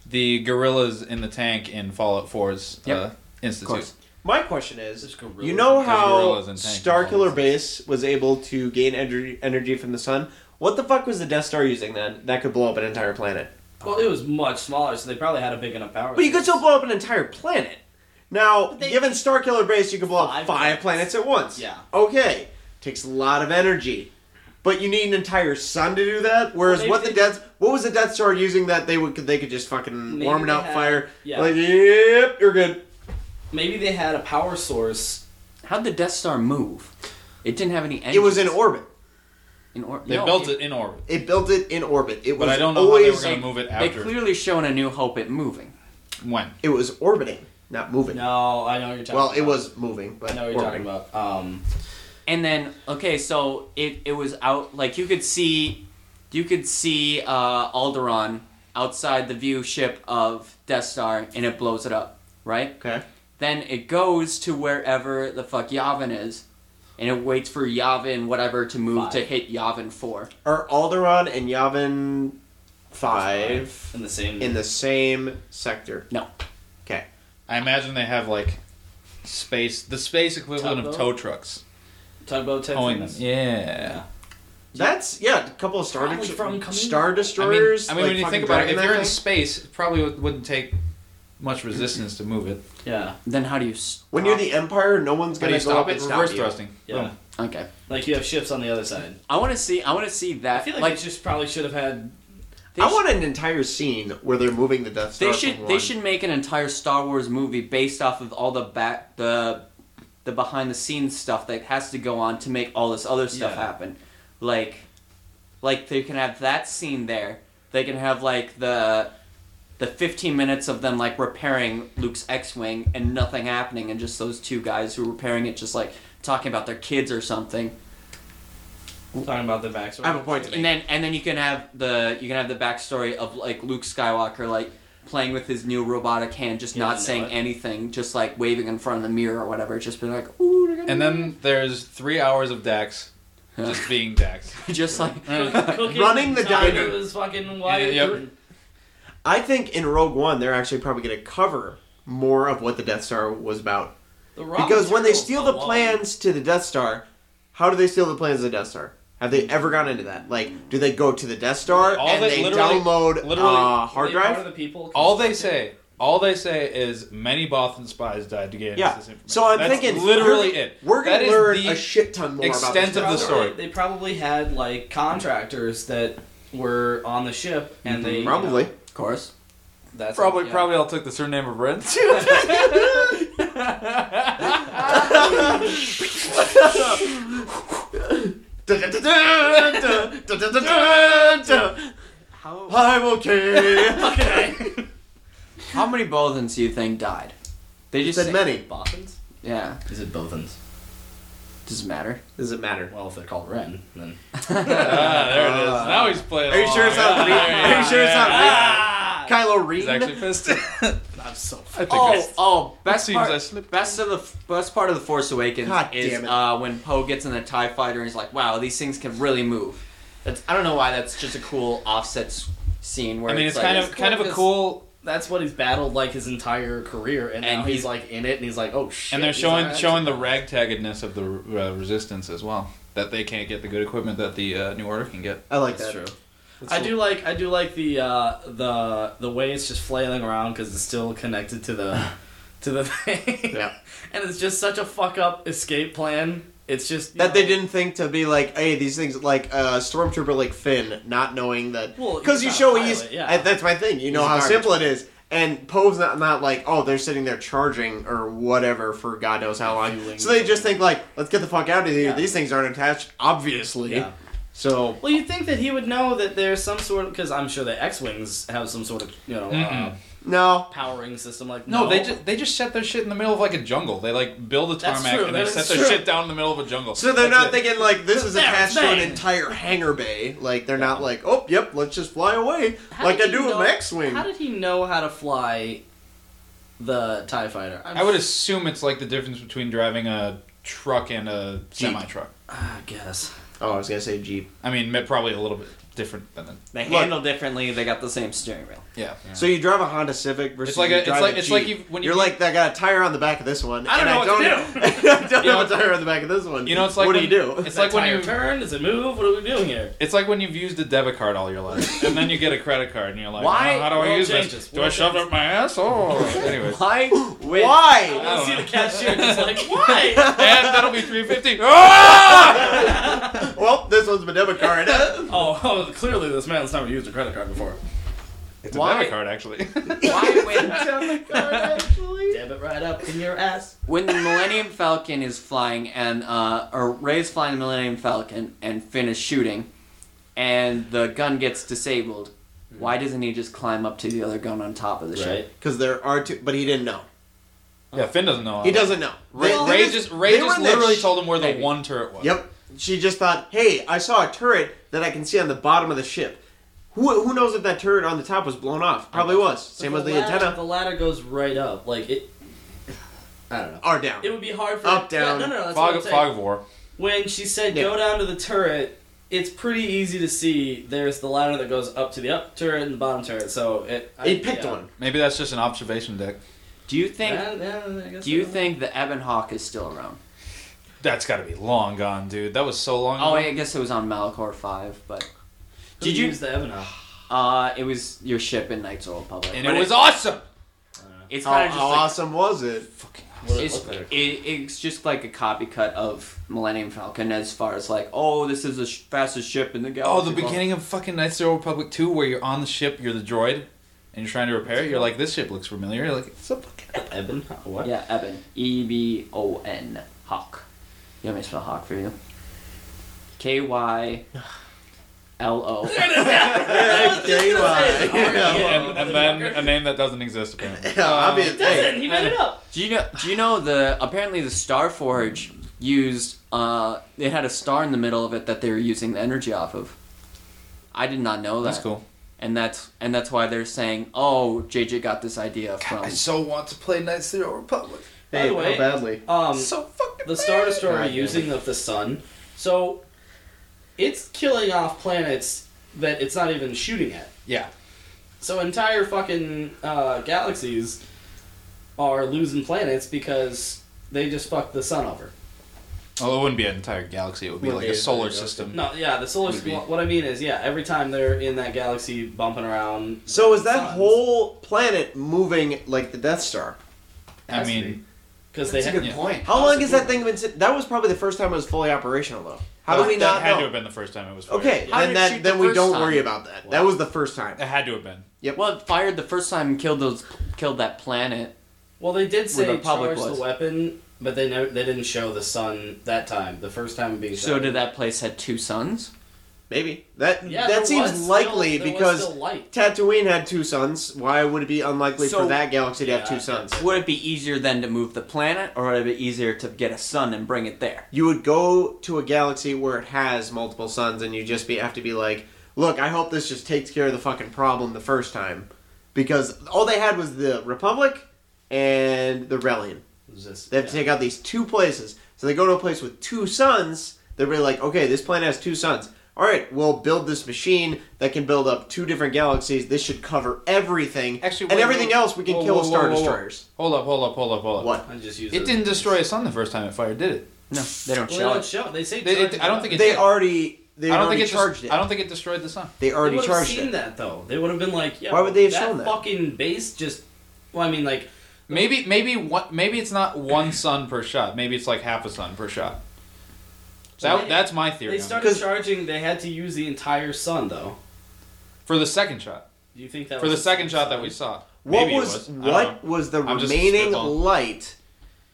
D: the gorillas in the tank in Fallout 4's
C: Yep.
D: uh,
C: Of
D: Institute.
C: course,
A: My question
B: There's
A: is,
B: gorillas.
A: you know
D: There's
A: how
D: gorillas and tanks and all
A: Starkiller
D: that
A: Base was able to gain energy, energy from the sun? What the fuck was the Death Star using then that could blow up an entire planet?
B: Well, it was much smaller, so they probably had a big enough power.
A: But you could
B: source.
A: still blow up an entire planet. Now,
B: they-
A: given Starkiller Base, you could blow
B: Five
A: up five
B: planets.
A: planets at once.
B: Yeah.
A: Okay. Takes a lot of energy. But you need an entire sun to do that. Whereas
B: Well, they-
A: what
B: they-
A: the Death what was the Death Star using that they would they could just fucking
B: Maybe
A: warm it
B: they
A: out
B: had-
A: fire.
B: yeah.
A: Like, yep, you're good.
B: Maybe they had a power source.
C: how'd the Death Star move? It didn't have any. Engines.
A: It was in orbit.
C: In or-
D: They
C: no,
D: built it in orbit.
A: It built it in orbit. It was
D: But I don't know how they
A: always
D: were going to move it
C: They
D: after.
C: clearly shown a New Hope it moving.
D: when?
A: It was orbiting, not moving.
B: No, I know what you're talking.
A: well,
B: about.
A: it was moving, but
B: I know what you're talking
A: orbiting.
B: about. Um,
C: And then okay, so it it was out like you could see, you could see uh, Alderaan outside the view ship of Death Star, and it blows it up, right?
A: Okay.
C: Then it goes to wherever the fuck Yavin is, and it waits for Yavin whatever to move to
B: Five.
C: hit Yavin four.
A: Are Alderaan and Yavin five
B: in the same.
A: in the same sector?
C: No,
A: Okay.
D: I imagine they have like space, the space equivalent of tow
B: Tugboat?
D: trucks.
B: tugboat type
D: Towing them.
B: things.
D: Yeah.
A: That's yeah, a couple of star
B: Probably
A: Dest-
B: from Kamino.
A: star
D: I mean,
A: destroyers.
D: I mean
A: like
D: when you
A: fucking
D: think about it,
A: dragging
D: if you're
A: that
D: in
A: thing.
D: space, it probably would- wouldn't take much resistance to move it.
B: Yeah,
C: then how do you? Stop?
A: when you're the Empire, no one's
D: How do
A: gonna
D: you
A: go
D: stop
A: up
D: it?
A: and stop
D: Reverse
A: you.
D: thrusting.
B: Yeah.
D: Boom.
C: okay,
B: like you have ships on the other side.
C: I want to see. I want to see that.
B: I feel like,
C: like
B: they just probably should have had.
C: they
A: I
C: sh-
A: want an entire scene where they're moving the Death Star.
C: They
A: from
C: should they
A: one.
C: should make an entire Star Wars movie based off of all the back the the behind the scenes stuff that has to go on to make all this other stuff
B: Yeah.
C: happen. Like like they can have that scene there. They can have like the the 15 minutes of them like repairing Luke's X-wing and nothing happening and just those two guys who are repairing it just like talking about their kids or something.
B: Talking about the backstory.
A: I have a point to make.
C: And then and then you can have the you can have the backstory of like Luke Skywalker like playing with his new robotic hand, just
B: Yeah, I know
C: not saying
B: it.
C: anything, just like waving in front of the mirror or whatever, just being like, ooh.
D: And then there's three hours of Dax just being Dax.
C: Just like
B: Cooking
A: Running the
B: time
A: diner.
B: was fucking why.
D: Yeah, yep.
A: I think in Rogue One, they're actually probably going to cover more of what the Death Star was about.
B: The raw
A: Because when they
B: materials
A: steal the
B: alone.
A: plans to the Death Star, how do they steal the plans to the Death Star? Have they ever gone into that? Like, do they go to the Death Star
D: All
A: and
D: they-
A: they
D: literally-
A: download
D: literally-
A: uh, hard
B: They are
A: drive?
B: the people
D: All they say, all they say is many Bothan spies died to get
A: Yeah.
D: this information.
A: So I'm
D: That's
A: thinking
D: literally
A: we're-
D: it.
A: We're going
D: That
A: to
D: is
A: learn
D: the
A: a shit ton more about
D: extent
A: this
D: of the
A: Death Star.
D: story.
B: They probably had like contractors that were on the ship, and they you know,
A: Probably.
C: Of course.
B: that's
D: Probably,
B: yeah.
D: probably all took the surname of Ren.
C: How
A: I'm okay.
C: how many Bothans do you think died? They just
A: Said
C: say-
A: many.
B: Bothans.
C: Yeah,
B: Is it Bothans?
C: doesn't matter.
A: Does it matter?
B: Well, if they're called Ren, then
D: Ah, there it is. Now he's playing.
A: Are you sure it's not
D: along.
A: Reed? Are you sure it's not
D: Yeah.
A: Reed? Kylo Reed?
D: He's actually pissed.
B: I'm so. F-
D: I think
C: Oh, oh, best
D: seems
C: part,
D: I slipped.
C: best of the best part of the Force Awakens
A: God
C: is
A: damn it.
C: uh, when Poe gets in the Tie Fighter and he's like, "Wow, these things can really move." That's I don't know why that's just a cool offset s- scene
B: Oh.
C: where
D: I mean, it's
C: like,
D: kind of kind of a
C: 'cause-
D: cool.
B: that's what he's battled like his entire career, and,
C: And
B: now he's
C: he's-
B: like in it, and he's like, oh shit.
D: And they're
B: these
D: showing
B: are
D: showing the ragtaggedness of the uh, resistance as well. That they can't get the good equipment that the uh, New Order can get.
A: I like
B: That's
A: that.
B: true. I do like I do like the uh, the the way it's just flailing around because it's still connected to the to the thing.
A: Yeah.
B: and it's just such a fuck up escape plan. It's just you
A: That they
B: know,
A: didn't think to be like, hey, these things like a uh, stormtrooper like Finn, not knowing that
B: Well,
A: because
B: he's
A: you
B: not
A: show
B: a pilot,
A: he's
B: yeah.
A: I- that's my thing. You know
C: a
A: how
C: garbage
A: simple it is, and Poe's not not like, oh, they're sitting there charging or whatever for God knows how long.
B: Fueling.
A: So they just think like, let's get the fuck out of here.
B: Yeah.
A: These things aren't attached, obviously.
B: Yeah.
A: So
B: Well, you think that he would know that there's some sort of because I'm sure the X wings have some sort of you know uh,
D: Mm-mm.
A: no,
B: powering system like
D: No, they just they just set their shit in the middle of like a jungle. They like build a
B: That's
D: tarmac
B: true,
D: and they
B: that
D: set
B: is
D: their
B: true.
D: shit down in the middle of a jungle.
A: so they're
D: That's
A: not
D: it.
A: thinking like this is
B: There,
A: attached to an
B: bang.
A: entire hangar bay. Like they're not like, oh, yep, let's just fly away
B: How
A: like
B: did
A: I
B: he
A: do
B: know-
A: a Max wing.
B: How did he know how to fly the Tie Fighter? I'm
D: I would assume it's like the difference between driving a truck and a
A: Jeep.
D: semi truck.
B: I guess.
A: Oh, I was gonna say Jeep.
D: I mean, ma- probably a little bit different than. The,
C: They
A: Look.
C: handle differently. They got the same steering wheel.
D: yeah.
A: So you drive a Honda Civic versus
D: It's like
A: you
D: a, it's
A: drive
D: like
A: a
D: it's
A: Jeep.
D: like you when you
A: You're like, I got a tire on the back of this one.
D: I
A: and
D: don't know
A: I
D: what
A: don't, I don't
D: You know,
A: have a tire on the back of this one.
D: You know, it's like
A: what
D: when-
A: do you do?
D: It's like when
B: tire
D: you-
B: turn. Does it move? What are we doing here?
D: It's like when you've used a debit card all your life, and then you get a credit card, and you're like,
C: Why-
D: "Oh, How do I
B: World
D: use
B: changes.
D: this? Do I
B: World
D: shove it
B: changes."
D: up my ass? Oh, anyways,
C: Why? With,
A: Why?
D: I
B: I
D: don't
B: see
D: know.
B: the cashier just like why?
D: and that'll be three fifty. Ah!
A: Well, this one's my debit card.
B: oh, oh, clearly this man's never used a credit card before.
D: It's
C: Why?
D: a debit card, actually.
C: Why when
B: Dab it right up in your ass.
C: when the Millennium Falcon is flying and uh, or Ray's flying the Millennium Falcon and Finn is shooting, and the gun gets disabled.
D: Hmm.
C: Why doesn't he just climb up to the other gun on top of the ship?
A: Because there are two, but he didn't know.
D: yeah, Finn doesn't know.
A: He doesn't know.
D: Ray,
A: They-
D: Ray
A: they
D: just Ray
A: they were
D: just
A: in that
D: literally
A: sh-
D: told him where the
C: maybe.
D: one turret was.
A: Yep. She just thought, hey, I saw a turret that I can see on the bottom of the ship. Who, who knows if that turret on the top was blown off? Probably was. Same as the
B: ladder,
A: antenna.
B: The ladder goes right up. Like it. I don't know.
A: Or down.
B: It would be hard for
A: Up,
B: Yeah,
A: down.
B: no, no, no. That's what
D: Fog,
B: I'm
D: of-
B: saying.
D: fog of war.
B: when she said
A: Yeah.
B: go down to the turret, it's pretty easy to see. There's the ladder that goes up to the up turret and the bottom turret. So it. I-
A: He picked
B: yeah.
A: one.
D: Maybe that's just an observation deck.
C: Do you think?
B: Yeah, yeah, I guess
C: Do you
B: so.
C: think the Ebon Hawk is still around?
D: That's got to be long gone, dude. That was so long.
C: Oh,
D: ago.
C: I guess it was on Malachor Five, but
B: Who
C: Did you-
B: used the Evanov?
C: uh, it was your ship in Knights Old Public.
D: and it was awesome.
C: It's
A: How,
C: kind of
A: how
C: just
A: awesome was it?
B: What
C: like
B: did it
C: it's,
B: look like?
C: it, it's just like a copy cut of Millennium Falcon as far as like, oh, this is the sh- fastest ship in the
D: Oh,
C: galaxy.
D: the beginning of fucking Knights of the Old Republic 2 where you're on the ship, you're the droid, and you're trying to repair it. You're like, this ship looks familiar. You're like, it's a fucking.
B: Evan? What?
C: Yeah, Ebon. E B O N. Hawk. You want me to spell Hawk for you? K Y L O.
A: Okay, why?
D: Yeah,
A: Yeah.
D: and, and then a name that doesn't exist, apparently.
A: Yeah, obvious- hey.
B: Doesn't he made it up?
C: Do you know? Do you know the? Apparently, the Star Forge used. Uh, it had a star in the middle of it that they were using the energy off of. I did not know that.
D: That's cool.
C: And that's and that's why they're saying, oh, JJ got this idea from.
D: so want to play Knights of the Old Republic.
B: By
A: Hey,
B: the way,
A: how badly?
B: Um,
D: so fucking.
B: the Star Destroyer
A: God damn it.
B: using of the sun. So it's killing off planets that it's not even shooting at.
D: Yeah.
B: So entire fucking uh, galaxies are losing planets because they just fucked the sun over.
D: Well, it wouldn't be an entire galaxy. It would be
A: Wouldn't
D: like
A: be
D: a
A: an
D: solar
A: entire
D: system.
B: No, yeah, the solar.
D: Would be.
B: What I mean is, yeah, every time they're in that galaxy bumping around.
A: So is that
B: suns,
A: whole planet moving like the Death Star?
D: I mean,
B: because they
C: That's a
B: had
C: good
D: yeah.
C: point.
A: How long has that thing been? sit- That was probably the first time it was fully operational, though. How
D: Uh, that,
A: do we
D: that
A: not
D: had to
A: know?
D: have been the first time it was. fired.
A: Okay,
C: How did
A: then
C: it
A: that
C: shoot
A: then
C: the
A: we
C: first
A: don't
C: time?
A: worry about that. That was the first time.
D: It had to have been.
C: Well, it fired the first time and killed those killed that planet.
B: well, they did say
C: the public
B: charge
C: was.
B: the weapon, but they never they didn't show the sun that time. The first time being
C: So
B: shot.
C: did that place had two suns?
A: Maybe that
B: Yeah, there
A: that seems
B: was
A: likely
B: still, there was
A: because
B: still light.
A: Tatooine had two suns. Why would it be unlikely for
C: So-
A: that galaxy to have
B: Yeah,
A: two
B: I-
A: suns?
C: Would it be easier then to move the planet, or would it be easier to get a sun and bring it there?
A: You would go to a galaxy where it has multiple suns, and you just be have to be like, look, I hope this just takes care of the fucking problem the first time, because all they had was the Republic and the Relian.
B: It was just-
A: They have to take out these two places. So they go to a place with two suns. They're really like, okay, this planet has two suns. All right, we'll build this machine that can build up two different galaxies. This should cover everything.
D: Actually,
A: and
D: wait,
A: everything
D: wait.
A: else we can
D: Whoa,
A: kill
D: whoa,
A: with Star
D: whoa, whoa, whoa.
A: Destroyers.
D: Hold up, hold up, hold up, hold up.
A: What?
B: I just used
D: It didn't destroy a sun the first time it fired, did it?
C: No, they don't
B: Well, they
C: show
B: don't
C: it.
B: show. They say
D: They-
B: charge
D: it- I don't
B: the weapon.
D: think it
A: They
D: did.
A: already they
D: I don't
A: already
D: think it
A: charged
D: des-
A: it.
D: I don't think it destroyed the sun.
A: they already
B: they
A: charged
B: seen
A: it.
B: that though. They would have been like, yeah,
A: Why would they have
B: that
A: shown that?
B: Fucking base just. Well, I mean, like
D: Maybe maybe one, maybe it's not one sun per shot. Maybe it's like half a sun per shot. That,
B: They-
D: that's my theory.
B: they
D: on it.
B: started
A: 'Cause-
B: charging. They had to use the entire sun though.
D: For the second shot.
B: Do you think that
D: For the
B: was
D: second shot that we saw.
A: What
D: Maybe it
A: was,
D: I don't know.
A: what was the
D: I'm just
A: remaining
D: spitballing.
A: light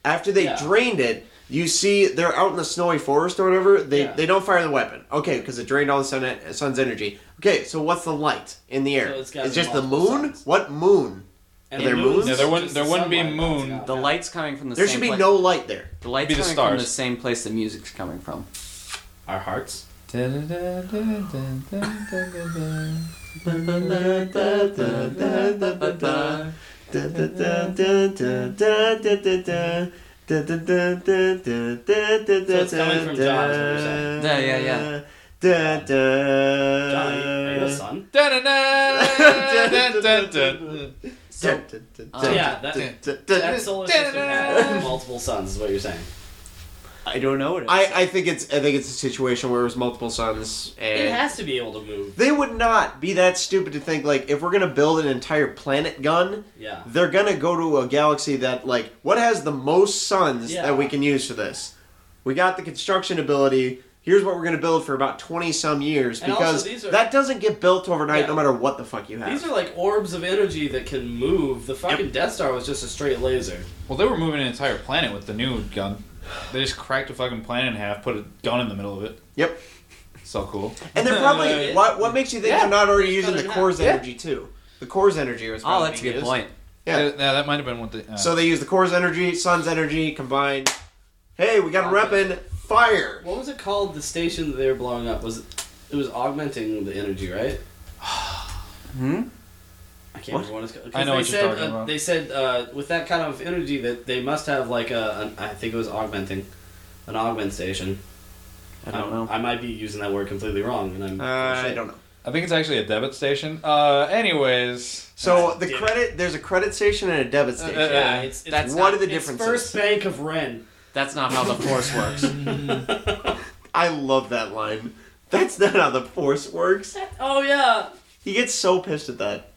A: after they
B: Yeah.
A: drained it? You see, they're out in the snowy forest or whatever. They
B: Yeah.
A: they don't fire the weapon. Okay, because it drained all the sun sun's energy. Okay, so what's the light in the air?
B: So it's
A: it's,
B: gotta be
A: just the
B: multiple
A: moon.
B: suns.
A: What moon?
B: And
A: Are there
B: the
A: moons?
D: Yeah, there
B: just
D: wouldn't-
B: the
D: there wouldn't be
B: sunlight bouncing
D: moon.
B: off.
C: The light's coming from the
A: There
C: same
A: should be
C: place.
A: no light there.
C: The light's
D: Be the
C: coming from
D: stars.
C: the same place the music's coming from.
B: Our hearts. it's coming from John, is what you're saying.
C: Yeah, yeah, yeah.
A: Da, da.
B: Johnny, are you a son?
C: So
A: Da,
C: Uh,
B: yeah, that,
A: da,
B: that
A: da, da.
B: solar system had multiple suns, is what you're saying.
C: I don't know what it is.
A: I, I think it's I think it's a situation where it was multiple suns
B: It
A: and
B: has to be able to move.
A: they would not be that stupid to think like if we're gonna build an entire planet gun,
B: Yeah.
A: they're gonna go to a galaxy that like what has the most suns
B: Yeah.
A: that we can use for this we got the construction ability here's what we're gonna build for about 20 some years
B: And also,
A: because
B: these are-
A: that doesn't get built overnight
B: Yeah.
A: no matter what the fuck you have
B: These are like orbs of energy that can move. The fucking Death Star was just a straight laser.
D: Well, they were moving an entire planet with the new gun. They just cracked a fucking planet in half, put a gun in the middle of it.
A: yep
D: So cool.
A: and they're probably
B: Yeah.
A: what, what makes you think they're not already
B: It's
A: using
B: cut
A: the
B: in half.
A: core's
B: Yeah.
A: energy too the core's energy was
C: oh,
A: probably
C: that's a
A: being
C: good
A: used.
C: point.
A: Yeah.
D: Yeah, that might have been what the. Uh,
A: so they use the core's energy sun's energy combined hey we got a weapon fire
B: What was it called? The station that they were blowing up was it, it was augmenting the energy, right?
C: Hmm?
B: I can't remember what it's called. 'Cause
D: I know
B: they
D: what you're
B: said,
D: talking
B: uh,
D: about.
B: They said uh, with that kind of energy that they must have like a an, I think it was augmenting, an augment station. Um,
C: I don't know.
B: I might be using that word completely wrong, and I'm.
A: uh, i don't know
D: I think it's actually a debit station. Uh, anyways.
A: so
B: God
A: the
B: damn it.
A: credit there's a credit station and a debit station
D: uh,
B: Yeah, it's, it's
C: That's
A: What
C: not,
A: are the
B: it's
A: differences?
B: First Bank of Ren.
C: that's not how the force works.
A: I love that line. That's not how the force works.
B: Oh yeah.
A: He gets so pissed at that.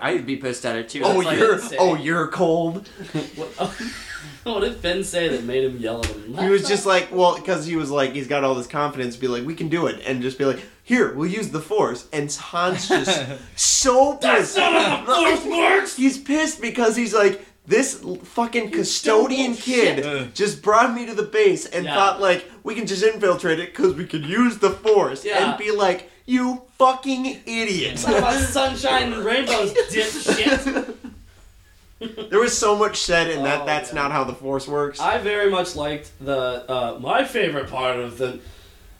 C: I'd be pissed at it too.
A: oh,
C: It's like-
A: you're
B: say.
A: oh, you're cold.
B: What, what did Ben say that made him yell at him?
A: He was just like, well, because he was like, he's got all this confidence, be like, we can do it, and just be like, here, we'll use the force. And Han's just so pissed. He's pissed because he's like, this l- fucking custodian kid
D: Ugh.
A: just brought me to the base and
B: Yeah.
A: thought like we can just infiltrate it because we can use the force
B: Yeah.
A: and be like, you fucking idiot.
B: Talk about sunshine and rainbows, dipshit.
A: There was so much said in that
B: Oh,
A: that's
B: yeah.
A: not how the force works.
B: I very much liked the. Uh, my favorite part of the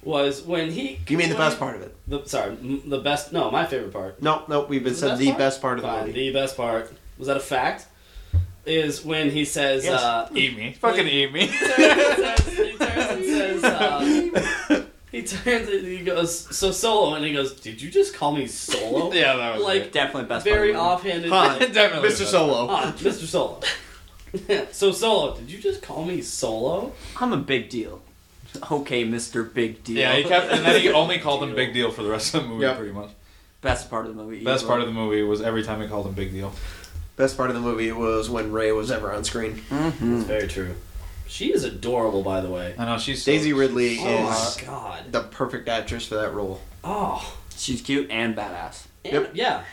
B: was when he.
A: you mean the best part of it?
B: The, sorry, m- the best. No, my favorite part.
A: No, no, we've been said the best part of the
B: Fine,
A: movie.
B: the best part was that a fact. Is when he says.
A: Yes.
B: Uh,
D: Eat me. Fucking eat me.
B: he turns and says. He turns and says. Uh, he turns and he goes, "So Solo," and he goes, "Did you just call me Solo?"
D: Yeah, that was
B: like
C: Definitely best.
B: very
C: part of
B: offhanded.
A: Huh.
D: it. definitely.
A: Mr.
D: was.
A: Solo.
B: Ah, Mr. Solo. so Solo, did you just call me Solo?
C: the movie. I'm a big deal. Okay, Mister Big Deal.
D: Yeah, he kept, and then he only called him
B: Deal.
D: Big Deal for the rest of the movie,
A: Yep.
D: pretty much.
C: Best part of the movie.
D: Best part of the movie was every time he called him Big Deal.
A: Best part of the movie was when Ray was ever on screen.
C: hmm
B: Very true. She is adorable, by the way.
D: I know she's so-
A: Daisy Ridley
B: Oh
A: is
B: my god.
A: the perfect actress for that role.
B: Oh.
C: She's cute and badass.
B: And-
A: Yep.
B: Yeah.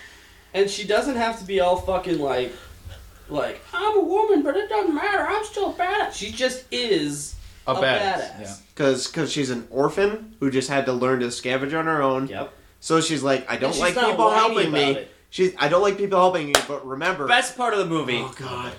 B: And she doesn't have to be all fucking like, like I'm a woman, but it doesn't matter. I'm still bad. She just is
D: a,
B: a
D: badass. Yeah.
A: Because cause she's an orphan who just had to learn to scavenge on her own.
B: Yep.
A: So she's like, I don't
B: she's
A: like
B: not
A: people
B: whiny
A: helping me.
B: about it.
A: She's, I don't like people helping me, but remember.
C: Best part of the movie.
A: oh, God.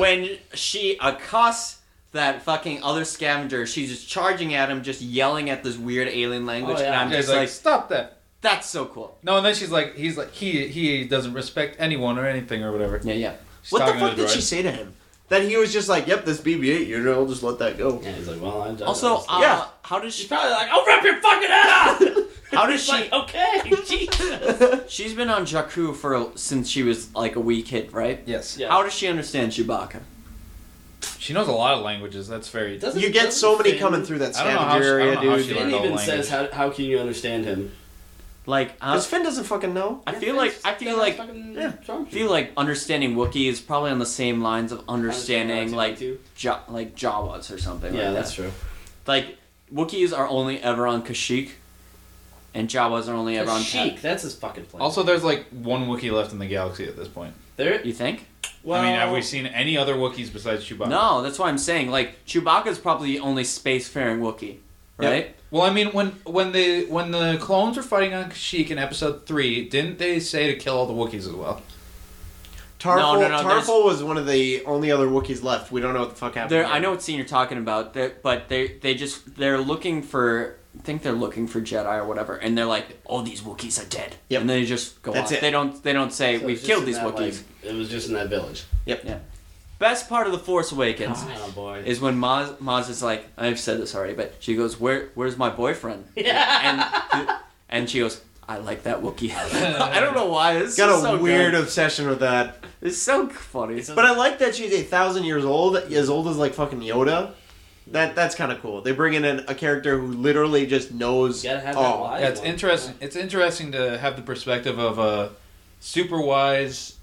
C: when she accosts that fucking other scavenger, she's just charging at him, just yelling at this weird alien language,
B: Oh, yeah.
C: and I'm
D: Yeah, he's
C: just
D: like,
C: like,
D: stop that.
C: that's so cool.
D: No, and then she's like, he's like, he he doesn't respect anyone or anything or whatever.
C: Yeah, yeah.
D: She's
A: What the
D: talking to
A: fuck did
D: droid.
A: she say to him? That he was just like, yep, this BB 8 unit, I'll just let that go.
B: Yeah, he's like, well, I'm done.
C: Also,
B: with this.
C: uh,
A: Yeah.
C: how does she?
B: probably like, I'll rip your fucking head off.
C: How does
B: It's
C: she?
B: like, okay, Jesus.
C: She's been on Jakku for since she was like a wee kid, right?
D: Yes.
B: Yeah.
C: How does she understand Chewbacca?
D: She knows a lot of languages. That's very.
B: Doesn't-
A: You get so many
B: doesn't
A: coming
B: Finn-
A: through that
D: I don't know how
A: scavenger
D: she- I
A: area,
D: don't know how
A: dude.
D: she
B: Finn
D: learned all
B: even
D: language.
B: says, how, how can you understand him?
C: Like, huh?
A: Because Finn doesn't fucking know.
C: I feel like I feel like I
A: yeah,
C: feel like understanding Wookiee is probably on the same lines of understanding like ja- like Jawas or something.
B: Yeah,
C: like
B: that's
C: that.
B: true.
C: Like Wookiees are only ever on Kashyyyk, and Jawas are only ever on Kashyyyk.
B: Sheik, that's his fucking plan.
D: Also, there's like one Wookiee left in the galaxy at this point.
B: there.
C: You think?
B: Well,
D: I mean, have we seen any other Wookiees besides Chewbacca?
C: No, that's what I'm saying. Like Chewbacca's probably the only spacefaring Wookiee, right?
D: Well, I mean, when when the when the clones were fighting on Kashyyyk in Episode Three, didn't they say to kill all the Wookiees as well?
A: Tarful,
C: No, no, no, there's-
A: Tarful was one of the only other Wookiees left. We don't know what the fuck happened.
C: They're,
A: to
C: I
A: him.
C: know what scene you're talking about, they're, but they they just they're looking for. I think they're looking for Jedi or whatever, and they're like, "All these Wookiees are dead,"
A: Yep.
C: and they just go
A: That's
C: on.
A: it.
C: They don't they don't say
B: so it was
C: we've
B: just
C: killed
B: in
C: these
B: that,
C: Wookiees.
B: like, it was just in that village.
C: Best part of the Force Awakens
B: Oh boy.
C: is when Maz Maz is like, I've said this already, but she goes, "Where where's my boyfriend?"
B: Yeah.
C: and and she goes, "I like that Wookiee." I don't know why this
A: Got
C: is
A: a
C: so
A: weird
C: good.
A: obsession with that.
C: It's so funny.
A: But I like that she's a thousand years old, as old as like fucking Yoda. That that's kind of cool. They bring in an, a character who literally just knows.
B: You gotta have that
A: all.
B: wise
D: Yeah, it's
B: one.
D: interesting. It's interesting to have the perspective of a super wise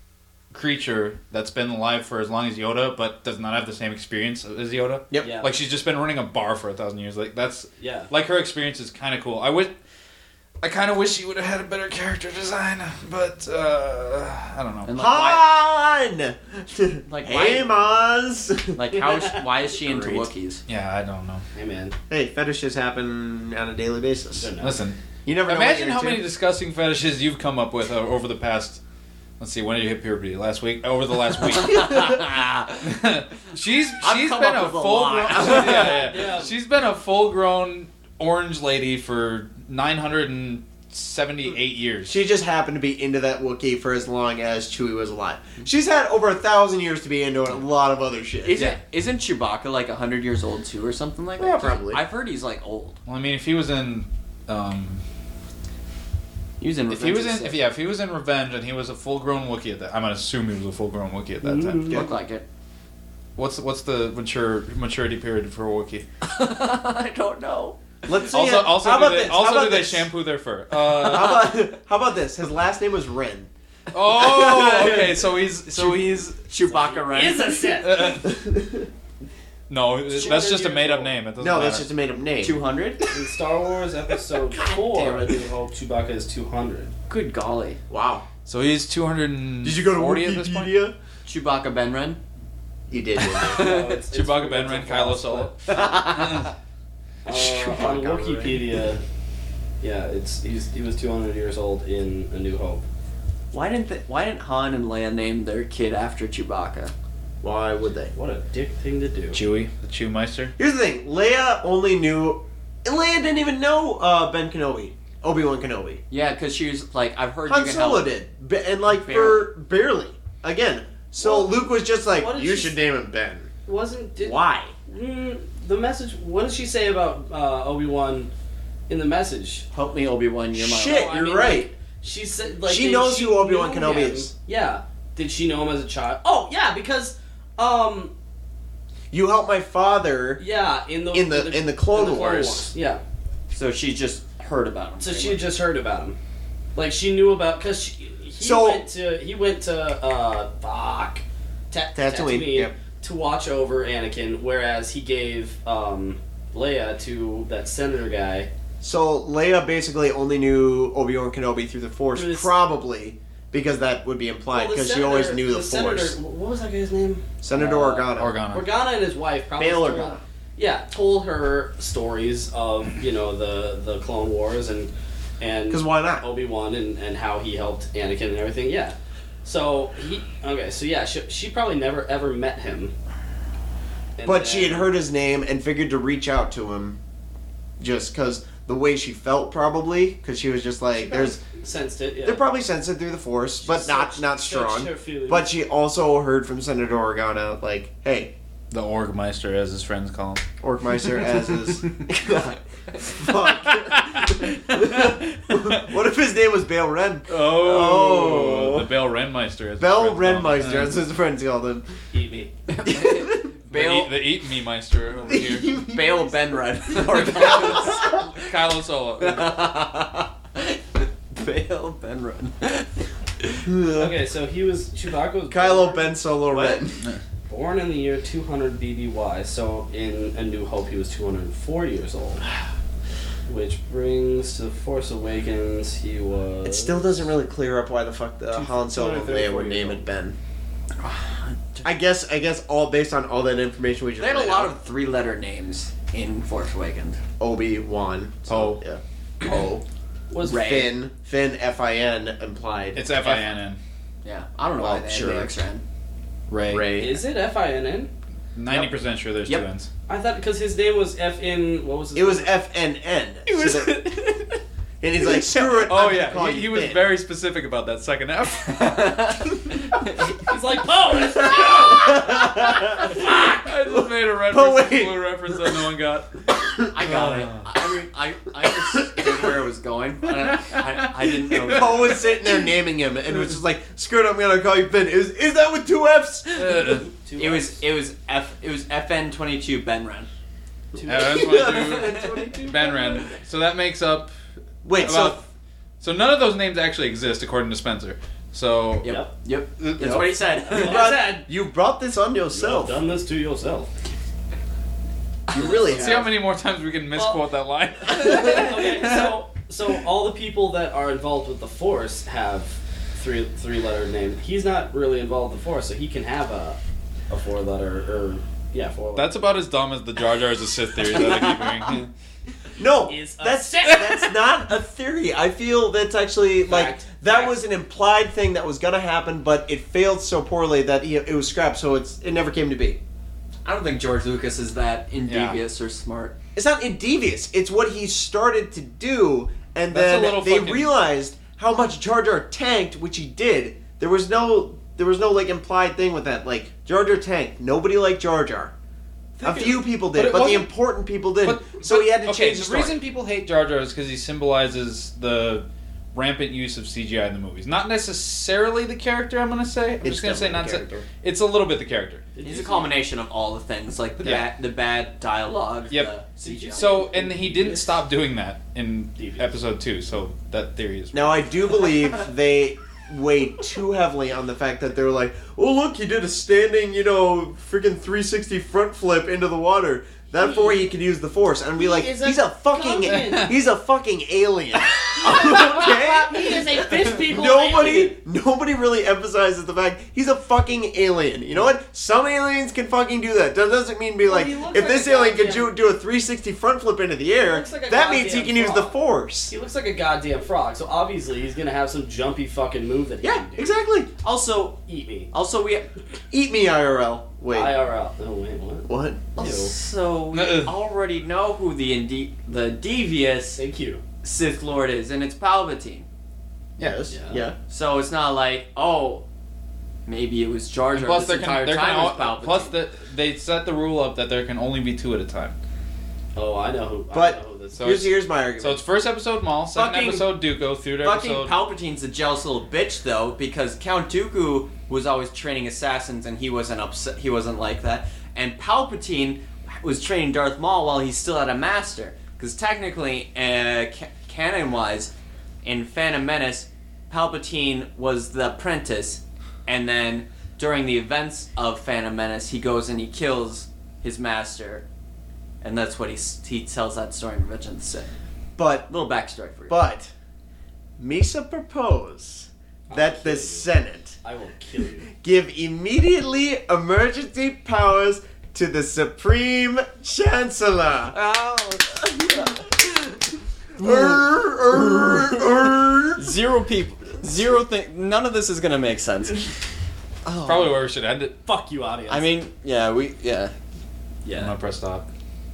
D: creature that's been alive for as long as Yoda, but does not have the same experience as Yoda.
A: Yep.
B: Yeah.
D: Like she's just been running a bar for a thousand years. Like that's
B: yeah.
D: like her experience is kind of cool. I wish. I kind of wish she would have had a better character design, but uh, I don't know.
C: And like, why-
A: Han.
C: Like,
A: hey, Maz.
C: Like how? Is she, why is she into
B: Great.
C: Wookiees?
D: Yeah, I don't know.
B: Hey man.
A: hey, fetishes happen on a daily basis.
B: Don't know.
D: Listen,
A: You never know what
D: Imagine
A: you're
D: how
A: into.
D: many disgusting fetishes you've come up with uh, over the past. Let's see, when did you hit puberty? Last week? Over the last week. she's
C: I've
D: she's
C: come
D: been
C: up
D: a
C: with a
D: full grown.
C: lot.
D: yeah, yeah.
B: Yeah.
D: She's been a full grown orange lady for nine hundred and seventy eight years.
A: She just happened to be into that Wookiee for as long as Chewie was alive. She's had over a thousand years to be into a lot of other shit.
C: Isn't isn't Chewbacca like hundred years old too, or something like
A: Yeah,
C: that?
A: probably.
C: I've heard he's like old.
D: well, I mean, if he was in, um,
C: He was in.
D: if he
C: Revenge of
D: was in,
C: the
D: if
C: Sith.
D: yeah, if he was in Revenge and he was a full grown Wookiee at that, I'm gonna assume he was a full grown Wookiee at that time.
A: Yeah.
C: looked like it.
D: What's what's the mature maturity period for a Wookiee?
C: I don't know.
A: Let's see
D: Also,
A: it.
D: also,
A: how
D: do
A: about
D: they,
A: this?
D: also
A: how about
D: do they
A: this?
D: shampoo their fur? Uh,
A: How about, how about this? His last name was Ren.
D: oh, okay. So he's so he's
C: Chewbacca, right?
B: Is a Sith.
D: uh, no. That's just a made up name. It doesn't
A: No,
D: matter.
A: that's just a made up name.
C: two hundred?
B: In Star Wars Episode Four, the whole Chewbacca is two hundred.
C: Good golly,
A: Wow.
D: so he's two hundred.
A: Did you go to
D: forty at this point?
A: Wikipedia?
C: Chewbacca Benren.
A: You did. didn't you?
D: Chewbacca, Ben Ren, Kylo Solo.
B: Uh, on Wikipedia, yeah, it's he's, he was 200 years old in A New Hope.
C: Why didn't they, Why didn't Han and Leia name their kid after Chewbacca?
A: Why would they?
B: What a dick thing to do.
D: Chewie, the Chewmeister.
A: Here's the thing: Leia only knew. Leia didn't even know uh, Ben Kenobi, Obi Wan Kenobi.
C: Yeah, because she was like, I've heard you
A: Han
C: can
A: Solo
C: help.
A: did, Ba- and like for barely. Again, so
B: Well,
A: Luke was just like,
B: what did
A: "You
B: she-
A: should name him Ben."
B: Wasn't Hmm, did,
A: Why?
B: Mm, the message? What did she say about uh, Obi Wan in the message.
C: Help me, Obi Wan. You're my
A: Shit,
B: I
A: you're
B: mean,
A: right.
B: She said, like,
A: She
B: they-
A: knows who Obi-Wan
B: knew
A: Kenobi
B: him.
A: is.
B: Yeah. Did she know him as a child? Oh, yeah, because, um,
A: You helped my father.
B: yeah, in the
A: In the- in the Clone Wars.
B: yeah.
C: So she just heard about him.
B: So
C: pretty
B: she
C: much.
B: had just heard about him. Like she knew about because she he
A: So-
B: went to he went to uh fuck Ta-
A: Tatooine, yep.
B: to watch over Anakin, whereas he gave um Leia to that senator guy.
A: So Leia basically only knew Obi Wan Kenobi through the Force,
B: Through this-
A: probably because that would be implied
B: Well, the
A: because she
B: senator-
A: always knew the, Force.
B: senator- what was that guy's name?
A: Senator
B: Uh,
A: Organa.
D: Organa.
B: Organa and his wife probably
A: Bail
B: told-
A: Organa.
B: Yeah, told her stories of you know the the Clone Wars and and
A: Because why not?
B: Obi Wan and, and how he helped Anakin and everything. Yeah. So he okay. So yeah, she, she probably never ever met him. And
A: But she
B: then-
A: had heard his name and figured to reach out to him, just because the way she felt probably, because she was just like, "There's."
B: sensed it. Yeah.
A: They're probably sensitive through the Force, but not
B: searched-
A: not strong.
B: searched her feelings.
A: But she also heard from Senator Organa, like, "Hey,
D: The Orgmeister, as his friends call him.
A: Orkmeister as is." Fuck. what if his name was Bale Ren?
D: Oh,
A: Oh.
D: the Bell Renmeister. As
A: Bell
D: his friends call him.
A: Renmeister, as his friends called him.
B: Eat me.
D: The
C: Bail,
D: eat, E, the eat me meister over here.
C: Bail Benred.
D: Kylo Solo.
C: Bail Benred.
B: Okay, so he was Chewbacca was
A: Kylo
B: born-
A: Ben Solo Ren.
B: born in the year 200 BBY. So in A New Hope, he was 204 years old. Which brings to The Force Awakens, he was.
A: It still doesn't really clear up why the fuck the
B: Two-
A: Han Solo they
B: 234
A: would name
B: years
A: it Ben. I guess I guess all based on all that information we just
C: They had a
A: laid
C: lot
A: out.
C: of three letter names in Force Awakens.
A: Obi Wan.
D: Oh,
A: Yeah.
C: Oh.
B: was
C: Ray.
A: Finn. Finn F I N implied.
D: it's F I N N.
C: Yeah. I don't know why
A: Well,
C: they
A: sure.
C: sure. the extra end.
D: Ray.
A: Ray.
B: Is it F I N N?
D: Ninety percent sure there's
C: Yep.
D: two N's.
B: I thought because his name was F in what was his
A: It was
B: name?
A: F N N. It
C: was-
A: and he's like, screw it.
D: Oh
A: I'm Gonna
D: yeah,
A: call
D: he,
A: you
D: he was
A: Finn.
D: very specific about that second F.
B: He's like, oh, that's
D: I just made a
A: But
D: reference,
A: wait.
D: a blue reference that no one got.
C: I got it. I, re- I, I understood where it was going. but I, I, I didn't know.
A: Paul was sitting there naming him and was just like, screw it, I'm gonna call you Finn. Is is that with two F's?
B: two
C: It was it was F it was FN twenty two Benren.
B: two
D: Yeah, that's what I do. Ben Ren. So that makes up
A: Wait, so
D: about. So none of those names actually exist according to Spencer. So
C: Yep.
B: Yep.
C: Yep.
D: Yep.
C: That's what he said.
A: you
B: I
A: brought,
B: said.
A: you brought this on
B: You've
A: yourself.
B: done this to yourself.
A: You really
D: See how
A: have.
D: many more times we can misquote that line.
B: okay, so so all the people that are involved with the Force have three three letter name. He's not really involved with the Force, so he can have a a four letter or yeah four.
D: That's about as dumb as the Jar Jar is a Sith theory that I keep hearing.
A: No,
B: Is a
A: that's
B: Sith.
A: that's not a theory. I feel that's actually like
B: Fact.
A: that
B: Fact.
A: was an implied thing that was gonna happen, but it failed so poorly that he, it was scrapped, so it's it never came to be.
C: I don't think George Lucas is that indevious or smart.
A: It's not devious. It's what he started to do, and
D: That's
A: then
D: a little
A: they
D: fucking-
A: realized how much Jar Jar tanked, which he did. There was no there was no like implied thing with that. Like Jar Jar tanked. Nobody liked Jar Jar. A
D: Think it-
A: few people
D: but
A: did,
D: it
A: but, the
D: wasn't-
A: important people didn't. so he had to
D: okay,
A: change the story.
D: reason people hate Jar Jar is because he symbolizes the rampant use of CGI in the movies. Not necessarily the character. I'm gonna say. I'm just gonna say not.
A: definitely
D: se-
A: the character.
D: It's a little bit the character.
C: He's a combination of all the things, like the
D: Yeah.
C: bad the bad dialogue.
D: Yep.
C: The CGI.
D: So and he didn't stop doing that in
B: Devious.
D: episode two. So that theory is.
A: Now I do believe they weighed too heavily on the fact that they were like, "Oh look, he did a standing, you know, freaking 360 front flip into the water." Therefore, he could use the force, and be like,
B: is a
A: "He's a fucking,
B: Gungan."
A: he's a fucking alien." okay.
B: is a fish people.
A: Nobody, nobody really emphasizes the fact he's a fucking alien. You know what? Some aliens can fucking do that. That doesn't mean be like,
B: he looks
A: if
B: like
A: this
B: a
A: alien could do,
B: goddamn-
A: do a 360 front flip into the air,
B: looks like a
A: that means he
B: goddamn
A: can use the
B: frog.
A: force.
B: He looks like a goddamn frog, so obviously he's gonna have some jumpy fucking move that he
A: Yeah,
B: can do.
A: exactly.
C: also
B: Eat me.
C: also we
A: Eat me, IRL. Wait,
B: IRL. Oh wait, what?
A: what?
C: also we
D: Nuh-uh.
C: already know who the inde- the devious
B: Thank you.
C: Sith Lord is, and it's Palpatine.
A: Yes.
B: Yeah.
A: Yeah.
C: So it's not like oh, maybe it was Jar Jar.
D: Plus,
C: this
D: there can,
C: entire
D: there can
C: time
D: al-
C: was Palpatine.
D: plus the, they set the rule up that there can only be two at a time.
B: Oh, I know who. I
A: But-
B: know who this.
D: So
A: here's,
D: it's-
A: here's my argument.
D: So it's first episode Maul, second
C: Fucking-
D: episode Dooku, third
C: Fucking
D: episode.
C: Palpatine's a jealous little bitch though, because Count Dooku was always training assassins, and he wasn't upset. He wasn't like that. And Palpatine was training Darth Maul while he still had a master, because technically, uh, ca- canon-wise, in Phantom Menace, Palpatine was the apprentice, and then during the events of Phantom Menace, he goes and he kills his master, and that's what he s- he tells that story in Revenge of the Sith.
A: but
C: Little backstory for you.
A: but Misa proposed
D: Oh,
A: that the Senate
B: I will kill you.
A: give immediately emergency powers to the Supreme Chancellor.
D: Oh.
A: Er, Err, err, err.
G: Zero people. Zero thing. None of this is gonna make sense.
D: Probably where we should end it.
B: Fuck you, audience.
G: I mean, yeah, we, yeah.
D: I'm
B: yeah.
D: gonna press stop.